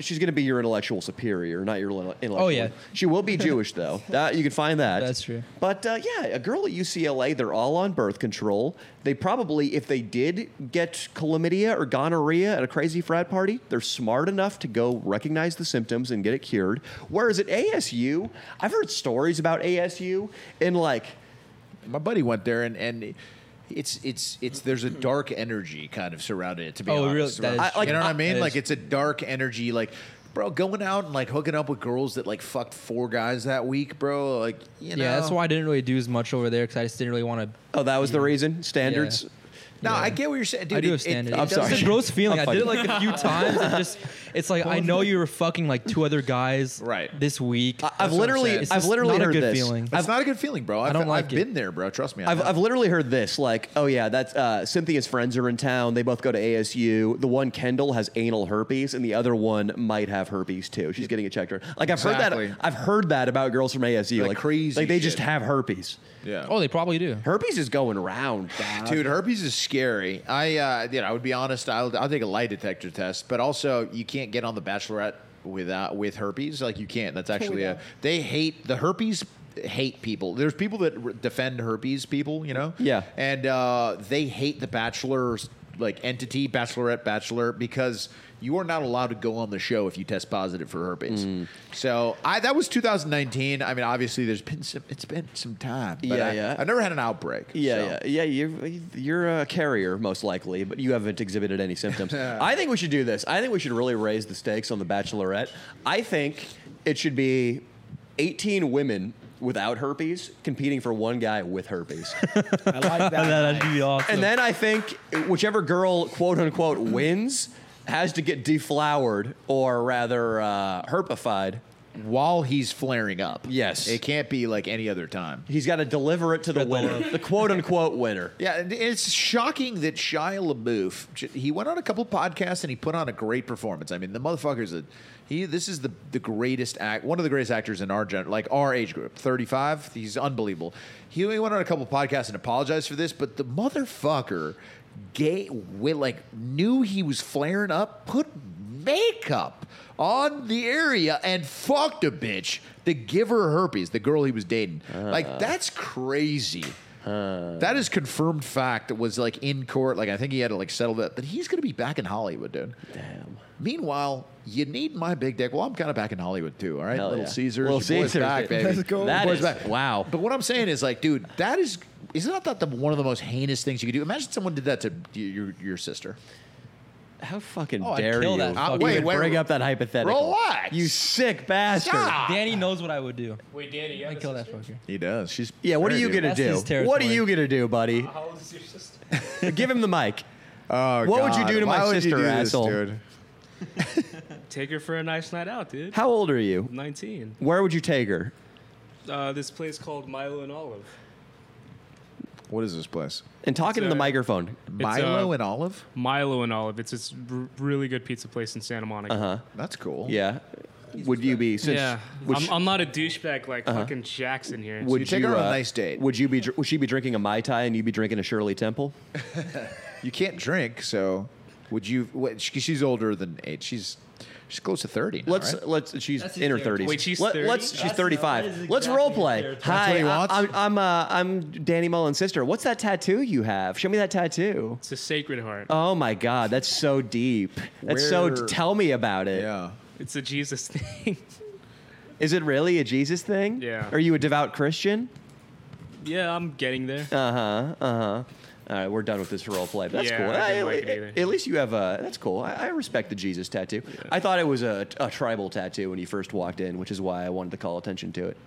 she's going to be your intellectual superior, not your li- intellectual. Oh, yeah. She will be Jewish though. That you can find that. That's true. But uh, yeah, a girl at UCLA, they're all on birth control. They probably, if they did get chlamydia or gonorrhea at a crazy frat party, they're smart enough to go recognize the symptoms and get it cured. Whereas at ASU, I've heard stories about ASU and like, my buddy went there and and. It's it's it's there's a dark energy kind of surrounding it. To be Oh, really? honest, That is I- true. you know what I That mean? is Like it's a dark energy. Like, bro, going out and like hooking up with girls that like fucked four guys that week, bro. Like, you know, yeah, that's why I didn't really do as much over there because I just didn't really want to. oh, that was the reason standards. No, I get what you're saying, dude. I do It- have standards. It, it I'm sorry. It's a doesn't- gross feeling. I'm I did it fucking- like a few [LAUGHS] times. And just, it's like I know you were fucking like two other guys right this week. I've literally, It's I've just literally not heard a good this. feeling. It's not a good feeling, bro. I've, I don't like have it. been there, bro. Trust me. I I've, know. I've literally heard this like, oh yeah, that's uh, Cynthia's friends are in town. They both go to ASU. The one Kendall has anal herpes, and the other one might have herpes too. She's getting it checked. Her like I've Exactly. heard that. I've heard that about girls from ASU. Like Like, crazy Like they shit. just have herpes. yeah. Oh, they probably do. Herpes is going around, dog. Dude, herpes is scary. I, uh, you know, I would be honest. I'll, I'll take a lie detector test, but also you can't get on the Bachelorette without with herpes. Like you can't. That's actually a. They hate the herpes. Hate people. There's people that re- defend herpes people. You know. Yeah. And uh, they hate the Bachelor's like entity, bachelorette, bachelor, because you are not allowed to go on the show if you test positive for herpes. Mm. So I that was 2019. I mean, obviously there's been some. It's been some time. but Yeah, I, yeah. I've never had an outbreak. Yeah, so. yeah, yeah. You're you're a carrier most likely, but you haven't exhibited any [LAUGHS] symptoms. I think we should do this. I think we should really raise the stakes on the Bachelorette. I think it should be 18 women without herpes competing for one guy with [LAUGHS] herpes. I [LAUGHS] like that. That'd be awesome. And then I think whichever girl, quote unquote, wins has to get deflowered or rather uh, herpified. While he's flaring up. Yes. It can't be like any other time. He's got to deliver it to the winner, the quote unquote winner. Yeah, and it's shocking that Shia LaBeouf. j- He went on a couple podcasts and he put on a great performance. I mean, the motherfucker's a he. This is the the greatest act, one of the greatest actors in our gen, like our age group, thirty five. He's unbelievable. He, he went on a couple podcasts and apologized for this, but the motherfucker, gay, wi- like knew he was flaring up, put makeup on the area and fucked a bitch to give her herpes, the girl he was dating. Like that's crazy. That is confirmed fact. It was like in court. Like I think he had to like settle that. But he's going to be back in Hollywood, dude. Damn. Meanwhile, you need my big dick. Well, I'm kind of back in Hollywood too. All right, Hell Little yeah. Caesars, Little your boy's Caesars. back, baby. Let's go. That Your boy's is- wow. But what I'm saying is like, dude, that is isn't that, that the, one of the most heinous things you could do? Imagine someone did that to your your, your sister. How fucking Oh, I'd dare kill you? that How fucking- you Wait, even wait, bring up that hypothetical. relax. You sick bastard. Danny knows what I would do. Wait, Danny, you I have Ah. kill that fucker. He does. She's Yeah, what are you gonna That's his do? What are territory. you gonna do, buddy? [LAUGHS] How old is your sister? Give him the mic. Oh, What would you do to my sister, asshole? Take her for a nice night out, dude. How old are you? 19. Where would you take her? Uh, this place called Milo and Olive. What is this place? And talking to It's the a- microphone. Milo uh, and Olive. Milo and Olive. It's this r- really good pizza place in Santa Monica. Uh huh. That's cool. Yeah. Would you be? Since, Yeah. Would, I'm, she- I'm not a douchebag like Uh-huh. fucking Jackson here. would take you, her on a uh, nice date. Would you be? dr- Would she be drinking a mai tai and you be drinking a Shirley Temple? You can't drink, so would you? What, she, she's older than eight. She's she's close to thirty. Now, Let's right? let's. She's That's his in her territory. thirties. Wait, she's 30? Let's. She's That's- thirty-five. that is let's exactly role his play. territory. That's what Hi, he I- wants? I'm I'm, uh, I'm Danny Mullen's sister. What's that tattoo you have? Show me that tattoo. It's a Sacred Heart. Oh my God, that's so deep. That's so. Where- Tell me about it. Is Yeah. It's a Jesus [LAUGHS] thing. it really a Jesus thing? Yeah. Are you a devout Christian? yeah, I'm getting there. Uh huh. Uh huh. All right, we're done with this role play. but That's Yeah, cool. I I- didn't like it either. At least you have a. That's cool. I, I respect the Jesus tattoo. I thought it was a, a tribal tattoo when you first walked in, which is why I wanted to call attention to it.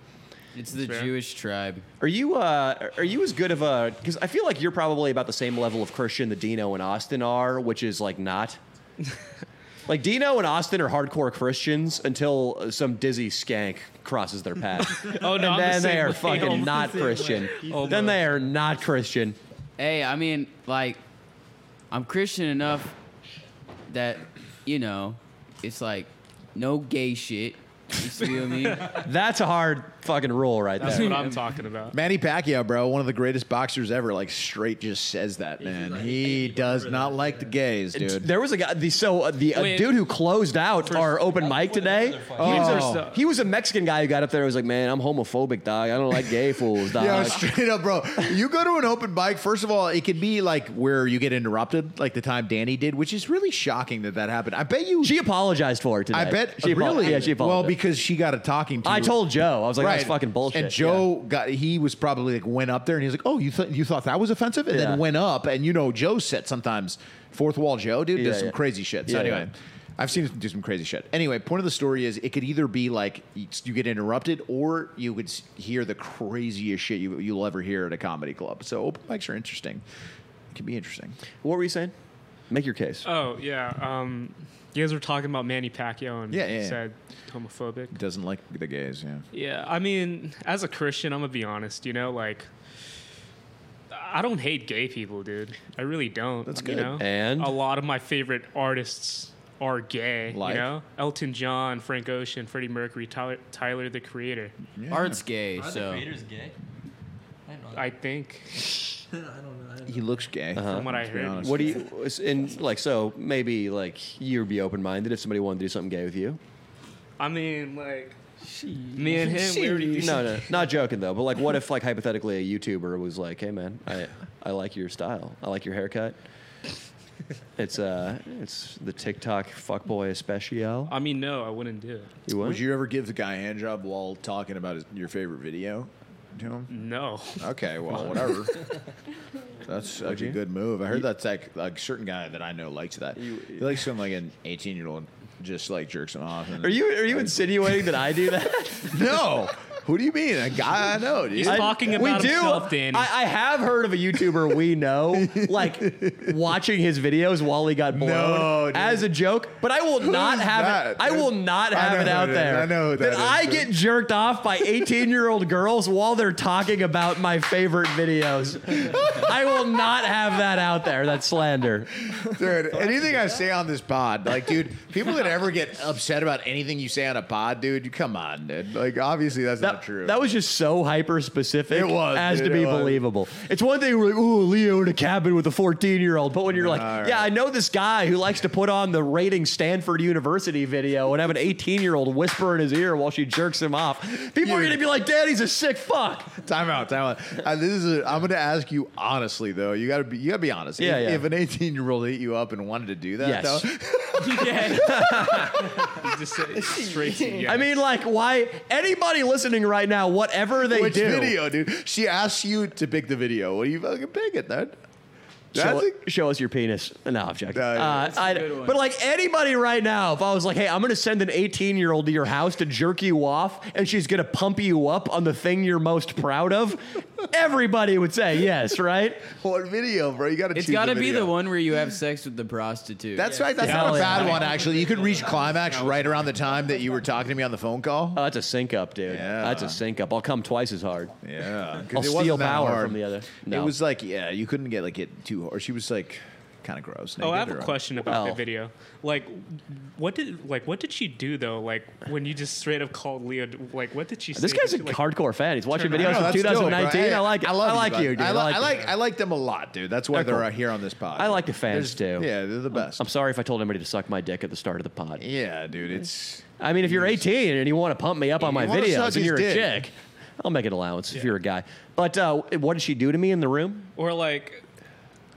It's the Fair. Jewish tribe. Are you uh, are you as good of a? Because I feel like you're probably about the same level of Christian that Dino and Austin are, which is like not. like Dino and Austin are hardcore Christians until uh, some dizzy skank crosses their path. Oh, no, and [LAUGHS] I'm the then they same are way. fucking Almost not the same way. Christian. Almost. Then they are not Christian. Hey, I mean, like, I'm Christian enough that, you know, it's like no gay shit. You feel me? That's a hard fucking rule right [LAUGHS] That's there. what I'm talking about. Manny Pacquiao, bro, one of the greatest boxers ever. Like straight, just says that man. he does not like the gays, dude. There was a guy. The, so uh, the uh, Wait. dude who closed out our open mic today. He was, Oh. a, he was a Mexican guy who got up there and was like, "Man, I'm homophobic, dog. I don't like gay fools, dog." Yeah, straight up, bro. You go to an open mic. First of all, it could be like where you get interrupted, like the time Danny did, which is really shocking that that happened. I bet you. She apologized for it today. I bet she apo- really. Yeah, she apologized. well because she got a talking to. I told Joe, I was like, that's fucking bullshit. And Joe got he was probably like went up there and he was like, oh, you thought you thought that was offensive, and Yeah. then went up and you know Joe said sometimes fourth wall Joe dude Yeah, does some yeah. crazy shit. So Yeah, anyway. yeah. I've seen him do some crazy shit. Anyway, point of the story is it could either be like you get interrupted, or you could s- hear the craziest shit you, you'll ever hear at a comedy club. So open mics are interesting. It can be interesting. What were you saying? Make your case. Oh, yeah. Um, you guys were talking about Manny Pacquiao and Yeah, yeah, yeah. said homophobic. Doesn't like the gays, yeah. Yeah, I mean, as a Christian, I'm gonna be honest. You know, like, I don't hate gay people, dude. I really don't. That's You good. know? And? a lot of my favorite artists are gay. Like? You know, Elton John, Frank Ocean, Freddie Mercury, Tyler, Tyler the Creator. Art's gay, Are the so. creators gay? I didn't know that. I think. I don't know. I didn't He looks gay. Uh-huh. From what I to be heard. honest. What do you and like? So maybe like you'd be open minded if somebody wanted to do something gay with you. I mean, like, me and him, we already do No, no, not joking though. But like, what if like hypothetically a YouTuber was like, "Hey man, I I like your style. I like your haircut. It's uh, it's the TikTok fuckboy especial. I mean, no, I wouldn't do it. You would? Would you ever give the guy a handjob while talking about his, your favorite video to him? No. [LAUGHS] Okay, well, [LAUGHS] whatever. That's such a good move. I heard that's like like certain guy that I know likes that. he likes when like an eighteen year old just like jerks him off. and- Are you are you insinuating that I do that? no. Who do you mean? A guy I know. Dude. He's talking about himself, Danny. I, I have heard of a YouTuber we [LAUGHS] know like watching his videos while he got blown No, dude. as a joke, but I will Who's not have it. that? I will not I have know it who out it is. there. I know who that that is, I dude. get jerked off by 18 year old girls while they're talking about my favorite videos. I will not have that out there. That's slander. Dude, anything I say on this pod, like, dude, people that ever get upset about anything you say on a pod, dude, you- come on, dude. Like, obviously that's not true. That was just so hyper specific It was, as dude, to be it was. believable. It's one thing we're like, ooh, Leo in a cabin with a 14 year old. But when you're like, All right. yeah, I know this guy who likes to put on the rating Stanford University video and have an [LAUGHS] 18 year old whisper in his ear while she jerks him off, people are going to be like, Daddy's a sick fuck. [LAUGHS] Time out, time out. Uh, this is a, I'm going to ask you honestly though. You got to be you got to be honest. Yeah, if, yeah. if an 18 year old hit you up and wanted to do that, Yes. [LAUGHS] though, [LAUGHS] Just say straight to yes. I mean, like, why anybody listening right now, whatever they which do, video, dude? She asks you to pick the video. Well, you fucking pick it, then. Show, That's a- show us your penis. No, I'm joking. No, yeah. Uh, That's a I'd- good one. but like anybody right now, if I was like, hey, I'm going to send an 18 year old to your house to jerk you off and she's going to pump you up on the thing you're most proud of, [LAUGHS] everybody would say yes, right? What video, bro? You got to It's got to be the one where you have [LAUGHS] sex with the prostitute. That's right. That's not a bad one, actually. You could reach climax right around the time that you were talking to me on the phone call. Uh, Oh, that's a sync up, dude. That's a sync up. I'll come twice as hard. Yeah. 'Cause I'll it steal wasn't that power hard. from the other. No. It was like, yeah, you couldn't get like it too hard. She was like, kind of gross. Oh, I have a naked or- question about Well. that video. Like, what did like what did she do though? Like when you just straight up called Leo? Like what did she? This say? guy's a Did she, like, hardcore fan. He's watching turn videos around? from No, that's dope, bro. 2019. Hey, I like I love I like you, dude. guys. I, I li- like I you. like I like them a lot, dude. That's why They're they're, cool. out here on this pod. I like the fans There's- too. Yeah, they're the best. I'm sorry if I told anybody to suck my dick at the start of the pod. Yeah, dude. It's I mean, if you're 18 and you want to pump me up on my You wanna suck videos and his you're a dick. chick, I'll make an allowance if you're a guy. But uh, what did she do to me in the room? Or like,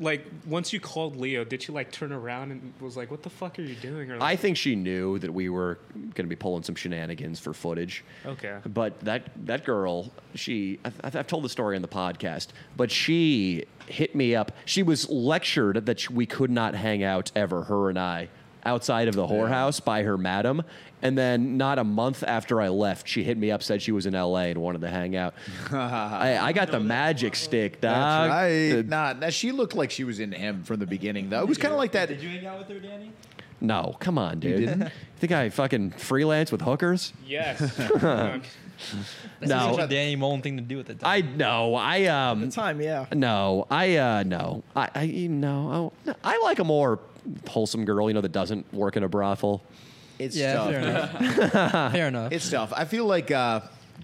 like once you called Leo, did she like turn around and was like, "What the fuck are you doing?" Or I like, think she knew that we were going to be pulling some shenanigans for footage. Okay. But that that girl, she I've, I've told the story on the podcast, but she hit me up. She was lectured that sh- we could not hang out ever, her and I, outside of the whorehouse by her madam. And then not a month after I left, she hit me up, said she was in L.A. and wanted to hang [LAUGHS] out. I, I got the magic stick, dog. that's right. The- Uh, nah, nah, she looked like she was into him from the beginning, though. It was kind of like that. Did you hang out with her, Danny? No, come on, You dude. didn't? think I fucking freelance with hookers? [LAUGHS] yes. That's No. such a Danny Mullen thing to do at the time. I no, I um time, yeah. no, I uh no, I I you know I, I like a more wholesome girl, you know, that doesn't work in a brothel. It's Yeah, tough. fair dude. enough. [LAUGHS] fair enough. It's tough. I feel like, uh,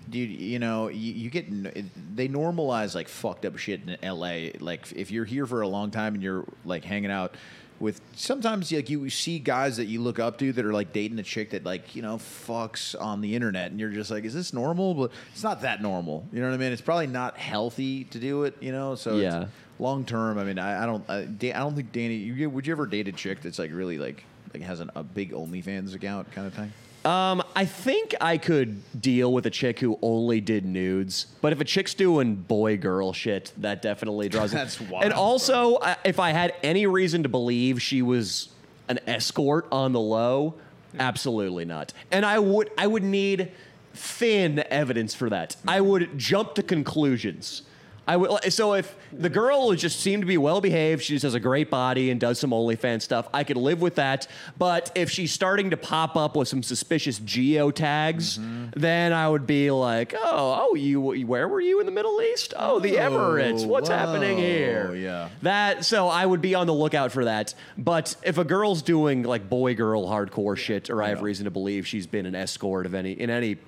dude, you know, you, you get n- they normalize like fucked up shit in L.A. Like if you're here for a long time and you're like hanging out with, sometimes like you see guys that you look up to that are like dating a chick that like you know fucks on the internet, and you're just like, is this normal? But it's not that normal. You know what I mean? It's probably not healthy to do it. You know, so Yeah. Long term, I mean, I, I don't, I, Dan- I don't think Danny. You, would you ever date a chick that's like really like like has an, a big OnlyFans account kind of thing? Um, I think I could deal with a chick who only did nudes, but if a chick's doing boy girl shit, that definitely draws. That's wild, And also, I, if I had any reason to believe she was an escort on the low, absolutely not. And I would I would need thin evidence for that. I would jump to conclusions. I would so if the girl just seemed to be well behaved, she just has a great body and does some OnlyFans stuff. I could live with that. But if she's starting to pop up with some suspicious geo tags, then I would be like, oh, oh, you where were you in the Middle East? Oh, the Emirates. What's happening whoa, here? yeah. That so I would be on the lookout for that. But if a girl's doing like boy girl hardcore shit, or I have reason to believe she's been an escort of any in any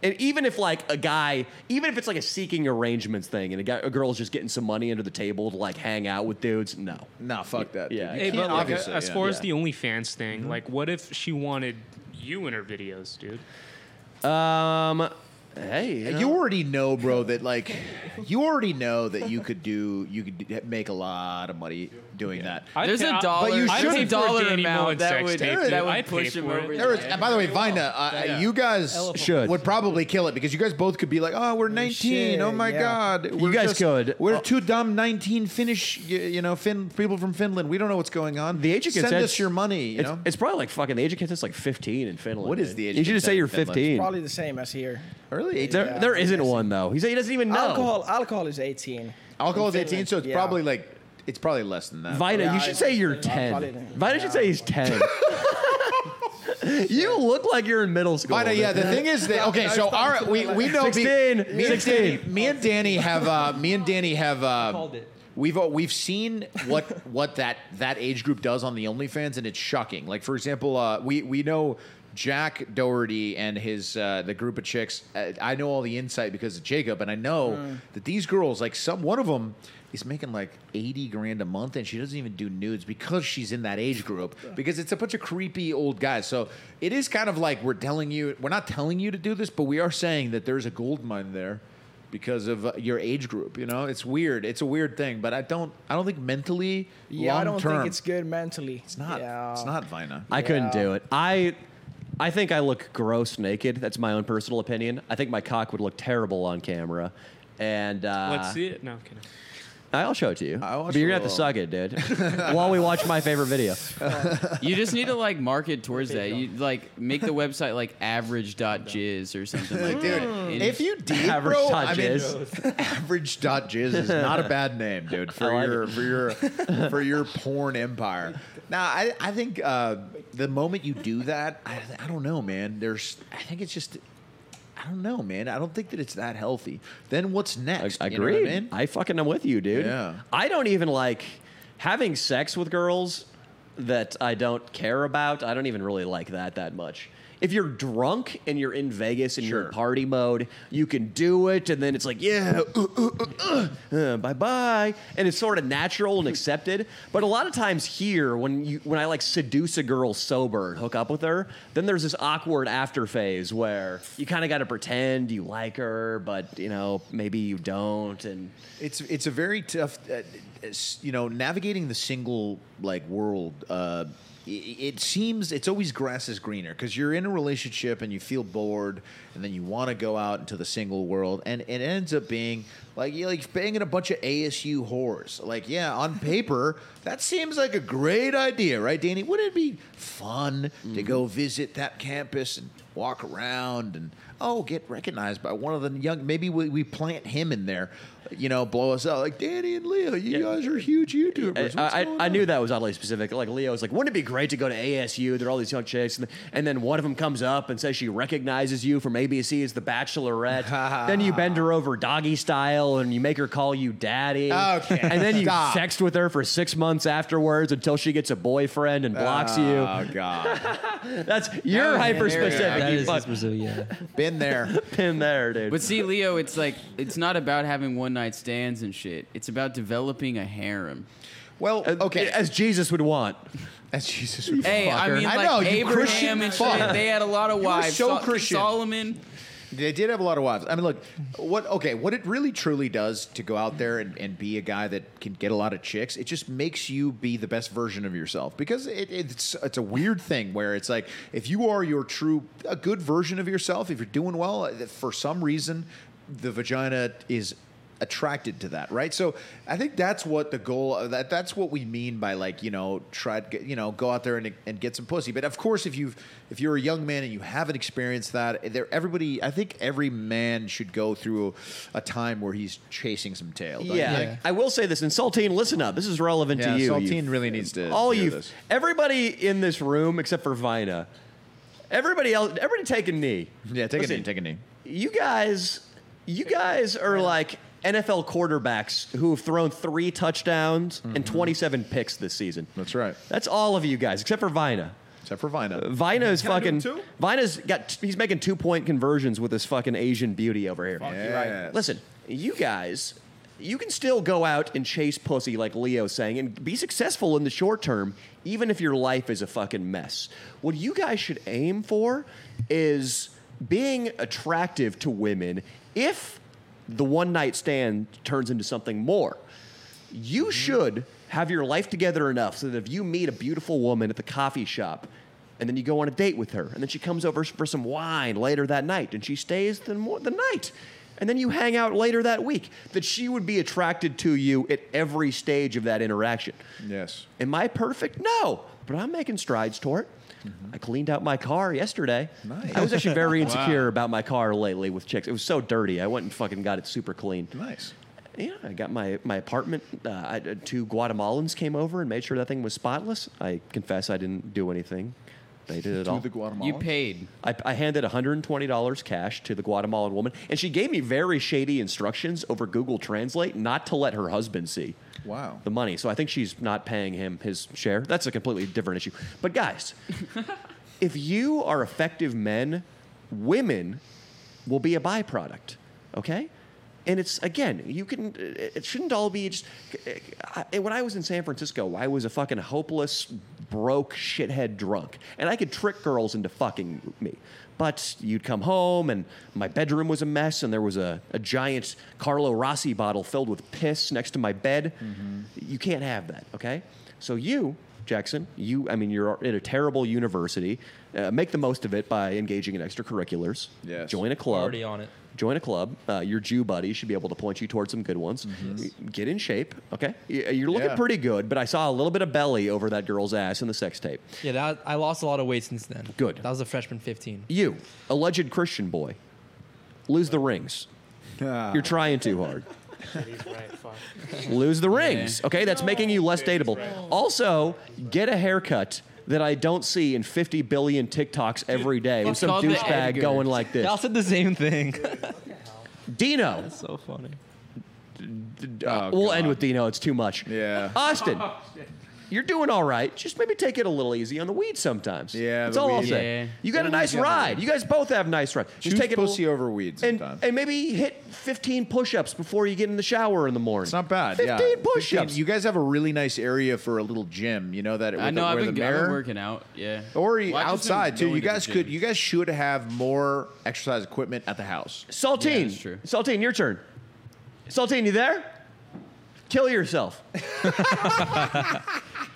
and even if like a guy, even if it's like a seeking arrangements thing, and a, guy, a girl's just getting some money under the table to like hang out with dudes, no. Nah, fuck that. dude. Yeah. You Hey, can't- but like, obviously, as yeah. far as Yeah. the OnlyFans thing, like, what if she wanted you in her videos, dude? Um, Hey, you, already know, bro, that like you already know that you could do you could d- make a lot of money doing that. I'd There's pay- a dollar- But you I'd should pay for dollar Danny amount Mullen's that sex would- tape, dude. that would I'd pay push him for it. over There the is- and by the way, Vina, uh, Yeah. you guys Hell of a- should would probably kill it because you guys both could be like, "Oh, we're 19. shit, oh my yeah. god, You we're guys just- could. We're too dumb. 19 Finnish, y- you know, Fin people from Finland. We don't know what's going on. The age of send consent's- us your money. You it's, know, it's probably like fucking the age of consent's like 15 in Finland. What is dude. the age You of should just say consent you're in Finland? 15. Probably the same as here. Early There, there isn't one though. He said he doesn't even know. Alcohol, alcohol is 18. alcohol is In 18, so it's Finland, yeah. probably like it's probably less than that. Vina, Yeah, you I- should say you're I 10. probably- Vina should say he's [LAUGHS] 10. you look like you're in middle school. Vina, yeah, the dude. thing is that okay, so all right, we we know 16, me, and 16. Danny, me and Danny have uh me and Danny have uh Called it. We've all, we've seen what what that that age group does on the OnlyFans, and it's shocking. Like for example, uh, we we know Jack Doherty and his uh, the group of chicks. Uh, I know all the insight because of Jacob, and I know Hmm. Mm. that these girls, like some one of them, is making like eighty grand a month, and she doesn't even do nudes because she's in that age [LAUGHS] group because it's a bunch of creepy old guys. So it is kind of like we're telling you, we're not telling you to do this, but we are saying that there's a gold mine there because of uh, your age group. You know, it's weird. It's a weird thing, but I don't. I don't think mentally. Yeah, I don't long-term, think it's good mentally. It's not. It's not Vina. I couldn't do it. I I think I look gross naked. That's my own personal opinion. I think my cock would look terrible on camera. And uh, Let's see it. No, I'm kidding. I'll show it to you. But you're gonna have to suck it, dude. [LAUGHS] While we watch my favorite video. you just need to like market towards that. You like make the website [LAUGHS] like average.jizz or something like Dude, that. Mm. And if [LAUGHS] you did, Average bro, dot I mean, jizz. average dot jizz is not a bad name, dude, for [LAUGHS] I like your for your [LAUGHS] for your porn empire. Now, I I think uh, the moment you do that, I, I don't know, man. There's, I think it's just, I don't know, man. I don't think that it's that healthy. Then what's next? You know what I Agreed. I, mean? fucking am with you, dude. Yeah. I don't even like having sex with girls that I don't care about. I don't even really like that that much. If you're drunk and you're in Vegas and you're in party mode, you can do it, and then it's like, yeah, uh, uh, uh, uh, uh, bye bye, and it's sort of natural and accepted. But a lot of times here, when you when I like seduce a girl sober and hook up with her, then there's this awkward after phase where you kind of got to pretend you like her, but you know maybe you don't, and It's it's a very tough, uh, s- you know, navigating the single like world. Uh, i- it seems it's always grass is greener because you're in a relationship and you feel bored, and then you want to go out into the single world, and it ends up being like you're like banging a bunch of ASU whores. Like, yeah, on paper [LAUGHS] that seems like a great idea, right, Danny? Wouldn't it be fun to go visit that campus and walk around and oh get recognized by one of the young maybe we, we plant him in there you know blow us up like danny and leo you guys are huge youtubers I, What's I, going I on?" knew that was oddly specific. Like Leo was like, wouldn't it be great to go to ASU? There are all these young chicks, and, and then one of them comes up and says she recognizes you from ABC as the [LAUGHS] Bachelorette. then you bend her over doggy style, and you make her call you daddy. Okay, and then you stop. text with her for six months afterwards until she gets a boyfriend and blocks oh you. god [LAUGHS] That's you're was hyper very specific. That you is fuck- been there Pin there, dude. But see, Leo, it's like it's not about having one night stands and shit. It's about developing a harem. well okay as Jesus would want. as jesus would Hey, I fucker. mean, like know, you Christian Abraham and fuck. shit. They had a lot of You are wives. so Sol- Christian. Solomon. They did have a lot of wives. I mean, look, what okay, what it really truly does to go out there and, and be a guy that can get a lot of chicks, it just makes you be the best version of yourself because it, it's it's a weird thing where it's like if you are your true a good version of yourself, if you're doing well, uh, for some reason, the vagina is attracted to that right so i think that's what the goal of that that's what we mean by like you know try to get, you know go out there and, and get some pussy but of course if you've if you're a young man and you haven't experienced that there everybody i think every man should go through a time where he's chasing some tail don't you Yeah. think? I will say this, and Saltine, listen up. This is relevant Yeah, to you. Saltine you- really needs to All hear you, this. everybody in this room except for Vina, everybody else, everybody take a knee. yeah take Listen, a knee take a knee You guys, you guys are like NFL quarterbacks who have thrown three touchdowns and 27 picks this season. Mm-hmm. that's right That's all of you guys except for Vina. except for vina Vina is Can I do fucking. two? Vina's got. He's making two point conversions with this fucking Asian beauty over here. you're right. Yes. Listen, you guys, you can still go out and chase pussy like Leo's saying and be successful in the short term, even if your life is a fucking mess. What you guys should aim for is being attractive to women if the one night stand turns into something more. You should have your life together enough so that if you meet a beautiful woman at the coffee shop and then you go on a date with her and then she comes over for some wine later that night and she stays the, mo- the night and then you hang out later that week that she would be attracted to you at every stage of that interaction. Yes. Am I perfect? No, but I'm making strides toward it. I cleaned out my car yesterday. Mm-hmm. Nice. I was actually very [LAUGHS] Wow. insecure about my car lately with chicks. It was so dirty. I went and fucking got it super clean. Nice. Yeah, I got my my apartment. Uh, I, uh, two Guatemalans came over and made sure that thing was spotless. I confess I didn't do anything. They did it To all. the Guatemalans? You paid. I, I handed $120 cash to the Guatemalan woman, and she gave me very shady instructions over Google Translate not to let her husband see Wow. the money. So I think she's not paying him his share. That's a completely different issue. But guys, if you are effective men, women will be a byproduct, okay? And it's again, you can. It it shouldn't all be just. I, when I was in San Francisco, I was a fucking hopeless, broke shithead drunk, and I could trick girls into fucking me. But you'd come home, and my bedroom was a mess, and there was a, a giant Carlo Rossi bottle filled with piss next to my bed. You can't have that, okay? So you, Jackson, you, I mean, you're at a terrible university. Uh, make the most of it by engaging in extracurriculars. Yes. Join a club. Already on it. Join a club. Uh, your Jew buddy should be able to point you towards some good ones. Get in shape, okay? Y- You're looking Mm-hmm. Yeah. pretty good, but I saw a little bit of belly over that girl's ass in the sex tape. Yeah, that, I lost a lot of weight since then. Good. That was a freshman 15. You, alleged Christian boy, lose the rings. Ah. You're trying too hard. He's right. Fuck. lose the rings. Okay, that's making you less dateable. Also, get a haircut that I don't see in 50 billion TikToks every day with some Fuck the douchebag Edgars. going like Y'all this. said the same [LAUGHS] thing. Dino. That's so [LAUGHS] funny. Uh, we'll end with Dino. It's too much. Yeah. Austin. Oh, You're doing all right. Just maybe take it a little easy on the weed sometimes. Yeah, that's the all I'll weed. say. Yeah. You got a Don't nice get the ride. weed. You guys both have nice rides. Just Choose take it a pussy little- over weed and, sometimes. and maybe hit 15 push-ups before you get in the shower in the morning. It's not bad. 15 yeah. push-ups. You guys have a really nice area for a little gym. You know that. I with know. The, I've where been, the I've been mayor- working out. Yeah. Or Well, I've just been outside too. going You to the guys gym. could. You guys should have more exercise equipment at the house. Saltine. Saltine, your turn. Saltine, you there? Kill yourself.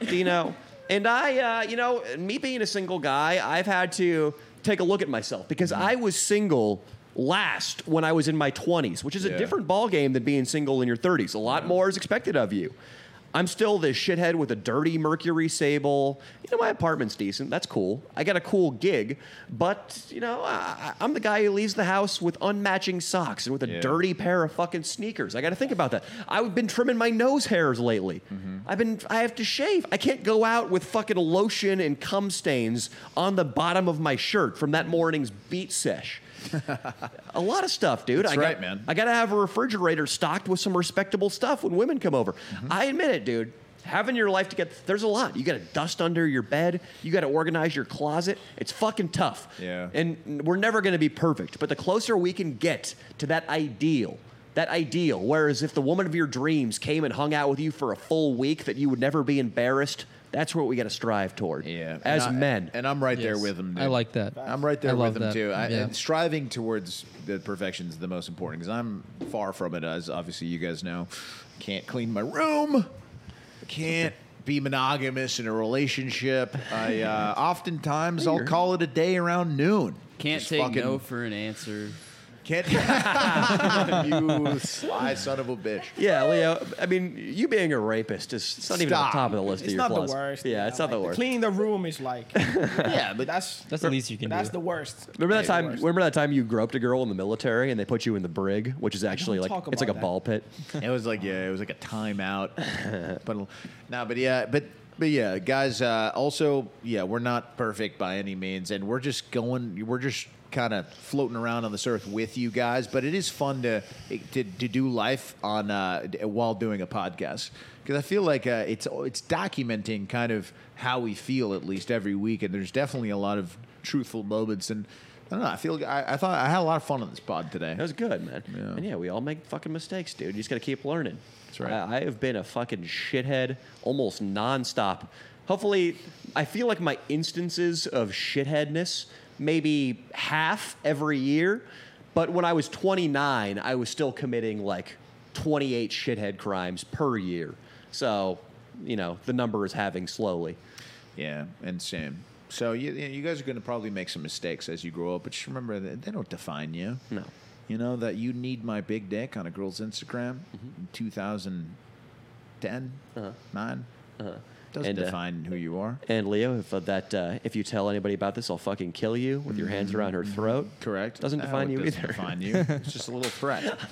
Dino. And I, uh, you know, me being a single guy, I've had to take a look at myself because I was single last when I was in my 20s, which is Yeah. a different ballgame than being single in your 30s. A lot more is expected of you. I'm still this shithead with a dirty Mercury Sable. You know, my apartment's decent. That's cool. I got a cool gig, but, you know, I, I'm the guy who leaves the house with unmatching socks and with a dirty pair of fucking sneakers. I got to think about that. I've been trimming my nose hairs lately. Mm-hmm. I've been, I have to shave. I can't go out with fucking lotion and cum stains on the bottom of my shirt from that morning's beat [LAUGHS] sesh. a lot of stuff, dude. That's I got, right, man. I got to have a refrigerator stocked with some respectable stuff when women come over. I admit it, dude. Having your life together, there's a lot. You got to dust under your bed. You got to organize your closet. It's fucking tough. Yeah. And we're never going to be perfect, but the closer we can get to that ideal, that ideal, whereas if the woman of your dreams came and hung out with you for a full week, that you would never be embarrassed. That's what we got to strive toward. Yeah. As And I- men. And I'm right there Yes. with them. I like that. I'm right there I with love them that. too. I, Yeah. and striving towards the perfection is the most important because I'm far from it, as obviously you guys know. Can't clean my room. Can't be monogamous in a relationship. [LAUGHS] I uh, oftentimes I'll call it a day around noon. Can't Just take fucking- no for an answer. [LAUGHS] Can't. [LAUGHS] you sly son of a bitch. Yeah, Leo. I mean, you being a rapist is it's not even on Stop. top of the list It's of your not the flaws. worst, Yeah, you it's not the worst. Cleaning the room is like, yeah, but that's that's the least you can That's do. the worst. Remember that Hey, time? worst. Remember that time you groped a girl in the military and they put you in the brig, which is actually like talk it's like a about ball pit. it was like yeah, it was like a timeout. but no, but yeah, but but yeah, guys. Uh, also, yeah, we're not perfect by any means, and we're just going. We're just kind of floating around on this earth with you guys. But it is fun to to, to do life on uh, d- while doing a podcast because I feel like uh, it's it's documenting kind of how we feel at least every week, and there's definitely a lot of truthful moments and. I don't know. I feel. I, I thought I had a lot of fun on this pod today. It was good, man. And yeah, we all make fucking mistakes, dude. You just got to keep learning. That's right. I, I have been a fucking shithead almost nonstop. Hopefully, I feel like my instances of shitheadness maybe half every year. But when I was 29, I was still committing like 28 shithead crimes per year. So, you know, the number is having slowly. Yeah, and same. So you you guys are going to probably make some mistakes as you grow up, but just remember that they don't define you. No. You know that you need my big dick on a girl's Instagram Mm-hmm. in 2010, 9. Doesn't Uh-huh. And, uh, define who you are. And Leo, if uh, that uh, if you tell anybody about this, I'll fucking kill you with your hands around her throat. [LAUGHS] Correct. Doesn't No, define it you doesn't either. [LAUGHS] define you. It's just a little threat. [LAUGHS]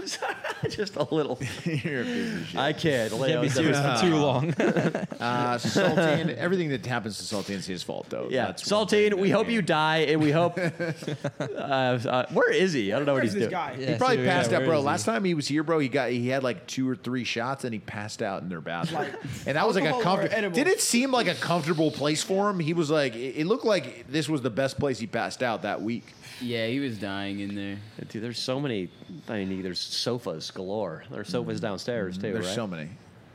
Mm-hmm. just a little. You're a piece of shit. I kid. Leo be is a- serious for too long. uh, Sultan, everything that happens to Sultan is his fault, though. Yeah, That's one Saltine. thing, We I hope mean. you die, and we [LAUGHS] hope. uh, uh, where is he? I don't know what Where's he's this doing. guy? He probably passed out, bro. Last time he was here, bro, he got he had like two or three shots, and he passed out in their bathroom. Like, and that was like a alcohol or comfortable. edibles? Did it seem like a comfortable place for him? He was like, it it looked like this was the best place he passed out that week. Yeah, he was dying in there. Dude, there's so many. I mean, there's sofas galore. There's sofas Mm-hmm. downstairs too. There's right? so many.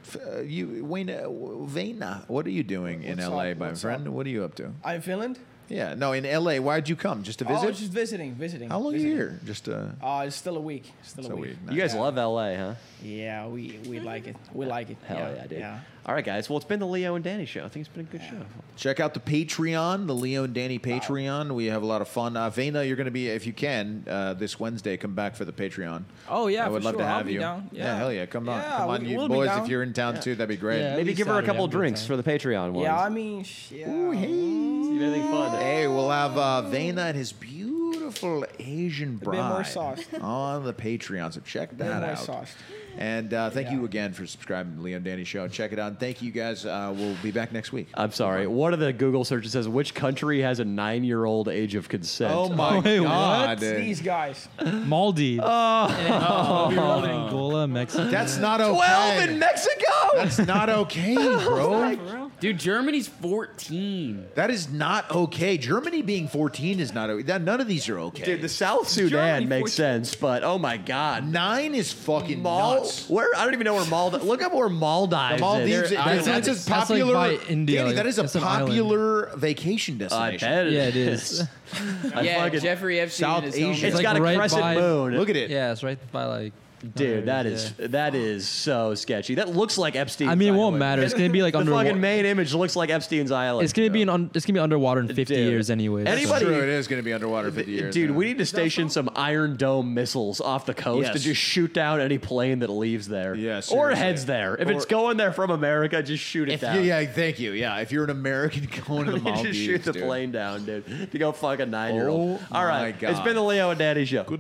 F- Uh, you, Wayne, uh, Vena, what are you doing in What's LA, up? my What's friend? up? What are you up to? I'm in Finland. Yeah, no, in LA. Why'd you come? Just to Oh, visit? just visiting, visiting. How long are you visiting. here? Just uh, Uh, it's still a week. Still it's a a week. week. You guys love LA, huh? Yeah, we we like it. We like it. Hell yeah, dude. Yeah. All right, guys. Well, it's been the Leo and Danny show. I think it's been a good show. Check out the Patreon, the Leo and Danny Patreon. We have a lot of fun. Uh, Vena, you're going to be, if you can, uh, this Wednesday, come back for the Patreon. Oh, yeah, I would for love to sure. I'll have be you. down. Yeah. hell yeah, come on, Yeah, come on, we- you we'll be boys. If down. you're in town too, that'd be great. Yeah. At Maybe least give her a Saturday, couple I'm good drinks time. for the Patreon ones. Yeah, I mean, sh- yeah. Hey, anything fun. Hey, we'll have uh, Vena and his beautiful Asian more bride sauced. [LAUGHS] on the Patreon. So check that more out. sauced. And uh, thank Yeah. you again for subscribing to Leo and Danny Show. Check it out. And thank you guys. Uh, we'll be back next week. I'm sorry. One of the Google searches says which country has a nine-year-old age of consent. [LAUGHS] Oh my Wait, what? God. These guys. Maldives. Oh. [LAUGHS] Angola, Mexico. That's not okay. Twelve in Mexico. That's [LAUGHS] not okay, bro. Dude, Germany's 14. That is not okay. Germany being 14 is not okay. That, none of these are okay. Dude, the South Sudan Germany makes sense, but oh my god, Nine is fucking Mal- nuts. where I don't even know where Maldives. Look up where Maldives. The Maldives, is. that- islands. that's a That's like popular. by India. Danny, that is a That's an popular vacation I destination. bet Yeah, it [LAUGHS] is. I yeah, fucking- Jeffrey Epstein. South and his Asia. homies. it's like got a right crescent by- Oh, moon. Look at it. Yeah, it's right by like. Dude, that is that is so sketchy. That looks like Epstein's I mean, it won't Island. matter. It's gonna be [LAUGHS] like The fucking underwater. main image looks like Epstein's Island. It's gonna be an un- it's gonna be underwater in 50 Dude. years anyways. so- Anybody- True, it is going to be underwater 50 years. Dude, yeah. we need to station some Iron Dome missiles off the coast to Yes. just shoot down any plane that leaves there. Yeah, or seriously. heads there. If it's Or- going there from America, just shoot it If down. [LAUGHS] you, yeah, thank you. Yeah, if you're an American [LAUGHS] going to the Maldives, just shoot the dude. plane down, dude. To go fuck a nine year old. Oh All my right. It's God. been the Leo and Daddy Show.